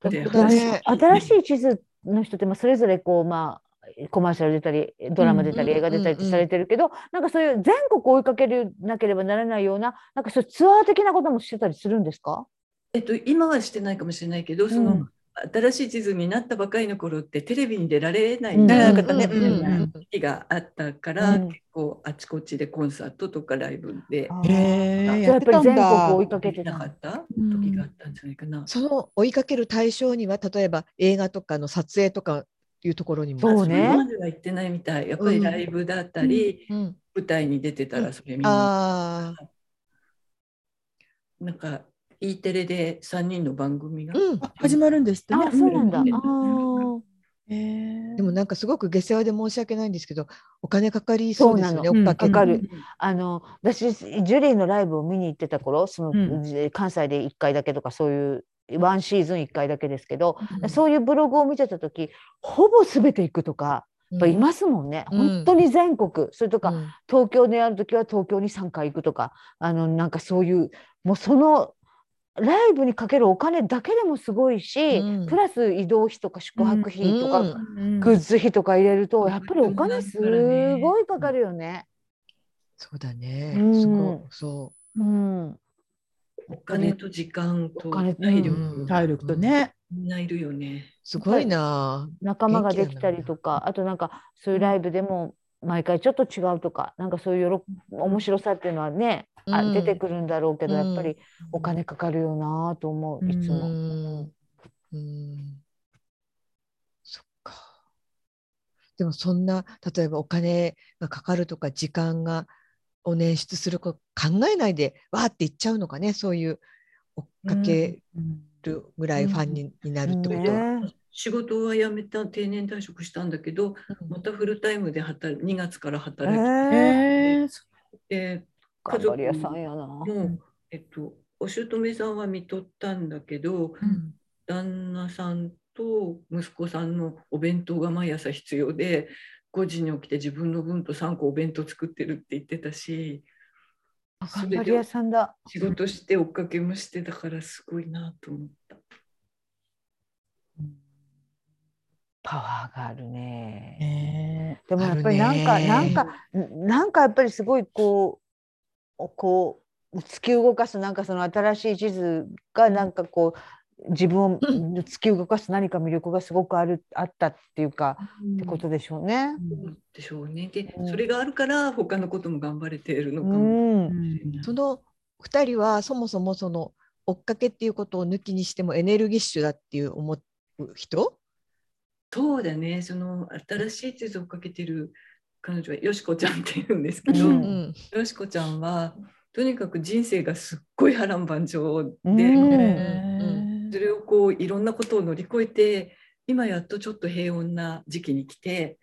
S3: て
S4: だ
S2: 当だ
S4: から
S2: ね
S4: 新しい地図の人ってまあそれぞれこうまあコマーシャル出たりドラマ出たり
S2: うん
S4: 映画出たりっ
S2: うんう
S4: て
S2: ん
S4: されてるけど、なんかそういう全国追いかけるなければならないようななんかそういうツアー的なこともしてたりするんですか、
S3: えっと今はしてないかもしれないけどその、
S4: うん
S3: 新しい地図になったばかりの頃ってテレビに出られない、
S4: うん
S3: 出られなかったね、
S2: うんうんうんうん
S3: 時期があったから、
S4: うん
S3: 結構あちこちでコンサートとかライブで
S4: あー
S1: へ
S4: じ
S1: え。
S4: ゃあ
S1: や
S4: や
S1: っ
S4: ってぱり
S1: たん
S4: 全国
S1: だ
S4: 追い。かけ
S3: でき
S4: て
S3: な
S4: た
S3: かった時があったんじゃないかな。
S2: その追いかける対象には例えば映画とかの撮影とかいうところにも。
S4: そう
S3: れ
S4: ね
S3: までは行ってないみたい。やっぱりライブだったり、
S2: うん、
S3: 舞台に出てたらそれ見に、
S2: ああ、
S3: なんか E テレで3人の番組が、
S2: うん。
S1: あ始まるんですってね。
S4: あそうなんだあ
S1: へ
S4: ー
S1: え
S2: でもなんかすごく下世話で申し訳ないんですけど、お金かかりそうですよね。
S4: そ
S2: 追
S1: う
S2: っ
S1: なの
S2: かけ
S4: うん
S2: る
S4: かかる
S1: うん
S4: あの私ジュリーのライブを見に行ってた頃その、
S1: うん
S4: じ関西で1回だけとかそういうワンシーズン1回だけですけど、
S2: うん
S4: そういうブログを見てた時ほぼ全て行くとかやっぱいますもんね、
S2: うん
S4: 本当に全国それと
S2: う
S4: か、
S2: ん
S4: 東京でやるときは東京に3回行くとかあのなんかそういうもうそのライブにかけるお金だけでもすごいし、
S2: うん
S4: プラス移動費とか宿泊費とか、
S2: うん
S1: うん
S4: グッズ費とか入れると
S3: うん
S4: やっぱりお金すごいかかるよね。
S2: そうだね。
S4: うん
S2: すごい。そ
S4: うん、
S3: お金と時間と
S4: お金
S3: 体
S2: う。
S3: 力、
S2: うん
S1: 体力と。ね。
S3: みんないるよね。
S2: すごいな。
S4: 仲間ができたりとかあとなんかそういうライブでも毎回ちょっと違うとかなんかそういうよろ面白さっていうのはね、あ
S2: うん
S4: 出てくるんだろうけど、やっぱりお金かかるよなと思ういつ
S2: う
S4: も。
S2: ん。うん。そっか。でもそんな例えばお金がかかるとか時間がを捻出すること考えないでわーっていっちゃうのかねそういう追っかけるぐらいファンに,、なるってことは。
S4: ね
S3: 仕事は辞めた定年退職したんだけど、またフルタイムで働2月から
S4: え
S3: 働い
S1: へえ。
S3: て、家
S4: 頑
S3: 族
S4: 張り屋さんやな。
S3: もう、えっと、お姑さんは見とったんだけど、
S2: うん
S3: 旦那さんと息子さんのお弁当が毎朝必要で5時に起きて自分の分と3個お弁当作ってるって言ってたし
S4: 頑張り屋さんだ。
S3: 仕事して追っかけもしてたからすごいなと思った。
S4: パワーがあるね。
S1: ね
S4: でもやっぱりなんか、
S2: あるね
S4: なんか、なんかやっぱりすごいこう、こう、突き動かす、なんかその新しい地図がなんかこう、自分を突き動かす何か魅力がすごくあるあったっていうか、ってことでしょうね。
S3: そうでしょうねで
S4: うん
S3: それがあるから他のことも頑張れているのか
S4: う
S3: も。
S1: え
S4: ん。
S2: その2人はそもそもその追っかけっていうことを抜きにしてもエネルギッシュだっていう思う人
S3: そうだねその新しい地図を追っかけてる彼女はよしこちゃんって言うんですけど、
S4: う
S2: うん
S3: よしこちゃんはとにかく人生がすっごい波乱万丈で、
S4: うん
S3: それをこういろんなことを乗り越えて今やっとちょっと平穏な時期に来て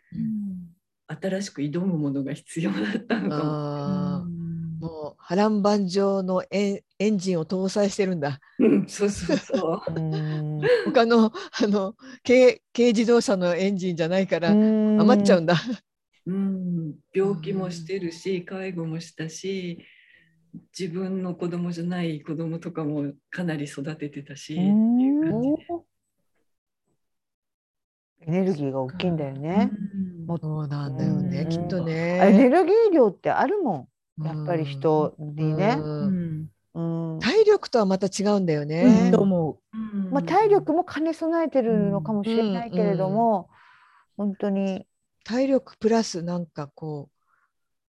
S3: 新しく挑むものが必要だったのかも。
S2: あーもう波乱万丈のエンエンジンを搭載してるんだ
S3: うん、そうそうそう。
S4: うん
S2: 他のあの軽軽自動車のエンジンじゃないから余っちゃうんだ
S3: うん、病気もしてるし介護もしたし自分の子供じゃない子供とかもかなり育ててたし、
S4: う
S3: っていう
S4: ん
S3: 感じで
S4: エネルギーが大きいんだよね。
S3: うん
S4: もっ
S2: そうなんだよね、
S4: うん
S2: きっと
S4: エ
S2: ね。
S4: ネルギー量ってあるもん。やっぱり人にね。
S2: うん
S1: うん
S4: うん
S2: 体力とはまた違うんだよ
S1: うん
S2: ね
S1: と。思
S4: まあ、体力も兼ね備えてるのかもしれないけれども、本当に、
S2: 体力プラスなんかこう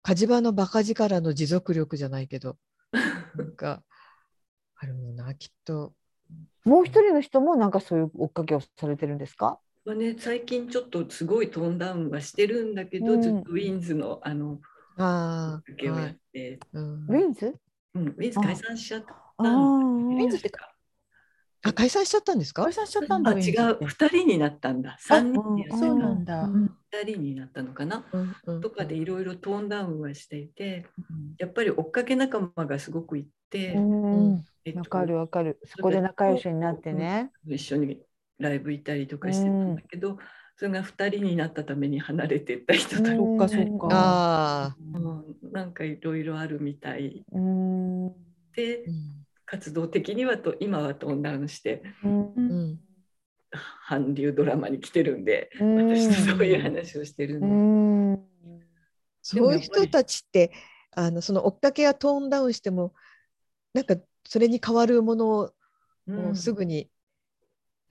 S2: 火事場のバカ力の持続力じゃないけどなんかあるのなきっと。
S4: もう一人の人もなんかそういう追っかけをされてるんですか
S3: まあね、最近ちょっとすごいトーンダウンはしてるんだけど、
S4: うん
S3: ずっとウィンズのあの
S2: あ
S3: 受
S2: あ、
S3: けを
S2: は
S3: やっ
S2: い
S3: て、
S2: うん
S4: ウィンズ
S3: うん、ウィンズ解散しちゃった
S4: あ
S3: ウ
S4: ー
S3: ィンズってか
S2: あ解散しちゃったんです
S1: う。
S2: か
S1: 解？散しちゃったん
S3: あ
S1: だ。
S3: 違う
S1: ウィンズって
S3: 2人になったんだ3人でやって
S1: そうな
S3: た
S1: んだ。
S2: うん
S3: 2人になったのかな
S2: うんうん
S3: とかでいろいろトーンダウンはしていて
S1: うん
S3: やっぱり追っかけ仲間がすごくいて、
S4: うんわ、
S3: えっと
S4: かるわかる。そこで仲良しになってね。
S3: 一緒にライブ行ったりとかしてたんだけど、それが2人になったために離れてった人たち、
S4: うん
S1: そっかそっか。
S2: ああ、
S3: うんなんかいろいろあるみたい
S4: うん。う
S3: で。
S2: うん
S3: 活動的にはと今はトーンダウンして
S4: ん
S2: うん
S3: 韓流ドラマに来てるんで
S4: うん
S3: 私とそういう話をしてる
S4: うん
S3: で、
S4: ん
S2: そういう人たちってあのその追っかけやトーンダウンしてもなんかそれに変わるものを
S3: うん
S2: もうすぐに、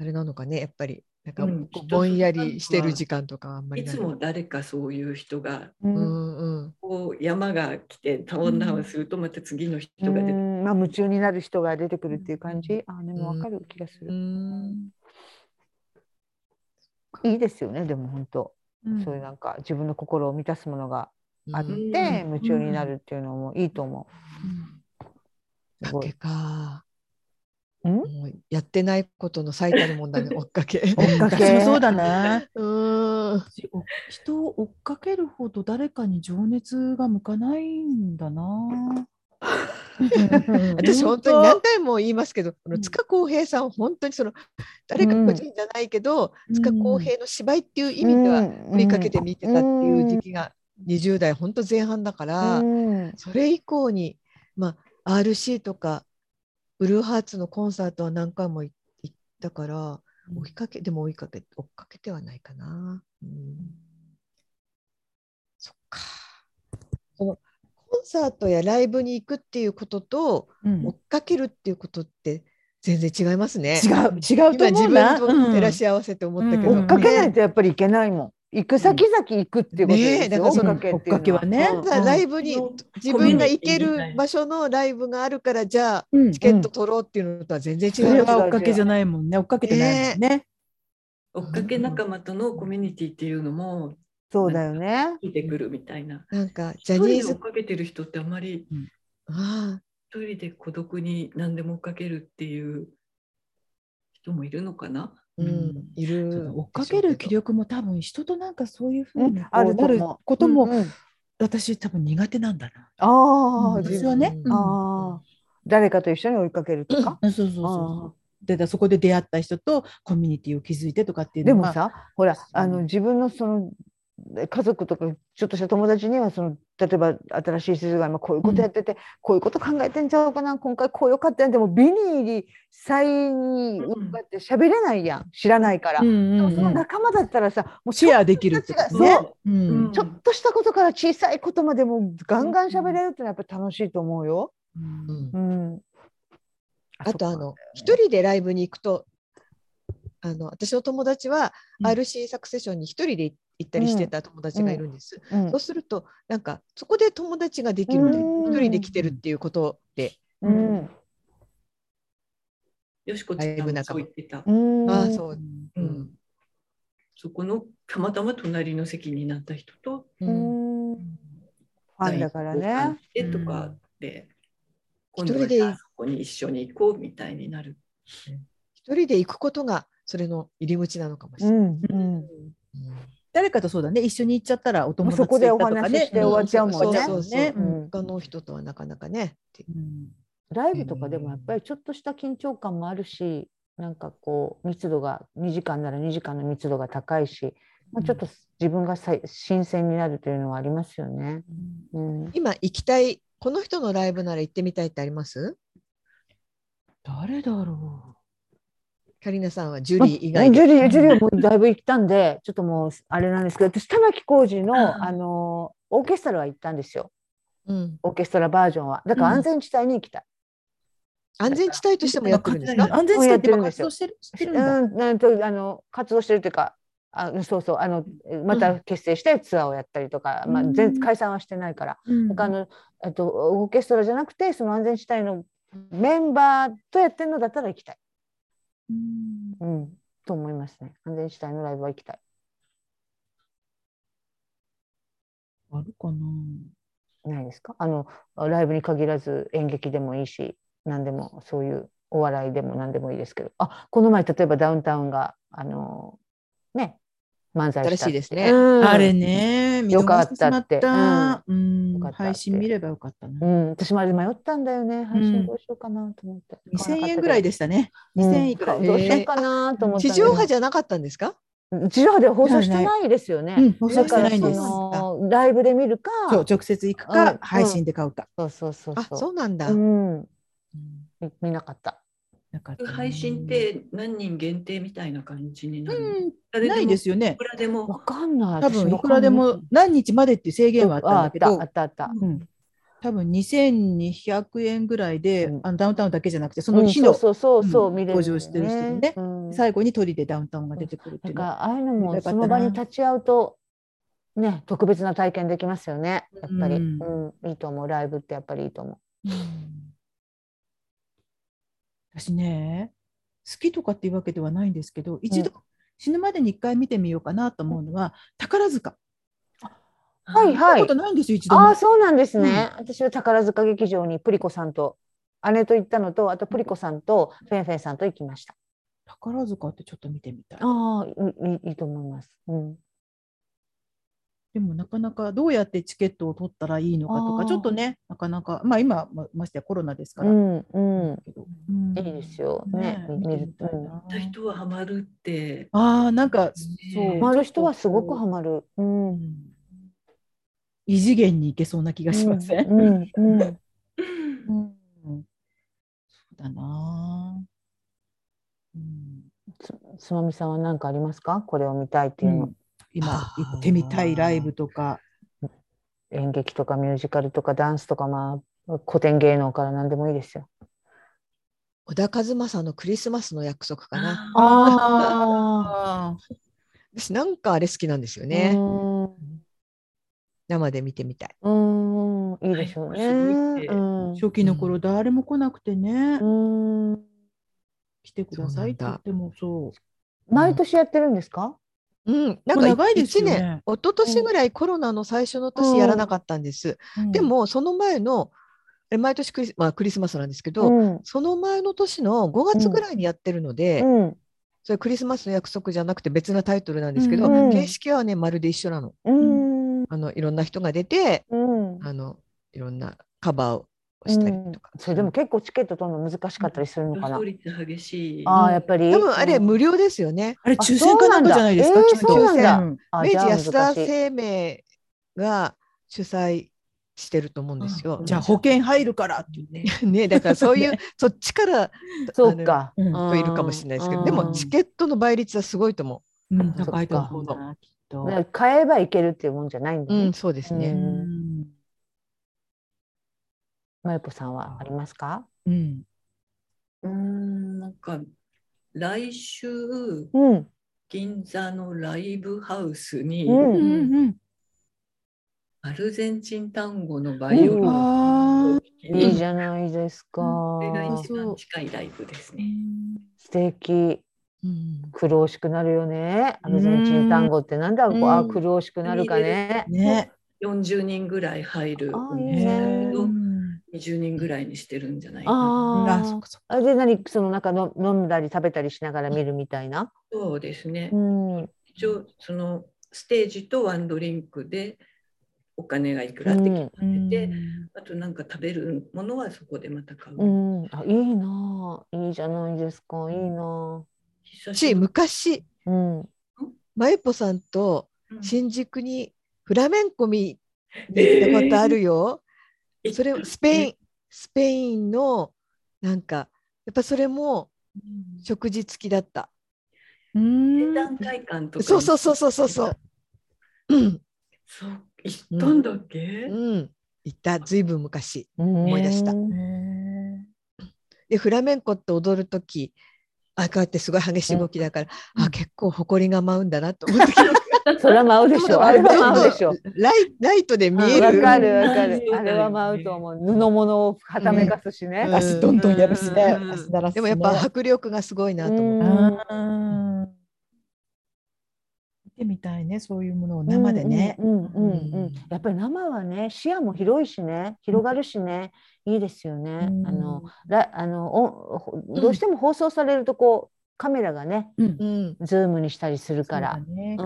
S2: あれなのかねやっぱりなんか
S3: うん
S2: こうぼんやりしてる時間とかあんまり
S3: い
S2: ない
S3: つも誰かそういう人が
S4: う
S2: うんんうん
S3: こう山が来てトーンダウンするとまた次の人
S4: う
S3: が出て、
S4: んまあ夢中になる人が出てくるっていう感じ、あでもわかる気がす
S2: う
S4: る、
S2: ん
S4: いいですよねでも本当、
S1: うん
S4: そういうなんか自分の心を満たすものがあって、
S2: うん
S4: 夢中になるっていうのもいいと思う、す
S2: 追
S4: ご
S2: っかけ
S4: い
S2: か。
S4: ん
S2: もうやってないことの最たる問題ね、追っかけ。
S4: 追っか
S1: 私も
S4: け
S1: そうだね。
S2: [LAUGHS] うーん。
S1: 私お人を追っかけるほど誰かに情熱が向かないんだな。
S2: 私本当に何回も言いますけど、あの
S1: うん
S2: 塚浩平さんは本当にその誰か個人じゃないけど、
S1: うん
S2: 塚浩平の芝居っていう意味では
S4: うん
S2: 追いかけて見てたっていう時期が20代本当前半だから、
S4: うん
S2: それ以降に、まあ、RC とかブルーハーツのコンサートは何回も行行ったから追いかけでも追いかけ追っかけてはないかな。うん、そっかそのコンサートやライブに行くっていうことと
S1: うん
S2: 追っかけるっていうことって全然違いますね。
S1: 違う違うと思
S2: 今自
S1: うな。
S2: 分と照らし合わせて思ったけど、
S1: うん
S4: 追っかけないとやっぱりいけないもん行く先々行くっていうこと
S2: ねえ
S4: です
S2: だ
S4: よ、
S2: からその
S4: 追っかけっていう
S1: 追
S4: の
S1: っかけはね
S4: うん
S2: じゃあライブに自分が行け
S3: コミュニティみたい
S2: る
S3: な
S2: 場所のライブがあるからじゃあ
S1: うん、
S2: チケット取ろうっていうのとは全然違
S1: それ
S2: う。
S1: は追っかけじゃないもんね。追っかけてないもんね。
S3: 追っかけ仲間とのコミュニティっていうのも
S4: そうだよね
S3: 出てくるみたいな。
S2: なんかジ
S3: 一
S2: ャ
S3: 人
S2: ニー
S3: で追
S2: ズ
S3: っかけてる人ってあんまり
S2: ああ
S3: 一人で孤独に何でも追っかけるっていう人もいるのかな。
S2: うん、
S1: うん
S2: いる
S1: そうだ追っかける気力も多分人となんかそういうふうにこう
S4: あると
S1: な
S4: 思う
S1: ることも、
S4: うんうん
S1: 私多分苦手なんだな。
S4: ああ、
S1: うん
S4: 自
S1: 私
S4: 分
S1: はね。
S2: うん
S1: あ
S4: ああ誰かと一緒に追いかけるとか、
S1: あそうそうそうそう。でだそこで出会った人とコミュニティを築いてとかっていう
S4: で
S1: の
S4: も
S1: は
S4: さ、ほら
S1: そう
S4: あの自分のその家族とかちょっとした友達にはその例えば新しい施設が今こういうことやってて、こういうこと考えてんちゃうかな今回こうよかったやんでもビニーリ際に
S3: うん
S4: こうやって喋れないやん知らないから、
S1: うんうん
S4: その
S1: うん、
S4: 仲間だったらさもう
S1: シェアできるってことね
S4: ね。
S1: う
S3: うん
S1: ん
S4: ちょっとしたことから小さいことまでもガンガン喋れるってのはやっぱ楽しいと思うよ。
S2: う
S1: うん
S2: ん
S4: うん、
S2: あとあ
S4: そっか
S2: の一人でライブに行くとあの私の友達は
S1: うん
S2: RC サクセションに一人で行ったりしてた友達がいるんです、
S4: うん
S2: そうするとなんかそこで友達ができるんで
S4: うん
S2: 一人で来てるっていうことで、
S4: うん
S3: よしこちゃんもそう言ってた。
S4: うん
S2: ああそう、
S3: う
S2: うんん、
S3: そこのたまたま隣の席になった人と
S2: うん
S4: うんファンだからね。
S3: 第一交換してとかで、
S2: うん
S3: 今度
S2: 一人
S3: は
S2: で
S3: じゃあそこに一緒に行こうみたいになる。
S2: 一人で行くことがそれの入り口なのかもしれ
S4: う
S2: ない、
S4: んうん
S1: 誰かとそうだね一緒に行っちゃったらお友
S4: もう
S1: 達
S4: そこで
S1: と
S4: お
S1: 行ったとか
S4: 話し
S1: ね
S4: して終わっちゃうもんね。
S2: そうそうそうそう
S1: うん
S4: うん
S2: 他の人とはなかなかねって
S1: うん
S4: ライブとかでもやっぱりちょっとした緊張感もあるし、なんかこう密度が2時間なら2時間の密度が高いし、まあ、ちょっと自分がさい新鮮になるというのはありますよね。うん
S2: 今行きたいこの人のライブなら行ってみたいってあります
S4: 誰だろ
S2: カリナさんはジ
S4: う。
S2: ュリー以
S4: ま
S2: 外
S4: あジ
S2: で
S4: ュリー、ジュリーはもうだいぶ行ったんで、ちょっともうあれなんですけど、私玉置浩二
S3: うん
S4: の、あのオーケストラは行ったんですよ。
S2: うん、
S4: オーケストラバージョンは、だから
S1: うん
S4: 安全地帯に行きたい。
S2: 安全地帯としてもやってるんですか
S1: 安全地帯って今活動してる知ってるんだ。
S4: うん、なんとあの活動してるというか、あそうそう、あのま
S1: う
S4: た結成してツアーをやったりとか、まあ
S1: うん
S4: 全解散はしてないから、
S1: うん
S4: だからあのえっとオーケストラじゃなくてその安全地帯のメンバーとやってるのだったら行きたい、
S1: うん
S4: うん、と思いますね。安全地帯のライブは行きたい。
S1: あるかな。
S4: ないですかあのライブに限らず演劇でもいいし何でもそういうお笑いでも何でもいいですけどあこの前例えばダウンタウンがあのね漫才
S2: 新しいですね
S4: うん
S1: あれね、見逃
S4: よかっ
S1: してしたま
S4: っ
S1: ってた。うん
S4: よかったって
S1: 配信見ればよかったな
S4: う。ん、私もあれ迷ったんだよね配
S1: うん
S4: 信どうしようかなと思って、
S1: 2000円ぐらいでしたね。
S4: うん
S1: 2000円ぐらい。
S4: どうしようかなと思っ
S2: 地
S4: たんだけど
S2: 上波じゃなかったんですか
S4: 地上波では放送してないですよね、
S1: うん、放送
S4: だ
S1: し
S4: か
S1: て
S4: ら
S1: ない
S4: そ
S1: んです。そ
S4: のライブで見るか
S1: う、直接行くか
S4: う、ん
S1: 配信で買うか。
S4: そうそうそう
S2: あそうなんだ、
S4: う
S1: う
S4: ん
S1: ん
S4: 見見なかった
S1: なかったな
S3: 配信っ、て何人限定みたいな感じになるの、
S1: うん、
S3: 誰
S1: ないですよね
S3: い。くらでも
S4: わかんない
S1: 多分いくらでも何日までっていう制限はあったんだけど
S4: ああ、ったあったあった
S1: うん、多分2200円ぐらいで、
S4: うん
S1: あのダウンタウンだけじゃなくてそ
S4: うん
S1: の日の
S4: そうそうそうそう、
S1: うん
S4: 見れるんだよ
S1: 登場してる人にね
S4: うん
S1: 最後に鳥でダウンタウンが出てくるって
S4: ないん
S1: うのは
S4: かああいうの
S1: よか
S4: も
S1: った
S4: そ
S1: な
S4: の場に立ち会うとね特別な体験できますよねやっぱり、
S1: う
S4: うんんいいと思うライブってやっぱりいいと思
S1: うん私ね好きとかっていうわけではないんですけど一度、死ぬまでに一回見てみようかなと思うのは宝塚
S4: うはい
S1: 見た
S4: はい
S1: ことないんですよ一度も
S4: ああそうなんですね、私は宝塚劇場にプリコさんと姉と行ったのとあとプリコさんとフェンフェンさんと行きました
S1: 宝塚ってちょっと見てみたい
S4: ああいいいいと思います、うん、
S1: でもなかなかどうやってチケットを取ったらいいのかと
S4: あ
S1: か
S4: ー
S1: ちょっとねなかなかまあ今まましてやコロナですか
S4: う
S1: ら、
S4: んうん
S1: けどうん
S4: いいですよね見
S1: 見て
S4: 見
S1: み
S4: る
S1: たい
S4: うん
S1: な
S3: た人はハマるって
S1: ああ、なんか、そう。
S3: ね
S4: ハマる人はすごくハ
S1: る。
S4: マるうん
S1: 異次元に行けそうな気がしません。
S4: うんうんうん
S1: うんそうだなぁ。うん
S4: つつまみさんは何かありますかこれを見たいっていうの、
S1: うん今行ってみたいライブとか。
S4: 演劇とかミュージカルとかダンスとかまあ古典芸能から何でもいいですよ。
S2: 小田和正のクリスマスの約束かな
S3: あー
S1: あ
S4: あ
S1: あ、
S2: 私なんかあれ好きなんですよね、生で見てみたい
S4: うんうんいいでしょうね。
S3: はい
S4: うん
S1: 初期の頃誰も来なくてね、
S4: うん
S1: 来てくださいって言ってもそう。
S4: 毎年やってるんですか？
S2: うん、なん
S1: も
S2: か
S1: う長いです
S2: 1
S1: よね
S2: 年、一昨年ぐらいコロナの最初の年やらなかったんです。
S1: うん
S2: で、も、その前の、え毎年クリス,、まあ、クリスマスなんですけど、
S4: うん
S2: その前の年の5月ぐらいにやってるので、
S4: うん
S2: それクリスマスの約束じゃなくて別なタイトルなんですけど、
S4: うん
S2: 形式はね、まるで一緒なの。
S4: うん
S2: あのいろんな人が出て
S4: うん。
S2: あの、いろんなカバーをしたりとか。
S4: それでも結構チケット取るの難しかったりするの
S3: 競
S4: かな
S3: 争。率激しい。
S4: ああやっぱり。
S2: 多分あれ
S4: うん
S2: 無料ですよね。
S1: あれ
S4: あ
S1: 抽選かなんかじゃないですか、きっと
S4: そうなんだえーそうなんだ
S1: うん
S4: あ
S2: 明治
S4: じゃあ
S2: 安田
S4: 難しい
S2: 生命が主催してると思うんですよ。
S1: じゃあ保険入るからって言って。
S2: [LAUGHS]
S3: ね、
S2: ねだからそういうそっちから
S4: そうか。
S1: うん
S2: あのいるかもしれないですけ
S4: う
S2: ど
S4: ん
S2: で
S1: う
S2: も
S1: ん
S2: チケットの倍率はすごいと思
S1: うん、
S4: そっか
S1: 高いと思うな、きっと。
S4: だから買えばいけるっていうもんじゃないん
S2: う。
S4: だ
S2: う
S4: ね
S2: ん、。そうです
S1: う
S2: ね。
S1: ん
S4: まゆぽさんはありますか？
S1: うん
S3: うーんなんか来週
S4: うん
S3: 銀座のライブハウスに、
S4: うん
S1: うん
S3: アルゼンチン単語のバイオリン
S4: うん
S1: あ
S3: を
S1: ー
S3: 聴き
S4: いい
S3: に
S4: じゃないですか。
S3: これが
S1: いい
S3: 一番近いライブですね。
S4: 素敵
S2: うん
S4: 苦しくなるよねアルゼンチン単語ってなんだ
S1: うん
S4: ああ苦しくなるかね
S1: ね。
S3: 40人ぐらい入る
S4: あいい
S3: ん
S4: ね
S3: だけど
S1: う、
S3: 20人ぐらいにしてるんじゃないかな。
S1: あ
S4: あ
S1: そっ
S4: ー
S1: かそっか
S4: あで何その中の飲んだり食べたりしながら見るみたいな、
S3: そうですね
S4: う。ん、
S3: 一応そのステージとワンドリンクでお金がいくらって決まってて、あとなんか食べるものはそこでまた買う。
S4: うん、あいいなあいいじゃないですかいいな
S3: 久し
S2: し
S3: ぶり
S2: 昔
S4: あうん
S2: まゆぽさんと
S3: うん
S2: 新宿にフラメンコ見に行ったことあるよ。
S3: えー
S2: それスペインスペインのなんかやっぱそれも食事付きだった。
S3: 展覧会館とか
S2: そうそうそうそうそうそう。うん
S3: そう行ったんだっけ、
S2: うん行ったずいぶん昔。
S4: 思
S2: い出した
S1: へ
S2: でフラメンコって踊る時あこうやってすごい激しい動きだから、
S1: うん
S2: あ結構埃が舞うんだなと思って
S4: それは舞うでしょ。あれは舞うでし
S2: ちょ
S4: ょ
S2: っ。とライライトで見え
S4: わ
S2: る
S4: かるわかる
S3: う。ん
S4: あれは舞うと思う。布物をはためかすしね。
S2: うん
S5: 足どんどんやるしね
S3: うん。
S5: 足だらす
S2: で
S5: ね
S2: もやっぱ迫力がすごいなと思って、
S4: うん
S1: うん見てみたいね、そういうものを生でね。
S4: うんうんうんうん
S2: うん
S4: やっぱり生はね視野も広いしね広がるしね、いいですよね。
S1: うん
S4: あのらあのおほどうしても放送されるとこうカメラがね
S1: うん
S2: う。ん
S4: ズームにしたりするから。
S1: そうだね。
S4: う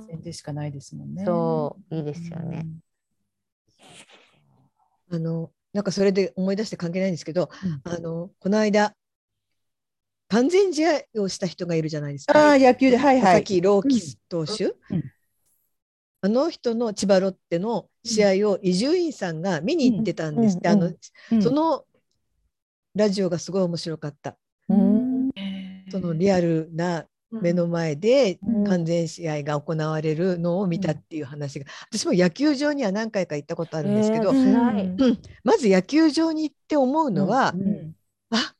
S4: ん
S1: 全然しかないですもんね。
S4: そういいですよね。
S2: あのなんかそれで思い出して関係ないんですけど、あのこの間完全試合をした人がいるじゃないです
S1: うん。あ
S2: か、
S1: あ、野球で、はい
S2: 佐
S1: は
S2: 々
S1: い。
S2: 木朗希投手、
S1: うんうん
S2: あの人の千葉ロッテの試合を伊集院さんが見に行ってたんですって、
S4: うんうん
S2: あの
S1: うん
S2: そのラジオがすごい面白かった。
S4: うん
S2: そのリアルな目の前で完全試合が行われるのを見たっていう話が、私も野球場には何回か行ったことあるんですけど、
S4: ねえしない
S1: うん
S2: まず野球場に行って思うのは、
S1: うん
S2: あ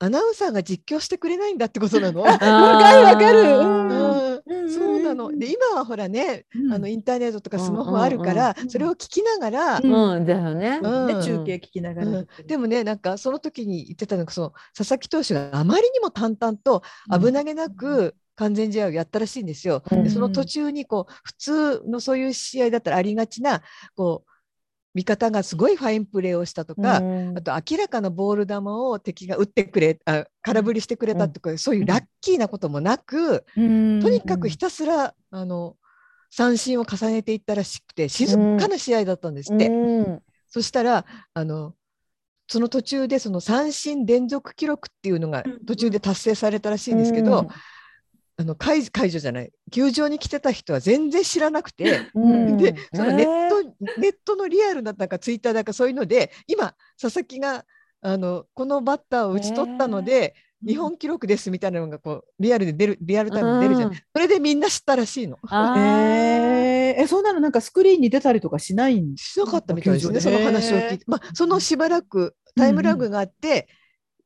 S2: アナウンサーが実況してくれないんだってことなの。
S4: わ
S1: かるわかる
S2: うんそうなので今はほらね、
S1: うん
S2: あのインターネットとかスマホあるから、それを聞きながら、
S4: うんだよね。
S2: うん
S1: で中継聞きながら。
S2: でもねなんかその時に言ってたのがその佐々木投手があまりにも淡々と危なげなく完全試合をやったらしいんですよ。
S4: うん
S2: でその途中にこう普通のそういう試合だったらありがちなこう味方がすごいファインプレーをしたとか、
S4: うん
S2: あと明らかなボール球を敵が打ってくれあ空振りしてくれたとか、そういうラッキーなこともなく、と
S1: と
S2: にかくひたすらあの三振を重ねていったらしくて静かな試合だったんですって。
S4: うん
S2: そしたらあのその途中でその三振連続記録っていうのが
S3: うん
S2: 途中で達成されたらしいんですけど、あの解解除じゃない球場に来てた人は全然知らなくて、
S4: うん
S2: でそのネッ
S4: ね
S2: トネットのリアルだったかツイッターだかそういうので今佐々木があのこのバッターを打ち取ったので、日本記録ですみたいなのがこうリアルで出るリアルタイムで出るじゃん、
S4: うん
S2: それでみんな知ったらしいの。
S4: あー
S1: えーえ、そんなのなんかスクリーンに出たりとかしないん
S2: しなかったみたいですね、
S1: 球
S2: そ
S1: 場で
S2: の話を聞いて。まあ、そのしばらくタイムラグがあって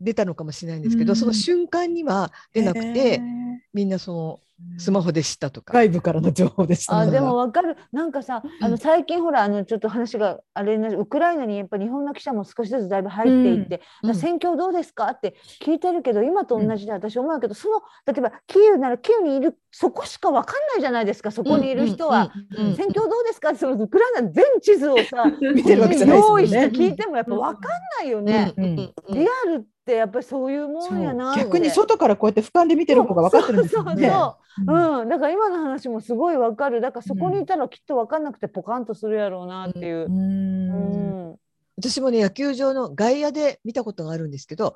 S2: 出たのかもしれないんですけど、
S1: うん
S2: その瞬間には出なくて、、みんなそのスマホで知ったとか。
S1: 外部からの情報でした。
S4: あでもわかるなんかさあの最近ほらあのちょっと話があれになるウクライナにやっぱ日本の記者も少しずつだいぶ入っていって、
S2: うん
S4: だ戦況どうですかって聞いてるけど今と同じで私思うけど、その例えばキーウならキーウにいるそこしかわかんないじゃないですかそこにいる人は。
S2: うん。うんうん
S4: 戦況どうですかってそのウクライナ全地図をさ
S1: 見てるわけじゃないですもん
S4: 用
S1: ね
S4: 意して聞いてもやっぱわかんないよね。
S2: うんうんうん
S4: リアルってやっぱりそういうもんやなって。
S1: 逆に外からこうやって俯瞰で見てる方が分かってるんですよ
S4: そうそう
S1: ね。
S4: そう
S1: うん
S4: うん、だから今の話もすごいわかるだからそこにいたらきっとわかんなくてポカンとするやろうなっていう。う
S1: うん
S4: ん
S2: 私もね、野球場の外野で見たことがあるんですけど、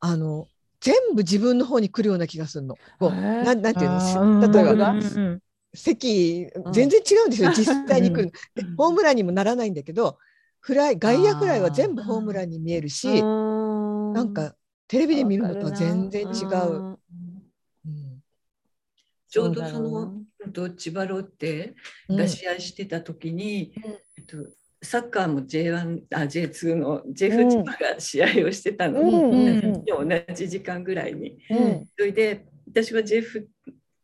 S2: あの、全部自分の方に来るような気がするの。こう
S4: へー
S2: なんなんていうのし
S1: あー
S2: 例え
S4: 僕
S2: ば
S4: が
S1: うん
S2: 席
S4: ん
S2: 全然違うん
S4: [LAUGHS]
S2: ですよ、実際に来るの。でホームランにもならないんだけどフライ外野フライは全部ホームランに見えるし、
S4: うん
S2: なんかテレビで見るのとは全然違
S4: わかる
S2: う。
S4: な
S2: うん
S3: ちょうどそ
S4: そうだろう
S3: のうんと千葉ロッテが試合してた時に、えっと、サッカーも J1 あ J2 の J2 千葉が試合をしてたの、
S4: うんうん
S1: うん
S3: 同じ時間ぐらいに。
S4: うん
S3: それで私は JF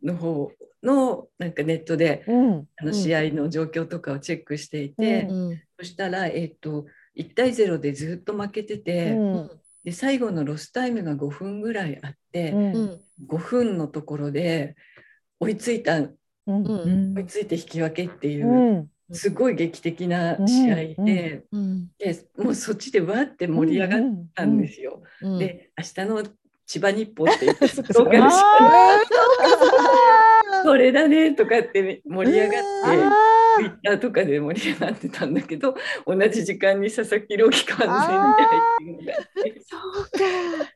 S3: の方のなんかネットで
S4: うん
S3: あの試合の状況とかをチェックしていて、
S4: うん
S2: うん
S3: そしたら、えっと1対0でずっと負けてて、
S4: うん
S3: で最後のロスタイムが5分ぐらいあって、
S4: うん
S3: 5分のところで追いついた
S2: う
S4: うん
S2: ん
S1: うん
S3: 追いついて引き分けっていうう、
S4: ん
S3: すごい劇的な試合で,、
S4: うんうん
S2: うん
S3: でもうそっちでわーって盛り上がったんですよ。
S2: うん
S3: で明日の千葉日報っていう
S2: [LAUGHS]
S3: 紹介
S4: うんあ
S3: して
S4: ー
S3: それだねとかって盛り上がって。
S4: あ
S3: ツイ
S4: ー
S3: ッターとかで盛り上がってたんだけど同じ時間に佐々木朗希完全試合っていうのがあって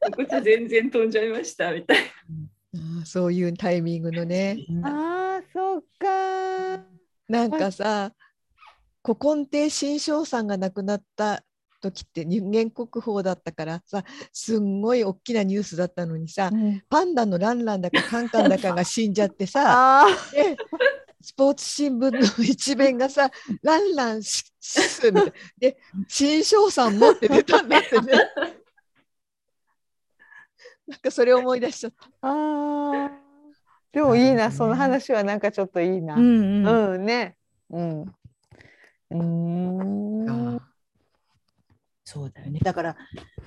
S3: そこじゃ全然飛んじゃいましたみたい
S2: あーそういうタイミングのね。
S4: ああ、そうか。
S2: なんかさ古今亭新章さんが亡くなった時って人間国宝だったからさすんごい大きなニュースだったのにさパンダのランランだかカンカンだかが死んじゃってさ
S5: あ
S2: でスポーツ新聞の一面がさ「ランランしす」みたいなで新章さんもって出たんだって [LAUGHS] ね。なんかそれを思い出しちゃった。
S4: あーでもいいな、その話はなんかちょっといいな。うん、
S5: んうん
S4: ね。うん。うーん。
S1: そうだよね。だから、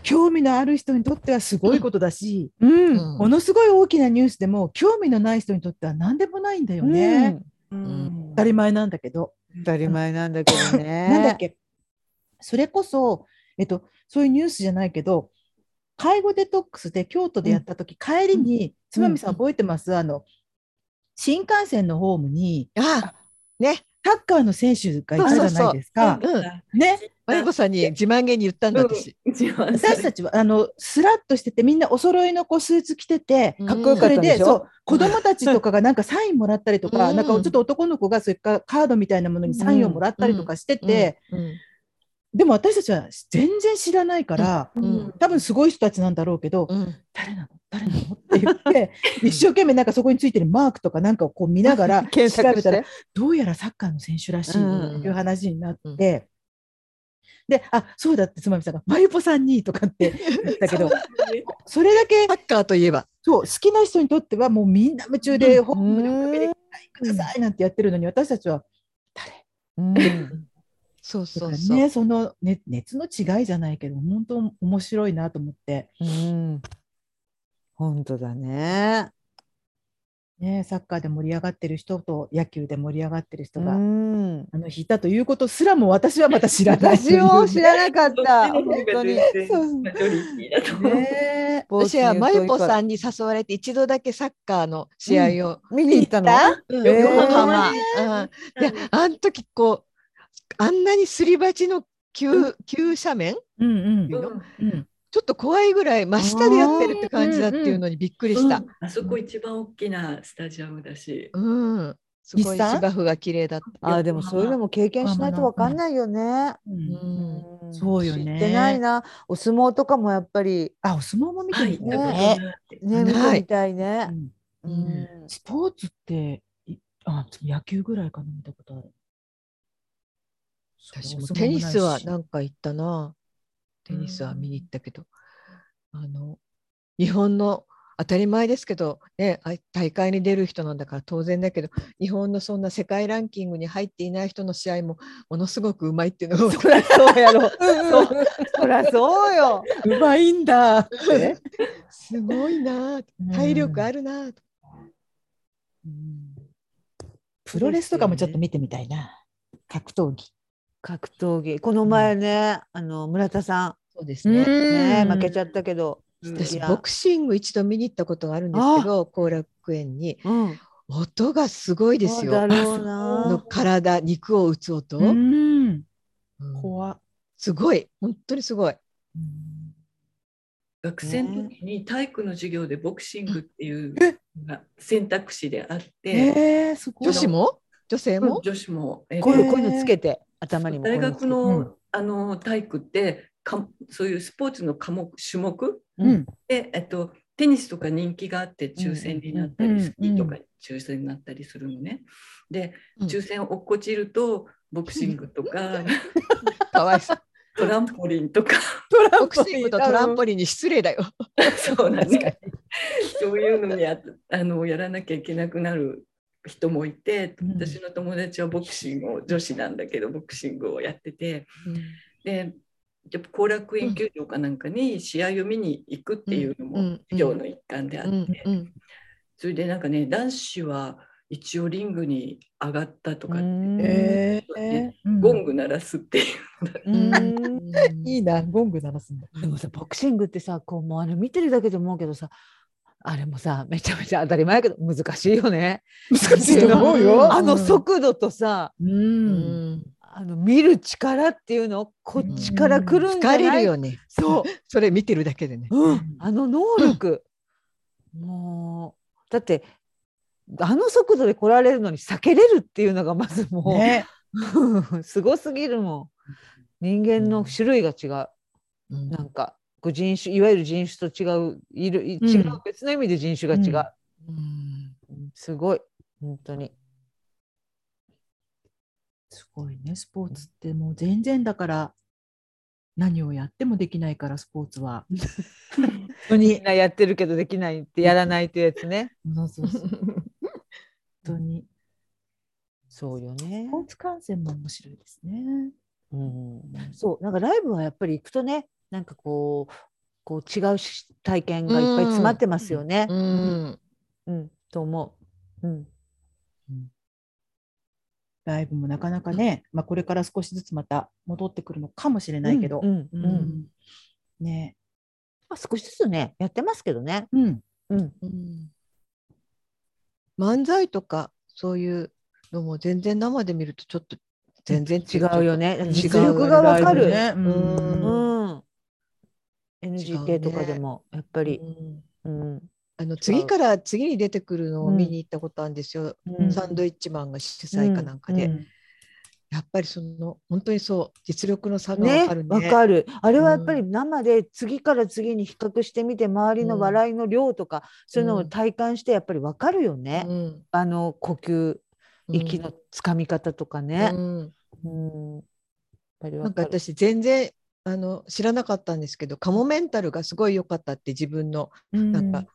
S1: 興味のある人にとってはすごいことだし、
S4: うん
S2: うん
S1: ものすごい大きなニュースでも、興味のない人にとっては何でもないんだよね。
S2: ん
S1: 当たり前なんだけど。
S4: 当たり前なんだけどね。
S1: なんだっけそれこそ、えっと、そういうニュースじゃないけど、介護デトックスで京都でやった時、帰りに、つまみさん覚えてます、あの、新幹線のホームに、
S2: あ
S1: サッカーの選手がいたじゃないですか。
S2: うん
S1: ね。
S2: マリコさんに自慢げに言ったんだ私。
S1: 私たちはあのスラッとしててみんなお揃いのこうスーツ着てて
S2: うん
S4: かっこよかった
S1: それ
S4: で
S1: で
S4: しょ。
S1: そう子供たちとかがなんかサインもらったりとか、
S2: うん
S1: なんかちょっと男の子がそれからカードみたいなものにサインをもらったりとかしてて、
S2: うん
S1: でも私たちは全然知らないから、
S2: うん
S1: 多分すごい人たちなんだろうけど、
S2: うん
S1: 誰なの誰なのって言って一生懸命なんかそこについてるマークとかなんかをこう見ながら
S4: 検索
S1: 調べ
S4: した
S1: ら
S4: て。
S1: どうやらサッカーの選手らしいと
S4: うん
S1: いう話になって、で、あそうだってつまみさんが、まゆぽさんにとかって言ったけど、それだけ
S2: サッカーといえば。
S1: そう好きな人にとっては、もうみんな夢中で、ホームで追っかけてく
S2: うん
S1: ださいなんてやってるのに、私たちは、誰
S4: うん
S2: そう
S1: と
S2: そ
S1: か
S2: うそう。
S1: ね、その、ね、熱の違いじゃないけど、本当面白いなと思って、
S4: うん。本当だね。
S1: ね、サッカーで盛り上がってる人と、野球で盛り上がってる人
S4: う
S1: が、
S4: ん。
S1: あの、引いたということすらも、私はまた知らないという
S4: 私
S1: ね。
S4: も知らなかった。本当に。
S1: ね
S2: 私はまゆぽさ
S4: ん
S2: んに誘われて一度だけサッカーの試合を
S4: 見に行ったの。
S2: うん
S4: えー
S2: 横浜、うん、であの時こうあんなにすり鉢の急急斜面
S1: うんうんうん
S2: ちょっと怖いぐらい真下でやってるって感じだっていうのにびっくりした。
S3: あそこ一番大きなスタジアムだし。
S2: うん、すご
S1: 日
S2: い
S1: 産
S2: 芝生が綺麗だった。
S4: あーでもそういうのも経験しないとわかんないよね。
S1: うん
S2: う。ん
S4: うん
S1: そうよね
S4: 知ってないな。お相撲とかもやっぱり
S1: あ、お相撲も見て
S3: は
S1: み
S3: い、
S1: た
S3: だ
S1: いね
S3: から
S4: ねね見
S2: ない
S4: てみたいうね。
S1: ん
S4: う
S2: うん
S4: ん
S1: スポーツって、いあ、野球ぐらいかな見たことある。
S2: 私
S1: それ
S2: も
S1: お相撲
S2: テニスは
S1: ないし
S2: なんか行ったな。テニスは見に行ったけど、あの日本の当たり前ですけど、ね、あ大会に出る人なんだから当然だけど日本のそんな世界ランキングに入っていない人の試合もものすごくうまいっていうのが分か
S4: そ
S2: る
S4: りゃそうやろ。そうそりゃそうよ。
S1: うまいんだって。
S2: すごいなあ体力あるなあと
S1: うんプロレスとかもちょっと見てみたいな。格闘技。
S4: 格闘技この前ね、あの村田さ
S2: そうです
S4: ん、
S2: ね、
S4: ね
S1: うん
S4: 負けちゃったけど、
S2: 私
S4: いや
S2: ボクシング一度見に行ったことがあるんですけど後楽園に
S4: うん、
S2: 音がすごいです
S4: そ
S2: よ
S4: うだろう
S2: あの
S4: な。
S2: 体肉を打つ音、
S1: ん。
S2: うん
S1: 怖っ
S2: すごい本当にすごい
S1: うん
S3: 学生の時に体育の授業でボクシングっていうのが選択肢であって、
S1: えー、すごい。
S2: 女子も女性も、
S3: 女子も、えっと
S4: こういうこういうのつけて頭にもこうい
S3: 大
S4: うつ
S3: 学
S4: けて
S3: の,、
S1: うん
S3: あの体育ってかそういうスポーツの科目種目
S1: うん。
S3: で、えっと、テニスとか人気があって抽選になったり、
S1: うんうん
S3: スキーとか抽選になったりするのね。で
S2: うん
S3: 抽選を落っこちるとボクシングとか
S2: かわいそう。
S3: トランポリン
S2: [LAUGHS]
S3: とか
S2: ボクシングとトランポリンに失礼だよ。
S3: そうなんですそういうのにああのやらなきゃいけなくなる人もいて
S1: うん
S3: 私の友達はボクシングを女子なんだけどボクシングをやってて。でやっぱ後楽園球場かなんかに試合を見に行くっていうの
S2: うんう
S3: も
S2: ん
S3: 授業の一環であっ
S2: う
S3: て、
S2: んうん
S3: それでなんかね男子は一応リングに上がったとかって言って
S1: [LAUGHS] え
S3: ね
S1: ー。
S3: ゴング鳴らすっていう
S4: うん
S1: うんいいな、ゴング鳴らすんだ。
S4: でもさボクシングってさこうもうあれ見てるだけで思うけどさあれもさめちゃめちゃ当たり前やけど難しいよね。
S1: 難
S4: しいと
S2: 思うよ
S4: あの速度とさ
S1: う。
S2: うんん
S4: あの見る力っていうのこっちから来るんじゃな
S2: 疲
S4: い
S2: れるよね。
S4: そう
S2: それ見てるだけでね。
S4: うん、あの能力、もだってあの速度で来られるのに避けれるっていうのがまずもう、
S1: ね、
S4: [LAUGHS] すごすぎるもん人間の種類が違う、
S3: うん
S4: なんかこう人種いわゆる人種と違ういるい違う、
S2: うん
S4: 別の意味で人種が違う、
S3: うん
S4: うんすごい本当に
S1: すごいね、スポーツってもう全然だから、何をやってもできないから、スポーツは。本当
S4: み
S1: に
S4: ん、なやってるけどできないってやらないってやつね
S1: そうそう [LAUGHS] そう本当に。
S4: そうよね
S1: スポーツ観戦も面白いですね。
S4: うん、そうなんかライブはやっぱり行くとねなんかこうこう違うし体験がいっぱい詰まってますよね。
S2: うん
S4: うんと思う。うん、
S1: ライブもなかなかね、まあ、これから少しずつまた戻ってくるのかもしれないけど。
S4: うんうん
S1: うんね
S4: まあ、少しずつねやってますけどね。
S1: うん、
S4: うん、
S2: うん [LAUGHS] 漫才とかそういうのも全然生で見るとちょっと全然違
S4: 違
S2: う
S4: う
S2: よ
S4: よ
S2: ね。
S4: ね
S2: 違う
S4: 実力がわかる。
S1: ライブねうん
S4: う
S2: うん
S4: ん、
S2: 違う
S4: NGK
S2: ね
S4: とかでもやっぱり、うん
S2: あの次から次に出てくるのを見に行ったことあるんですよ、
S4: うん
S2: サンドイッチマンが主催かなんかで、やっぱりその本当にそう実力の差が
S4: ね
S2: 分かるね。
S4: わかるあれはやっぱり生で次から次に比較してみて周りの笑いの量とか、そういうのを体感してやっぱりわかるよね、
S2: うん
S4: あの呼吸息のつかみ方とかね
S2: う。ん
S4: うんやっぱりわ
S2: なんか
S4: かる
S2: 私全然あの知らなかったんですけどカモメンタルがすごい良かったって自分の
S1: な
S2: なんか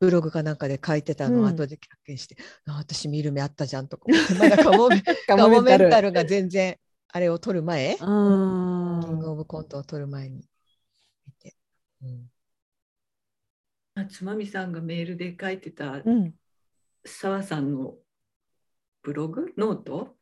S2: ブログかなんかで書いてたの
S4: うん
S2: を後で発見して、あ私見る目あったじゃんとか思ってまだカモメ [LAUGHS] カモメンタルが全然あれを撮る前
S4: う
S2: キング
S4: ん
S2: オブコントを撮る前に見て、うん
S3: [LAUGHS] あつまみさんがメールで書いてた
S4: うん
S3: 澤さんのブログノート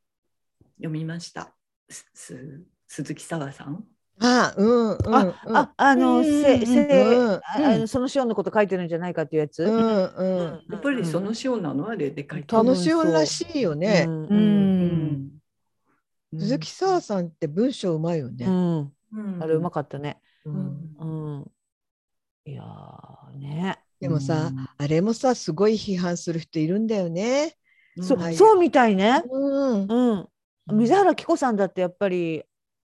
S3: 読みました。すす鈴木澤さん。
S2: あうんうんうん
S4: ああの、
S1: うん
S4: せ
S2: う
S4: せ
S2: ん
S4: ああのそのシオンのこと書いてるんじゃないかっていうやつ、
S2: う
S4: うん
S2: んうん
S3: やっぱりその仕様なのあれで書いて
S4: 多
S3: ある
S4: 分
S2: 楽しいらしいよね、
S4: うん
S1: うん、
S3: うん
S2: 鈴木沙さんって文章うまいよね、
S4: うん
S3: うん
S4: あれうまかったね、
S3: うん
S4: うん、いやーね
S2: でもさ、あれもさすごい批判する人いるんだよね
S4: そ,、う
S2: はい
S4: そうみたいね、
S2: うん
S4: うん、水原希子さんだってやっぱり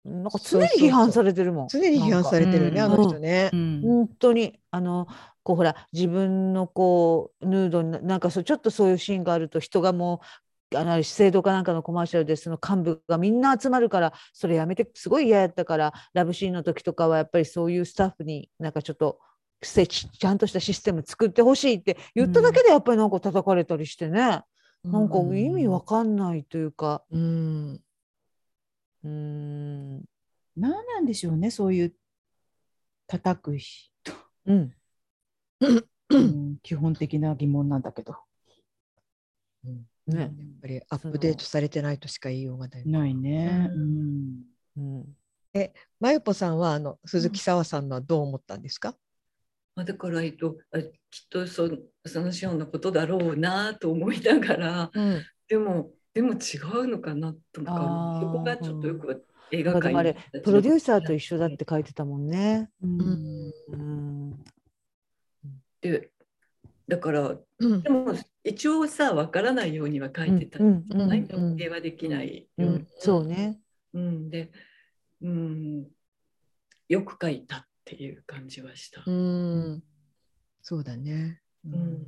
S4: なんか常に批判されてるもん
S2: 常に批判されてるよね
S1: な
S2: あ
S1: んか
S2: の人ね
S1: う、ん
S4: 本当にあのこうほら自分のこうヌードにななんかそうちょっとそういうシーンがあると人がもうあの資生堂かなんかのコマーシャルでその幹部がみんな集まるからそれやめてすごい嫌やったからラブシーンの時とかはやっぱりそういうスタッフになんかちょっとせちちゃんとしたシステム作ってほしいって言っただけでやっぱりなんか叩かれたりしてね、なんか意味わかんないというか
S2: うん
S4: うーん
S1: 何なんでしょうね、そういう叩く [CLEARS THROAT] 人、
S4: うん
S1: うん基本的な疑問なんだけど。
S4: ね
S2: やっぱりアップデートされてないとしか言いようがない。
S1: ないね。うん
S4: うん
S2: まゆぽさんはあの鈴木沙和さんのはどう思ったんですか？
S3: まあだからえっとあきっとそその仕様のことだろうなと思いながら
S2: うん、
S3: でもでも違うのかなと
S4: あ
S3: か
S4: ー
S3: そこがちょっとよく映
S4: なん
S3: 画
S4: かで
S3: 界
S4: もあれ
S3: の
S4: プロデューサーと一緒だって書いてたもんね。
S2: ん
S4: うん
S3: でだから
S2: うん
S3: でも一応さわからないようには書いてた
S4: う
S3: じ
S4: ん
S3: ゃない、
S2: うんうん
S3: 否定はできないよ
S4: う
S3: うに、
S4: ん、そうね。
S3: うん、で、うん、よく書いたっていう感じはした。
S2: うん、そうだね。う
S3: うん、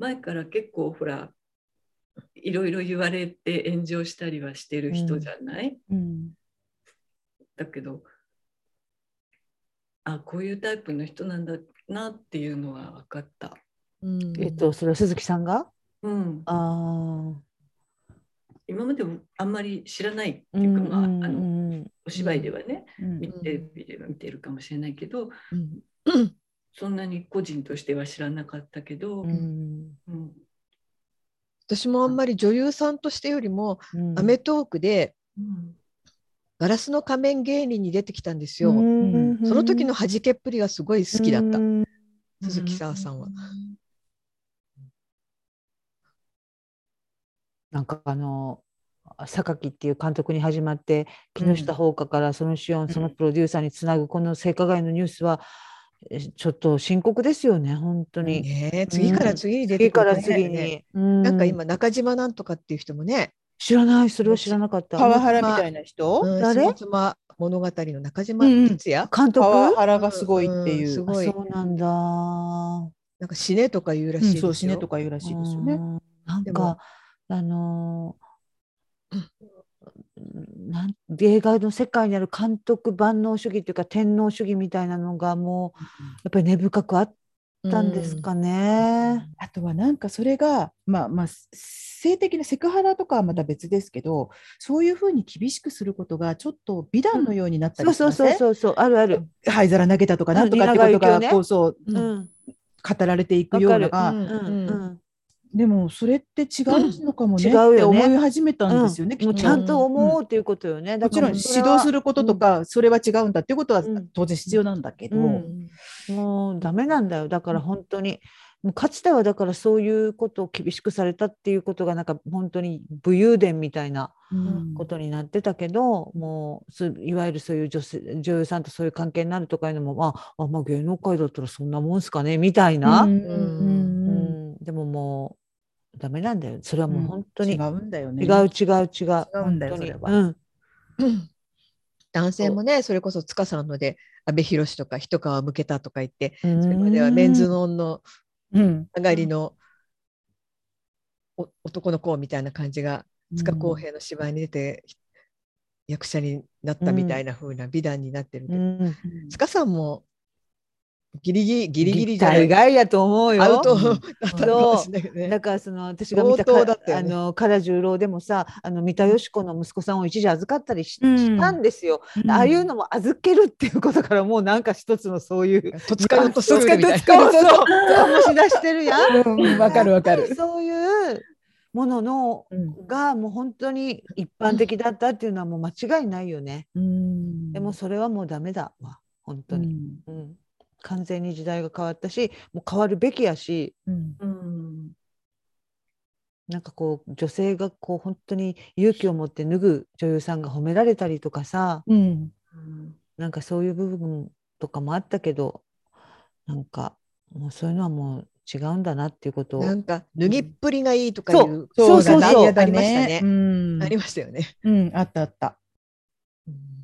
S3: 前から結構ほらいろいろ言われて炎上したりはしてる人じゃない、
S1: うん
S3: だけどあこういうタイプの人なんだなっていうのは分かった。
S2: うん
S4: えっと、それは鈴木さんが。
S3: うん、
S4: ああ。
S3: 今までもあんまり知らないって
S4: う
S3: い
S4: ん
S3: う
S4: う
S3: か、まあ、あ
S4: んう
S3: の
S4: ん
S3: お芝居ではね、
S1: うん
S3: 見て見て見てるかもしれないけど
S2: うん
S3: そんなに個人としては知らなかったけど、
S4: うん
S3: うん
S2: 私もあんまり女優さんとしてよりも、
S4: うん
S2: アメトークで
S3: うん
S2: ガラスの仮面芸人に出てきたんですよ。
S4: うん
S2: その時の弾けっぷりがすごい好きだった。
S4: うん
S2: 鈴木沙和さんは。
S4: なんかあの榊っていう監督に始まって木下ほうかからそのシオンそのプロデューサーにつなぐこの性加害のニュースはちょっと深刻ですよね、本当に。
S2: ねえ次から次に出て
S4: 次
S2: く
S4: か
S2: る
S4: ら
S2: ね
S4: 次に。うん
S2: なんか今中島なんとかっていう人もね、
S4: 知らない、それは知らなかった。
S1: パワハラみたいな人、
S2: うん、
S4: 誰
S2: 下妻物語の中島
S1: うんうん
S2: 哲也、
S4: 監督
S1: パワ
S4: あ
S1: ハラがすごいっていうう。
S2: んすごい
S4: そうなんだ。
S2: なんか死ねとか言うら
S1: う
S2: しい
S1: ん
S2: ですよ。
S1: そう死ねとか言うらしいですよ
S4: う
S1: ね。
S4: んなん
S2: でも
S4: か、あのーなん映画の世界にある監督万能主義というか天皇主義みたいなのがもうやっぱり根深くあったんですかね。
S1: あとはなんかそれが、まあまあ、性的なセクハラとかはまた別ですけど、そういうふうに厳しくすることがちょっと美談のようになった
S4: そ
S1: り
S4: う
S1: し
S4: そう
S1: ません
S4: そうそうそうあるある。
S1: 灰皿投げたとかなんとかって
S4: う
S1: こ
S4: ん
S1: と
S4: 蜷川幸
S1: が
S4: 雄ね
S1: こうそう
S2: うん。
S4: う
S2: うん
S4: ん
S1: 語られていくような
S4: わか
S2: るうん
S4: うんうん
S1: でもそれって違うのかもね
S4: うん違うよ
S1: っ
S4: ね
S1: て思い始めたんですよね、きっ
S4: も
S1: と
S4: うちゃんと思おうということよね。だ
S1: も
S4: か
S1: ち
S4: ら
S1: ろん
S4: もう
S1: 指
S4: それは
S1: 導することとかそれは違うんだっていうことは
S4: うん
S1: 当然必要なんだけど、
S4: う
S2: うん
S4: もうダメなんだよだから本当に、もうかつてはだからそういうことを厳しくされたっていうことがなんか本当に武勇伝みたいな
S1: うん
S4: ことになってたけど、もうすいわゆるそういう女性女優さんとそういう関係になるとかいうのも、まあ、あまあ芸能界だったらそんなもんすかねみたいな、
S1: うん
S4: う
S1: うん
S4: んでももうダメなんだよそれはもう本当
S1: 違
S4: に、
S1: うんだよね
S4: 違う違う違う
S1: 違うんだよ
S4: 本当に
S1: それは
S4: うん
S2: うん男性もねそれこそ塚さんので阿部寛とか一皮むけたとか言ってそれまではメンズノンの
S1: うん
S2: 上がりのお男の子みたいな感じが塚公平の芝居に出て役者になったみたいな風な美談になってるけ
S4: う
S2: ど、
S4: ん
S2: 塚さんもギリギリギリギリじゃな
S4: 大
S2: い
S4: 概やと思うよ
S2: アウトだったのかもしれないけどね
S4: だ。からその私が見た
S2: 相当
S4: か
S2: だったよ
S4: あ
S2: ね
S4: の唐十郎でもさあの三田佳子の息子さんを一時預かったりし,、
S1: うん
S4: たんですよ、
S1: うん
S4: ああいうのも預けるっていうことからもうなんか一つのそういう。
S2: とつかんとすぐみ
S4: そ
S2: た
S4: う
S2: いな。
S4: そうそう醸し出してるや
S1: [LAUGHS]
S4: ん。
S5: うんわかるわか
S4: やっぱり
S5: る。
S4: そういうもののがもう本当に一般的だったっていうのはもう間違いないよね。
S1: うん
S4: でもそれはもうダメだわ本当に、うん完全に時代が変わったしもう変わるべきやし。
S1: うん
S3: うん
S4: なんかこう女性がこう本当に勇気を持って脱ぐ女優さんが褒められたりとかさ
S1: うん
S3: うん
S4: なんかそういう部分とかもあったけどなんかもうそういうのはもう違うんだなっていうことを
S2: なんか脱ぎっぷりがいいとか
S4: そ
S2: いう
S4: うそう
S2: が
S4: そう
S2: な
S4: そう
S2: ありましたね
S1: う。ん
S2: ありましたよね。
S1: うんあったあった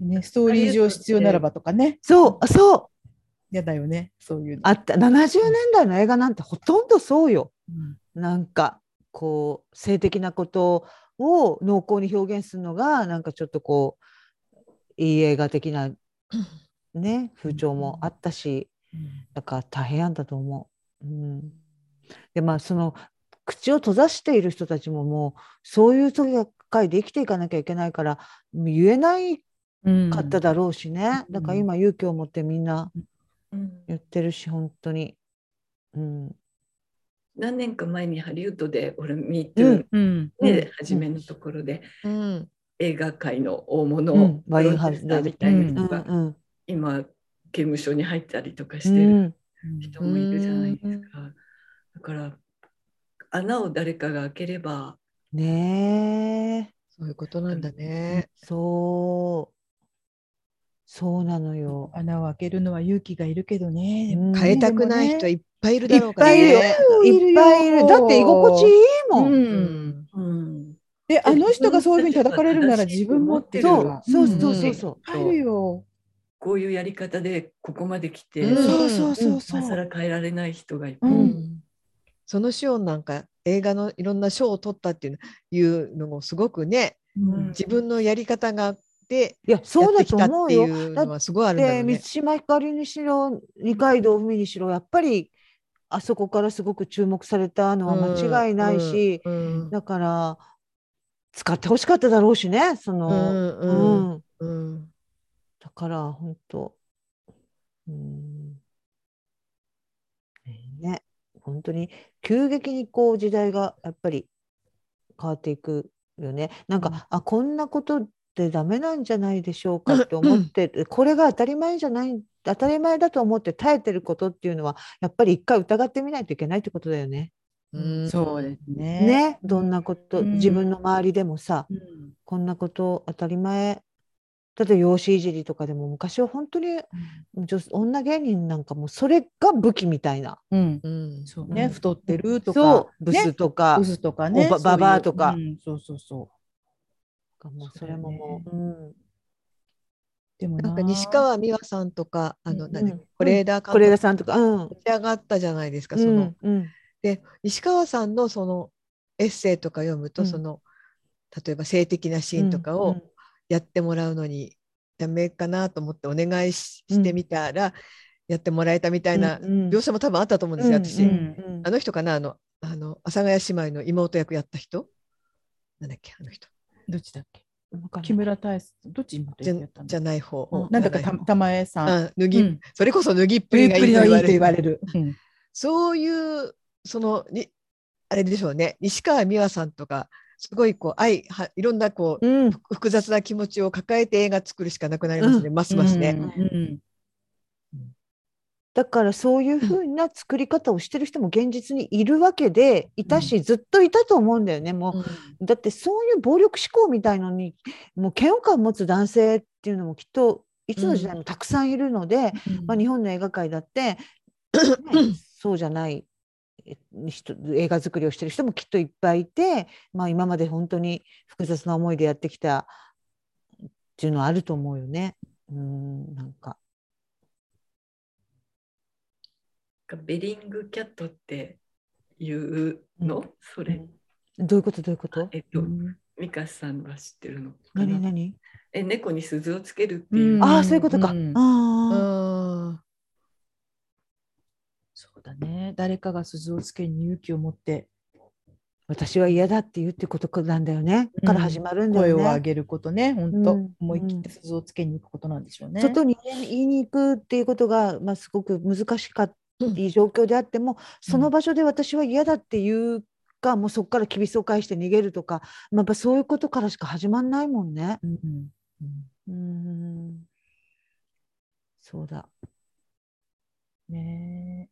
S1: ねストーリー上必要ならばとかね
S4: そうあそう
S1: 嫌だよねそういうの
S4: あった70年代の映画なんてほとんどそうよ
S1: うん
S4: なんかこう性的なことを濃厚に表現するのがなんかちょっとこういい映画的なね風潮もあったし。だから大変やんだと思う。うん、でまあその口を閉ざしている人たちももうそういう世界で生きていかなきゃいけないからもう言えない
S1: うん
S4: かっただろうしね、
S1: うん
S4: だから今勇気を持ってみんな
S3: うん
S4: 言ってるし本当に。うん、
S3: 何年か前にハリウッドで俺「MeToo
S4: うん」
S1: うん
S3: ね、
S4: うん
S3: 初めのところで
S2: うん。
S3: 映画界の大物
S4: う
S3: を
S4: んワインハウス
S3: プロデューサーみたいな
S4: う
S3: 人
S4: ん
S3: が
S4: うん
S3: 今刑務所に入ったりとか
S4: う
S3: してる
S4: ん
S3: 人もいるじゃないですか。だから穴を誰かが開ければ
S4: ねえ
S2: そういうことなんだね。
S4: そうそうなのよ。
S1: 穴を開けるのは勇気がいるけどね。
S4: うん
S2: 変えたくない人いっぱいいるだろう
S4: いっぱいいるよ
S2: ね。
S4: いっぱいいるだって居心地いいもん。
S1: うん
S3: うん
S1: で、あの人がそういうふうに叩かれるなら
S3: 自
S1: 自
S3: 分
S1: 分も
S3: の
S1: って
S3: 立場
S1: のがう
S4: そうそう
S1: ん
S4: そうそうそう。
S1: 入るよ。
S3: こういうやり方でここまで来て、
S2: うん
S1: そうそうそうそ
S3: 今
S1: う。
S3: 更変えられない人がいっぱ
S1: う
S3: い、
S1: ん
S2: そのシオンなんか映画のいろんな賞を取ったっていういうのもすごくね
S3: うん
S2: 自分のやり方があって
S4: いや
S2: や
S4: そう
S2: って
S4: だ
S2: き
S4: と
S2: たっ
S4: 思う
S2: てい
S4: よ。
S2: うのはすごいあるんだろ
S4: で
S2: う
S4: 満
S2: ね。
S4: 島ひかりにしろ二階堂ふみにしろやっぱりあそこからすごく注目されたのは間違いないし、
S2: うん
S4: だから使ってほしかっただろうしねそうの、
S2: ん
S4: う
S2: うん
S4: ん
S2: うん
S4: だから本当うんね本当に急激にこう時代がやっぱり変わっていくよねなんか、あこんなことってダメなんじゃないでしょうかって思ってるこれが当たり前じゃない当たり前だと思って耐えてることっていうのはやっぱり一回疑ってみないといけないってことだよね。
S2: うん
S1: そうですね。
S4: ねどんなこと、
S1: うん
S4: 自分の周りでもさ
S1: うん。
S4: こんなこと当たり前例えば養子いじりとかでも昔は本当に女女芸人なんかもうそれが武器みたいな。
S1: うん
S2: うん
S1: そう
S4: う
S1: ね、
S4: ん
S1: 太ってるとか
S4: そ、うブスとか、
S1: ブスとかね、
S4: おば
S1: そういう
S4: ババアとか
S1: うんそうそうそう。
S4: もうそれももう、うん
S1: でも
S2: なんか西川美和さんとかあの、
S1: うん
S2: 何
S4: うん
S2: 是枝監
S4: 是枝
S2: 督
S4: さんとか、うん、
S2: 立ち上がったじゃないですか、
S4: う
S2: その、
S4: んうん
S2: で西川さんのそのエッセイとか読むと、
S4: うん
S2: その例えば性的なシーンとかをやってもらうのにダメかなと思ってお願いし
S4: うん
S2: してみたら、やってもらえたみたいな
S4: うん
S2: 描写も多分あったと思うんですよ、私、
S4: うん
S1: うん
S2: あの人かなあのあの阿佐ヶ谷姉妹の妹役やった人なんだっけあの人
S1: どっちだっけ
S4: うんわかんない
S1: 木村太一、どっち今
S2: じゃ
S1: やったん
S2: じゃ
S1: だ
S2: ない方、
S1: うんなんだか
S2: じゃ
S1: た
S2: ない方
S1: 玉江さん。
S2: あ脱ぎ、
S1: うん
S2: それこそ脱ぎっぷ
S1: プリ
S2: り
S1: プ
S2: が
S1: リ
S2: いい
S1: の
S2: と
S1: い
S2: 言
S1: い
S2: わ
S1: と言われ
S2: れる
S1: る。うん
S2: そういうそのにあれでしょうね西川美和さんとかすごいこう愛はいろんなこう
S4: うん
S2: 複雑な気持ちを抱えて映画作るしかなくなりますね、ますますね。
S1: うん
S4: だからそういうふうな作り方をしてる人も現実にいるわけでいたし、ずっといたと思うんだよねもう、だってそういう暴力志向みたいのにもう嫌悪感を持つ男性っていうのもきっといつの時代もたくさんいるので、
S1: うん
S4: まあ、日本の映画界
S1: [COUGHS]
S4: だって、ねそうじゃないえ人映画作りをしてる人もきっといっぱいいて、まあ、今まで本当に複雑な思いでやってきたっていうのはあると思うよね。うんなんか
S3: なんかベリングキャットっていうの、
S4: う
S3: それ、
S4: どういうことどういうこと
S3: えっと、ミカさんは知ってるのかな
S4: 何何
S3: え猫に鈴をつけるっていう、
S1: うん
S4: ああそういうことか。
S1: うん
S4: ああ
S2: あ
S1: そうだね。誰かが鈴をつけに勇気を持って
S4: 私は嫌だって言うってことなんだよね。
S1: うん
S4: から始まるんだ
S1: 声
S4: よ
S1: を
S4: ね。
S1: 上げることね。本当、
S4: うん
S1: 思い切って鈴をつけに行くことなんでしょうね。
S4: 外に言い言いに行くっていうことが、まあ、すごく難しかった
S2: うん
S4: いい状況であっても、その場所で私は嫌だっていうかもうそこから厳しさを返して逃げるとか、まあ、やっぱそういうことからしか始まんないもんね。
S1: うん
S4: うんそうだ
S1: ね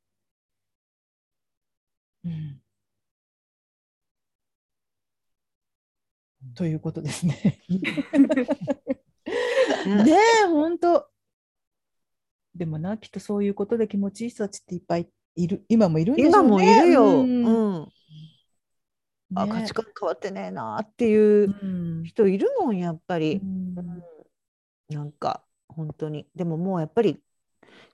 S1: えうんということですね。
S4: ね
S1: ねえ、本当。でもな、きっとそういうことで気持ちいい人たちっていっぱいいる、今もいるんでしょうね。
S4: 今もいるよ、
S1: う
S4: う
S1: ん
S4: んあ
S1: ね
S4: 価値観変わってねえなっていう
S1: うん
S4: 人いるもんやっぱ
S1: う
S4: り。
S1: ん
S4: なんか本当にでももうやっぱり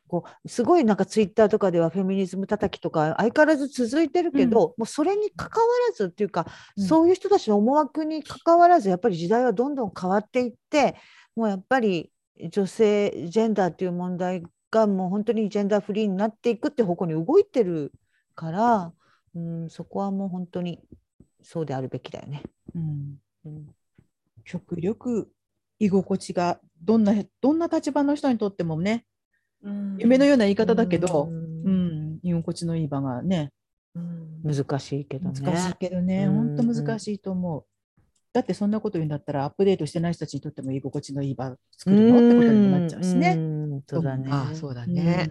S4: こうすごいなんかツイッターとかではフェミニズム叩きとか相変わらず続いてるけど、もうそれに関わらずっていうか、
S1: うん
S4: そういう人たちの思惑に関わらずやっぱり時代はどんどん変わっていってもうやっぱり女性ジェンダーっていう問題がもう本当にジェンダーフリーになっていくって方向に動いてるから、うん、そこはもう本当にそうであるべきだよね。
S1: うん極力居心地がどんなどんな立場の人にとってもね
S3: うん
S1: 夢のような言い方だけど
S4: う、
S1: うんん、居心地のいい場がね
S3: うん
S4: 難しいけど
S1: 難
S4: ね。
S1: しいけどね
S4: うん
S1: 本当難しいと思う。だってそんなこと言うんだったらアップデートしてない人たちにとっても居心地のいい場作るのってことにもなっちゃうし
S4: う
S1: ね。
S4: ん。うんそうだね。
S2: あそうだね、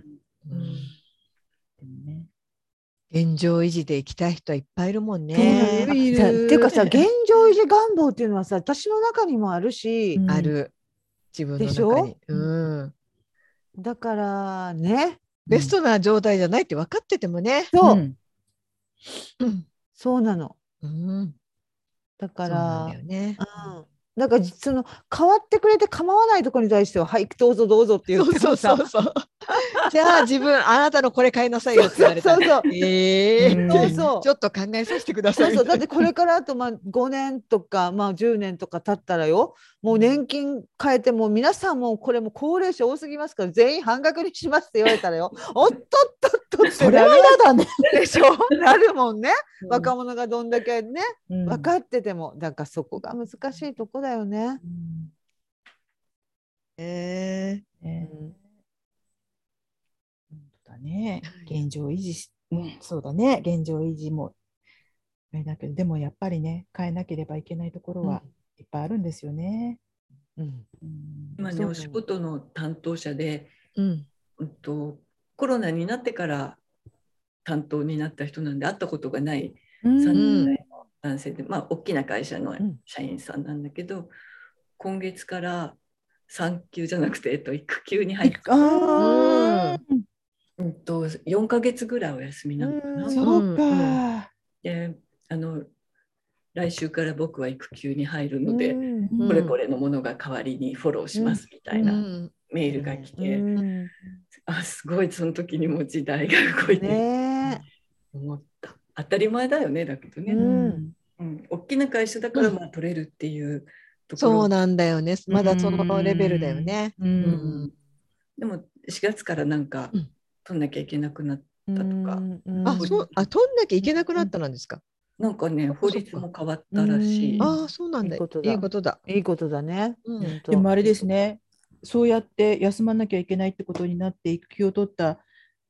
S1: うん。
S2: うん
S1: でもね
S2: 現状維持で行きたい人はいっぱいいるもん
S1: ね
S2: ね。
S1: えい
S4: じゃあ
S1: る
S4: ていうかさ現状維持願望っていうのはさ私の中にもあるし、
S1: うん
S2: ある自分の
S4: でしょ
S2: 中に、うん。
S4: だからね
S2: ベストな状態じゃないって分かっててもね。
S4: そう、
S1: うん
S4: そうなの
S2: うん、
S4: だか
S2: そうなん
S4: ら
S2: だよね。
S4: うんだからその変わってくれて構わないところに対しては「はいどうぞどうぞ」って言って
S2: そ
S4: も
S2: うそ
S4: さ
S2: う [LAUGHS] そうそう。じゃあ自分あなたのこれ買いなさいよって言われたら。
S4: そうそう
S2: ええ
S1: うん
S4: そうそう
S2: ちょっと考えさせてくだ
S4: そ
S2: さ
S4: う
S2: い。
S4: そうだってこれからあとまあ5年とか、まあ、10年とか経ったらよもう年金変えてもう皆さんもうこれもう高齢者多すぎますから全員半額にしますって言われたらよおっとっとっとって
S1: それは嫌だね。
S4: でしょなるもんね若者がどんだけね
S1: うん
S4: 分かっててもだからそこが難しいとこだよね。
S1: うん
S2: え
S1: ね本当だね。現状維持し、うん、そうだね。現状維持も。あれだけど、でもやっぱりね、変えなければいけないところはいっぱいあるんですよね。うん
S3: 今ねお仕事の担当者で、
S2: えうん。
S3: うん、とコロナになってから担当になった人なんで会ったことがない30代の男性で、まあ大きな会社の社員さんなんだけど、今月から産休じゃなくて、えっと、育休に入って、
S1: ああ、
S3: うんと、4ヶ月ぐらいお休みなのかな。
S4: うん
S1: そうか。
S3: であの来週から僕は育休に入るので、
S4: うん
S2: うん
S3: これこれのものが代わりにフォローしますみたいなメールが来て、
S4: うん
S3: あすごいその時にもう時代が動いてると
S4: ね
S3: 思った、当たり前だよねだけど
S4: え
S3: ね、
S4: う
S3: うん
S4: ん
S3: 大きな会社だからまあ取れるっていうところ、
S2: そうなんだよね。まだそのレベルだよね。
S1: う。
S3: うんんでも4月からなんか
S2: うん
S3: 取んなきゃいけなくなって。だとか
S4: うん
S2: あ、そう、あ、取んなきゃいけなくなったなんですか。
S3: なんかね法律も変わったらしい。
S4: うん
S2: ああ、そうなんだ。い
S4: いいことだ
S2: いことだ。
S4: いいことだね。
S2: うん
S4: 本当
S1: でもあれですね、そうやって休まなきゃいけないってことになって、育休を取った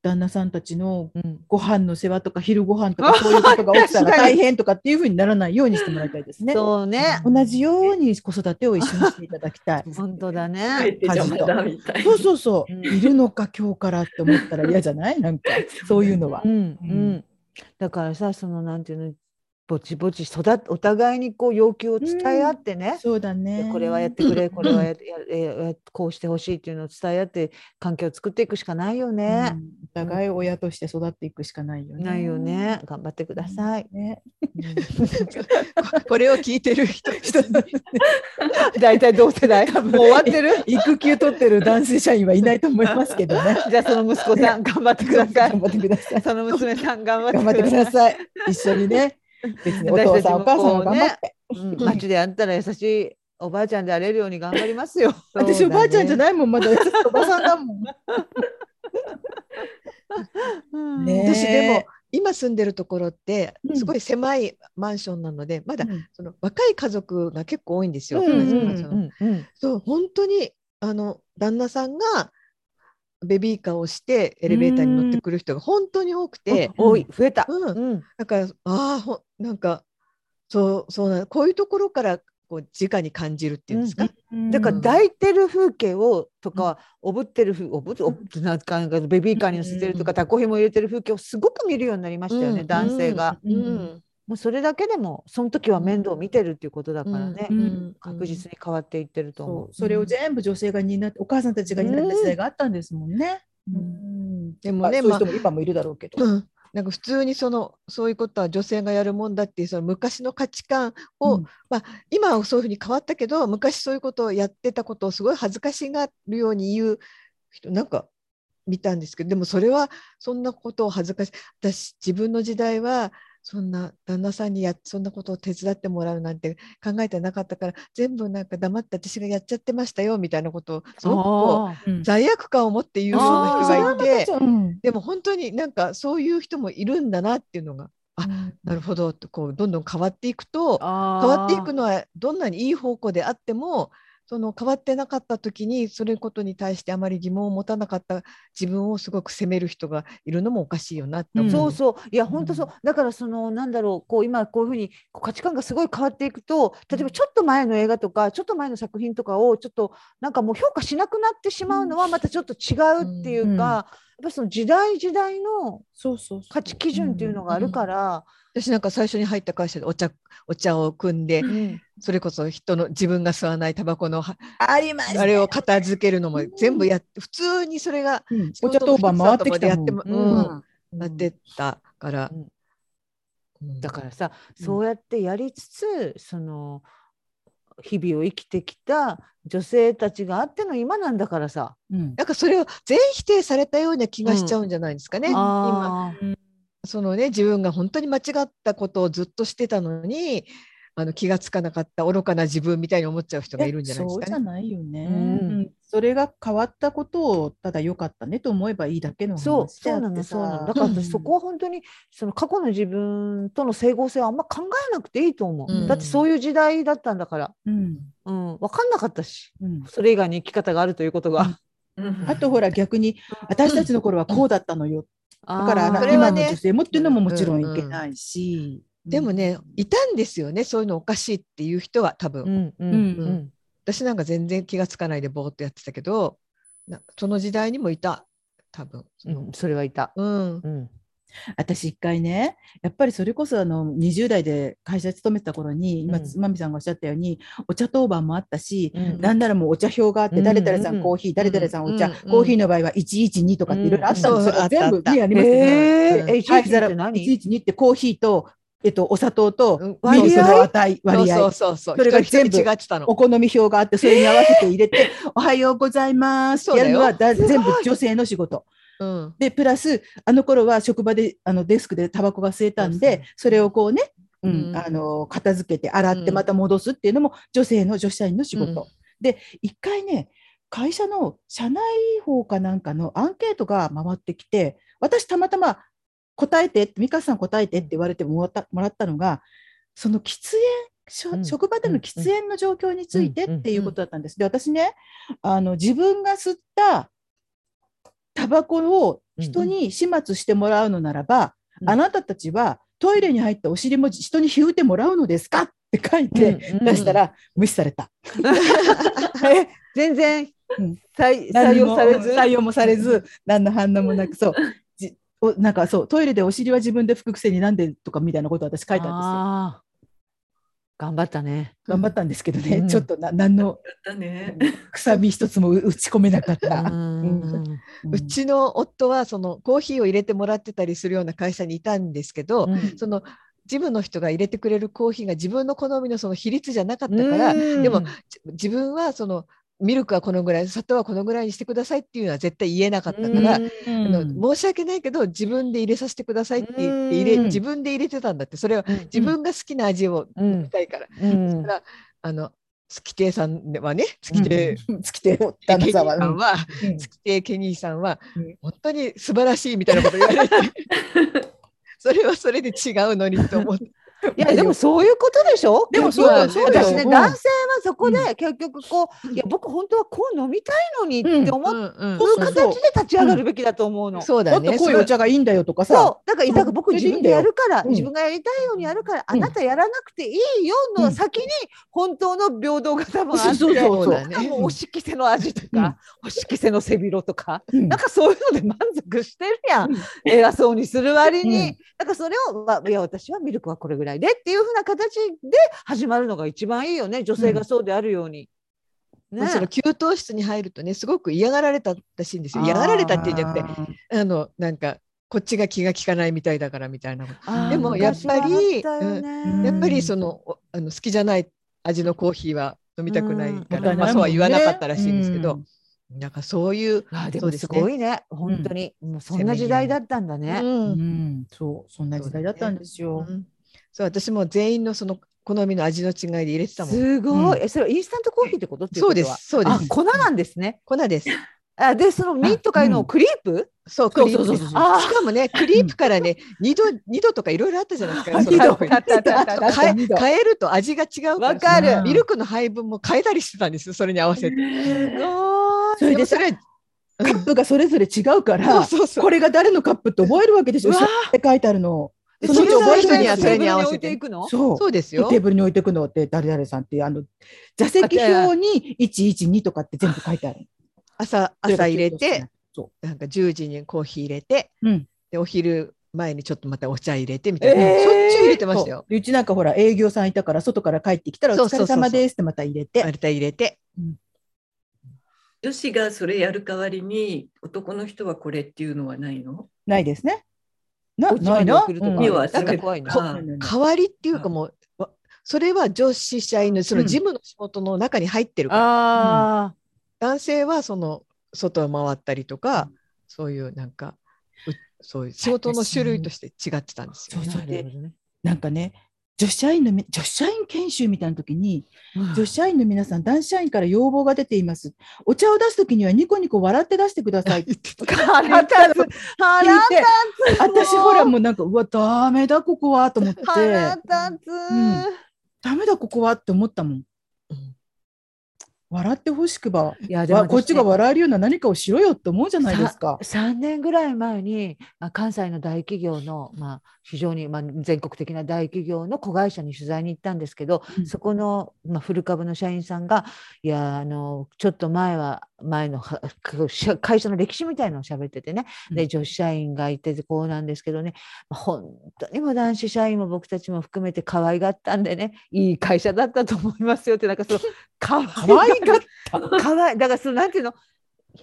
S1: 旦那さんたちの
S4: うん
S1: ご飯の世話とか、昼ご飯とか、そういうことが起きたら
S2: 確か
S1: 大
S2: に
S1: 変とかっていうふうにならないようにしてもらいたいですね。
S4: そうね。
S1: 同じように子育てを一緒にしていただき
S3: [LAUGHS]
S1: たい。
S4: 本当だ
S3: 帰っ
S4: ね。
S3: て邪魔だみたいな
S1: そうそうそう、
S4: うん
S1: いるのか今日からって思ったら嫌じゃないなんかそういうのは
S4: う。んうん。だからさ、そのなんていうの、ぼちぼち育っお互いにこう要求を伝え合ってね。
S1: そうだね。
S4: これはやってく [LAUGHS] れ、これはやや [COUGHS] えこうしてほしいっていうのを伝え合って環境を作っていくしかないよ
S1: ね、
S4: ね。
S1: お互い親として育っていくしかないよね。
S4: ないよね。頑張ってください。
S1: ね。
S2: これを聞いてる
S4: [LAUGHS]
S2: 人たちに。
S4: 大体同世代。 [LAUGHS] もう終わってる。
S1: 育休取ってる男性社員はいないと思いますけどね。
S4: じゃあその息子さん [LAUGHS] 頑張ってくださ
S1: 頑
S4: い。
S1: 張ってください。
S4: その娘さん頑張
S1: 頑張ってくだ
S4: い。
S1: さい。一緒にね。別にお父さん、お
S4: 私た
S1: 母
S4: ちも
S1: さん
S4: こう
S1: も頑
S4: ね
S1: 張って。
S4: うん街であったら優しいおばあちゃんであれるように頑張りますよ。
S1: 私、おばあちゃんじゃ
S4: い。
S1: ないもん、まだ。おばさんだもん。
S4: うん
S1: ね
S2: 私で
S1: ね
S2: も今住んでるところって
S1: うん
S2: すごい狭いマンションなので、まだ
S1: [LAUGHS] うん
S2: その若い家族が結構多いんですよ。
S1: うんうん
S2: まあそのそう本当にあの旦那さんがベビーカーをしてエレベーターに乗ってくる人が本当に多くて、
S4: 多い増えた。
S2: うん
S4: うん
S2: だからああほなんかそうそうなこういうところからこう直に感じるっていうんですか。
S4: だから
S2: うん
S4: 抱いてる風景をとかはおぶってるふおぶおぶってなんかなんかベビーカーに乗せてると
S2: う
S4: か
S2: ん
S4: 抱っこひも入れてる風景をすごく見るようになりましたよね、
S2: うん
S4: 男性が、
S2: うん
S4: もうそれだけでもその時は面倒を見てるっていうことだからね、
S1: ん
S4: 確実に変わっていってると思
S1: そうう。それを全部女性が担って、お母さんたちが担った時代があったんですもんね。うん
S2: で
S1: ま
S2: も
S1: あそうい
S2: ね、
S1: う
S2: まあ
S1: 人も今もいるだろうけど。
S2: うんなんか普通にそのそういうことは女性がやるもんだっていうその昔の価値観を、
S1: うん
S2: まあ、今はそういうふうに変わったけど昔そういうことをやってたことをすごい恥ずかしがるように言う人なんか見たんですけどでもそれはそんなことを恥ずかし私自分の時代はそんな旦那さんにやそんなことを手伝ってもらうなんて考えてなかったから全部なんか黙って私がやっちゃってましたよみたいなことをすごくこ
S4: あー
S2: う罪悪感を持って言うような人がいて。でも本当になんかそういう人もいるんだなっていうのがあなるほどとこうどんどん変わっていくと変わっていくのはどんなにいい方向であってもその変わってなかった時にそれことに対してあまり疑問を持たなかった自分をすごく責める人がいるのもおかしいよなって思う。
S4: そうそういや本当そう、だからそのなんだろうこう今こういうふうにこう価値観がすごい変わっていくと例えばちょっと前の映画とかちょっと前の作品とかをちょっとなんかもう評価しなくなってしまうのはまたちょっと違うっていうか、
S1: うんうん
S4: やっぱその時代時代の
S1: そうそうそう。
S4: 価値基準っていうのがあるから、
S2: 私なんか最初に入った会社でお茶お茶を汲んでそれこそ人の自分が吸わないタバコのは
S1: ありま
S2: あれを片付けるのも全部やっ普通にそれが
S1: うんお茶当番回ってきたもん。
S2: うんなってたから、うん
S4: だからさ、
S2: うん
S4: そうやってやりつつその日々を生きてきた女性たちがあっての今なんだからさ。
S1: うん
S2: なんかそれを全否定されたような気がしちゃうんじゃないですかね。今
S4: あー
S2: そのね自分が本当に間違ったことをずっとしてたのにあの気がつかなかった愚かな自分みたいに思っちゃう人がいるんじゃないです
S1: そう
S2: か
S1: じ
S2: ね。
S1: ゃないよね、
S4: うん
S1: うんそれが変わったことをただ良かったねと思えばいいだけの話
S4: そう、
S1: で
S4: そ
S1: あ
S4: う
S1: って
S4: なの、
S1: さ
S4: そうなの。だから
S1: うん
S4: 私そこは本当に、その過去の自分との整合性はあんま考えなくていいと思う。
S2: うん
S4: だってそういう時代だったんだから、
S1: うん
S4: うん、分かんなかったし、
S1: うん
S4: それ以外に生き方があるということが。
S3: うん
S1: あとほら逆に私たちの頃はこうだったのよ、だからあ
S4: あー
S1: の
S2: それ
S1: 今
S2: は
S1: の
S2: ね
S1: 女性もっていうのももちろんいけないし、
S2: でもねいたんですよねそういうのおかしいっていう人は多分、
S4: うん、うん、
S1: う
S4: うん。
S2: 私なんか全然気がつかないでぼーっとやってたけどなその時代にもいた多分その
S4: うんそれはいた。
S2: うん
S4: うん。
S1: 私一回ねやっぱりそれこそあの20代で会社勤めてた頃に今
S4: うん
S1: つまみさんがおっしゃったようにお茶当番もあったし、
S4: うん
S1: なんならもうお茶票があって、
S4: うん
S1: 誰々さんコーヒー、誰々さんお茶、コーヒーの場合は112とかっていろいろあったんですよ。
S2: うん
S1: 全
S2: あっ
S1: 部
S2: たあった
S1: ねありますよね。
S4: え
S2: うん
S4: ー、え、一
S1: はい
S4: 日って何
S1: ?112 ってコーヒーと、えっと、お砂糖
S2: うん
S1: と、割
S4: 割合
S1: 合の値、割
S2: そ
S1: 合
S2: う。そうそうそう。
S1: それが
S2: 一人一人
S1: 全部
S2: 違ってたの。
S1: お好み表があって、それに合わせて入れて、おはようございますってやるのはだ
S2: そうだ
S1: 全
S2: よ
S1: 部女性の仕事。
S2: うん。
S1: で、プラス、あの頃は職場で、あのデスクでタバコが吸えたん
S2: そう
S1: で
S2: そう、
S1: それをこうね、う
S2: うん
S1: ん、あの、片付けて、洗っ
S2: う
S1: て、
S2: ん
S1: また戻すっていうのも、女性の女子社員の仕
S2: うん
S1: 事。で、一回ね、会社の社内法かなんかのアンケートが回ってきて、私、たまたま答えてって、美香さん答えてって言われてもらったもらったのが、その喫煙しょ、
S4: うん
S1: 職場での喫煙の状況について
S4: うんうん
S1: っていうことだったんです。で、私ね、あの自分が吸ったタバコを人に始末してもらうのならば、
S4: うん
S1: あなたたちはトイレに入ったお尻も人にひうてもらうのですかって書いて
S4: うん
S1: 出したら無視された。
S4: え全然
S1: うん
S4: 採採
S1: 何
S4: 用
S1: も
S4: されず
S1: 採用もされず、何の反応もなく、そう。じおなんかそうトイレでお尻は自分で拭くくせになんでとかみたいなことを私書いたんですよ。
S4: あー頑張ったね。
S1: 頑張ったんですけどね、
S4: うん
S1: ちょっとな何の
S3: だね。
S1: くさび一つも打ち込めなかった。
S4: うん
S1: うん
S2: うちの夫はそのコーヒーを入れてもらってたりするような会社にいたんですけど、そのジムの人が入れてくれるコーヒーが自分の好みのその比率じゃなかったから、
S4: うん
S2: でもじ自分はそのミルクはこのぐらい砂糖はこのぐらいにしてくださいっていうのは絶対言えなかったから、
S4: うん
S2: あの申し訳ないけど自分で入れさせてくださいって言って入れ、
S4: うん
S2: 自分で入れてたんだってそれは自分が好きな味を
S4: うん
S2: 飲みたいから、
S4: うん
S2: だからあの月亭さんはね月亭、
S1: 月亭を
S2: ケ
S1: 旦
S2: ニ
S1: 那
S2: ー
S1: さ
S2: さ
S1: んは、
S2: んは、
S1: うん
S2: 月亭ケニーさんは、
S1: うん
S2: 本当に素晴らしいみたいなこと言われて
S1: [LAUGHS]
S2: それはそれで違うのにと
S1: [LAUGHS]
S2: 思って
S4: いやでもそういうことでしょ
S1: でも
S4: 結局
S1: そうそうだよ
S4: 私ね、
S1: うん
S4: 男性はそこで結局こう、いや僕本当はこう飲みたいのにって思って、
S2: うん
S4: こうい
S1: そ
S4: う
S1: う
S4: 形
S1: そう
S4: で立ち上がるべきだと思うの。
S2: そう
S1: も
S2: だ
S1: っと
S2: ね
S1: 濃いお茶がいいんだよとかさ、
S4: そうだからだから僕
S1: うん
S4: 自分でやるから、
S1: うん
S4: 自分がやりたいようにやるから、
S1: うん
S4: あなたやらなくていいよの先に本当の平等が多分あって
S1: そうそうそう
S4: なんかもうおしきせの味とか、おしきせの背広とか、
S1: うん
S4: なんかそういうので満足してるやん、
S1: うん
S4: 偉そうにする割に、
S1: うん
S4: なんかそれを、まあ、いや私はミルクはこれぐらいでっていうふうな形で始まるのが一番いいよね女性がそうであるように。ね
S2: その給湯室に入るとねすごく嫌がられたらしいんですよ嫌がられたって言うんじゃなくて
S1: て、
S2: あのなんかこっちが気が利かないみたいだからみたいなこと
S4: あー
S1: でも
S2: やっぱり
S4: 昔はあったよね
S1: うん
S2: やっぱりそのおあの好きじゃない味のコーヒーは飲みたくないから、
S4: うん
S2: まあ、そうは言わなかったらしいんですけど、
S1: うん
S2: なんかそういう、
S4: あーで
S2: そう
S4: も
S2: です
S4: す
S2: ね
S4: ごいね本当に、もうそんな時代だったんだね。
S2: うん
S1: うんそうそんな時代だったんですよ。
S2: そう私も全員のその好みの味の違いで入れてたもん。
S4: すごい、
S1: う
S4: えそれはインスタントコーヒーってことってい
S2: そうで
S4: ことは
S2: すそうで
S4: あ
S2: す
S4: 粉なんですね。
S2: 粉です。
S4: あでそのミントかいうのをクリープ、
S2: そうク
S1: そう
S2: リー
S1: そ
S2: プ
S1: うそう
S2: です
S1: そう。
S4: あ
S2: しかもねクリープからね二度二度とかいろいろあったじゃないですか。その
S1: 二度
S2: 過去に
S1: あったあったあったあった
S2: 変え
S1: 二度
S2: 変えると味が違うから。
S4: わかる
S2: そのミルクの配分も変えたりしてたんですよ。それに合わせて。
S1: それでさ
S2: もれ
S1: カップがそれぞれ違うから、
S2: そうそうそう。
S1: これが誰のカップって覚えるわけでしょ。
S4: うわー
S1: って書いてあるの。
S4: で
S1: そのうち
S4: それぞ
S1: 覚えてる
S2: 人
S4: れ
S2: には
S1: や
S2: それに合わせ
S4: テーブルに置いて
S2: て
S4: い。くの
S1: そう。
S2: そうですよ
S1: テ。ーブルに置いてくのって誰々さんっていうあの座席表に112とかって全部書いてある。
S2: 朝朝入れて。
S1: そ
S2: なんか10時にコーヒー入れて、
S1: うん
S2: でお昼前にちょっとまたお茶入れてみたいな、
S1: えー
S2: しょっちゅう入れて
S1: う。
S2: ました
S1: そう
S2: よ。
S1: でうちなんかほら営業さんいたから外から帰ってきたらお
S2: そうそ
S1: 疲
S2: うそう
S1: れ
S2: そう
S1: 様ですってまた入れて
S2: あ。れた入れて
S3: 女子がそれやる代わりに男の人はこれっていうのはないの？
S1: ないですね。な
S4: お家に送るとか、
S1: うん
S3: 要は
S4: なんか怖いな。
S3: それ
S1: ないないない
S2: 代わりっていうかもう、わそれは女子社員のその
S1: うん
S2: 事務の仕事の中に入ってるから、
S4: あ
S2: 男性はその外を回ったりとか、そういうなんかうそういう仕事の種類として違ってたんです
S1: そう
S2: よ、ね。
S1: そ
S4: ー
S1: れでなんかね女子社員のみ女子社員研修みたいな時に [LAUGHS] 女子社員の皆さん男子社員から要望が出ていますお茶を出す時にはニコニコ笑って出してくだ
S4: [LAUGHS]
S1: さいって
S4: 腹立つ
S1: 聞い
S4: 腹
S1: て
S4: 立つ
S1: 私ほらもうなんかうわダメだここはと思って
S4: 腹立つ、
S1: んダメだここはって思ったもん笑ってほしくば、
S4: いやでも
S1: わこっちが笑えるような何かをしろよって思うじゃないですか。
S4: 3年ぐらい前に、まあ、関西の大企業の、まあ、非常に、まあ、全国的な大企業の子会社に取材に行ったんですけど、
S1: うん
S4: そこの、まあ、古株の社員さんがいやあのちょっと前は前のは [LAUGHS] 社会社の歴史みたいのを喋っててね
S1: う
S4: で
S1: ん
S4: 女子社員がいてこうなんですけどねまあ本当にもう男子社員も僕たちも含めて可愛がったんでねいい会社だったと思いますよってなんかその可
S1: 可愛がっ
S4: 可愛いだからそのなんていうの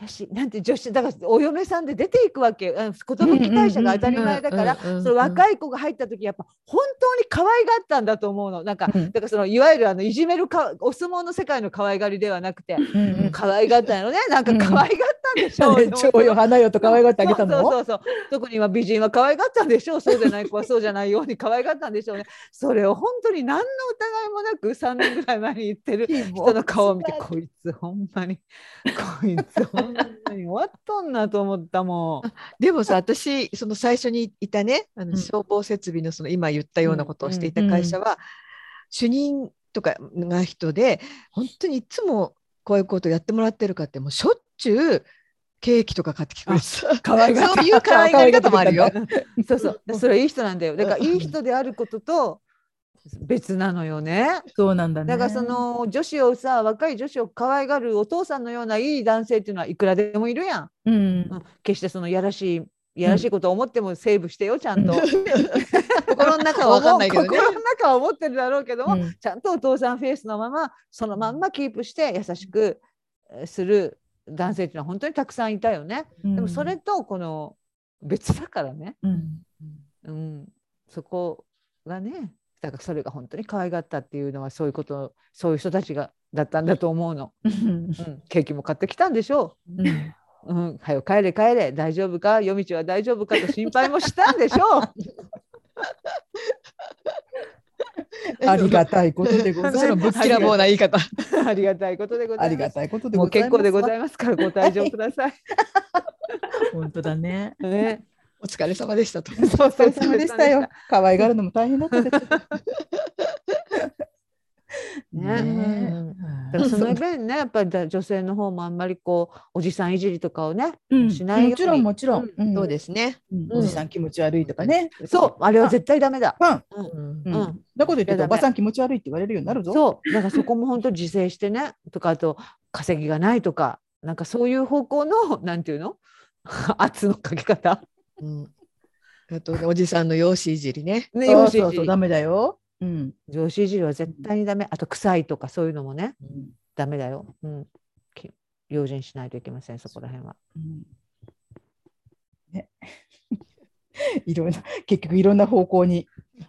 S4: やしなんて女子だからお嫁さんで出ていくわけうん寿退社が当たり前だから
S2: うんうんうんうん
S4: その若い子が入った時やっぱ本当に可愛がったんだと思うのなんか、
S1: うん
S4: だからそのいわゆるあのいじめるかお相撲の世界の可愛がりではなくて
S1: うん
S4: 可愛がったのねなんか可愛がったんでしょう、
S1: うん、 [LAUGHS] 蝶よ花よと可愛がってあげたの
S4: そうそうそうそう特に今美人は可愛がったんでしょうそうでない子はそうじゃないように可愛がったんでしょうねそれを本当に何の疑いもなく3年ぐらい前に言ってる人の顔を見てこいつほんまにこいつほんまに終わっとんなと思ったもん。
S2: でもさ私その最初にいたねあの
S1: うん
S2: 消防設備のその今言ったようなことをしていた会社は、主任とかが人で本当にいつもこういうことやってもらってるかってもうしょっちゅうケーキとか買ってきてくれてた
S1: 可愛がっ
S2: そういう可愛がり方もあるよ。
S4: そうそうそれいい人なんだよだからいい人であることと別なのよね。
S1: そうなんだね。
S4: だからその女子をさ若い女子を可愛がるお父さんのようないい男性っていうのはいくらでもいるやん。
S1: うん
S4: う、ん決してそのやらしいやらしいことを思ってもセーブしてよちゃ [LAUGHS] んと。
S2: 心の中は分かんない [LAUGHS] けどね
S4: 思う。心の中は思ってるだろうけども、
S1: うん
S4: ちゃんとお父さんフェースのままそのまんまキープして優しくえーする男性っていうのは本当にたくさんいたよね。でもそれ、とこの別だからね、
S1: うん
S4: うん、そこがねだからそれが本当に可愛がったっていうのはそういうことそういう人たちがだったんだと思うの、
S1: うん
S4: うん、ケーキも買ってきたんでしょう。
S1: うん
S4: うん、はよ帰れ帰れ大丈夫か夜道は大丈夫かと心配もしたんでしょ
S1: [LAUGHS]
S4: う
S1: ありがたいことでございます。
S2: そのぶっきらぼうな言い方。
S4: ありがたいことでござ
S1: あ
S4: い
S1: り
S4: ま
S1: が
S4: す
S1: たいことでご
S4: もう
S1: ざいます。
S4: 結構でございま
S1: [LAUGHS]
S4: すからご退場ください
S1: 本当だね。
S4: ね
S2: お疲れ様でしたと。
S4: そう
S1: お疲れ様でしたよ。可愛がるのも大変だったです。
S4: ね
S1: ね
S4: だからその分ねやっぱりだ女性の方もあんまりこうおじさんいじりとかをね
S1: うん
S4: しないように
S1: もちろんもちろん。うん
S2: そうですね。
S1: うん
S4: うん
S1: おじさん気持ち悪いとかね。
S4: そうあれは絶対ダメだ
S1: うん。
S2: うん
S1: う
S4: うん
S1: ん。だこと言ってたらおばさん気持ち悪いって言われるようになるぞ。
S4: そうだからそこも本当自制してねとかあと稼ぎがないとかなんかそういう方向のなんていうの [LAUGHS] 圧のかけ方
S2: うんあとねおじさんの容姿いじりね。
S4: ね
S1: そう
S4: 容
S1: そ
S4: 姿
S1: う
S4: いじ
S1: そう
S4: り
S1: ダメだよ。うん。
S4: 上司いじりは絶対にダメあと臭いとかそういうのもね
S1: うん
S4: ダメだよ、うん、き用心しないといけませんそこら辺は
S1: うんね。 [LAUGHS] いろんな結局いろんな方向に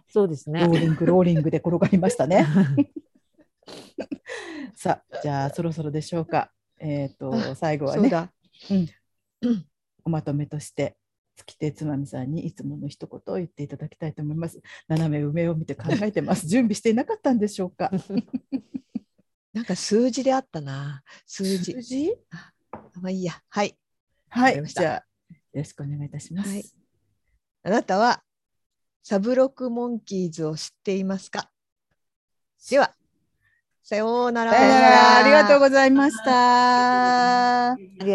S4: そうです
S1: ロ
S4: ね
S1: ーリングローリングで転がりましたね。
S4: [LAUGHS]
S1: さあじゃあそろそろでしょうか。えっ、と
S2: あ
S1: 最後は
S2: そう
S1: ね
S2: だ。
S1: おまとめとして月手つまみさんにいつもの一言を言っていただきたいと思います。斜め上を見て考えて
S2: [LAUGHS]
S1: ます。準備していなかったんでしょうか。
S2: なんか数字であったな。数字。
S1: 字
S2: まあいいや。はい。
S1: は
S2: わかり
S1: い
S2: ました
S1: じゃあよろしくお願いいたします。
S2: はいあなたはサブロクモンキーズを知っていますかでは、さようなら。
S1: さようならありがとうございました。
S4: ありがとうございます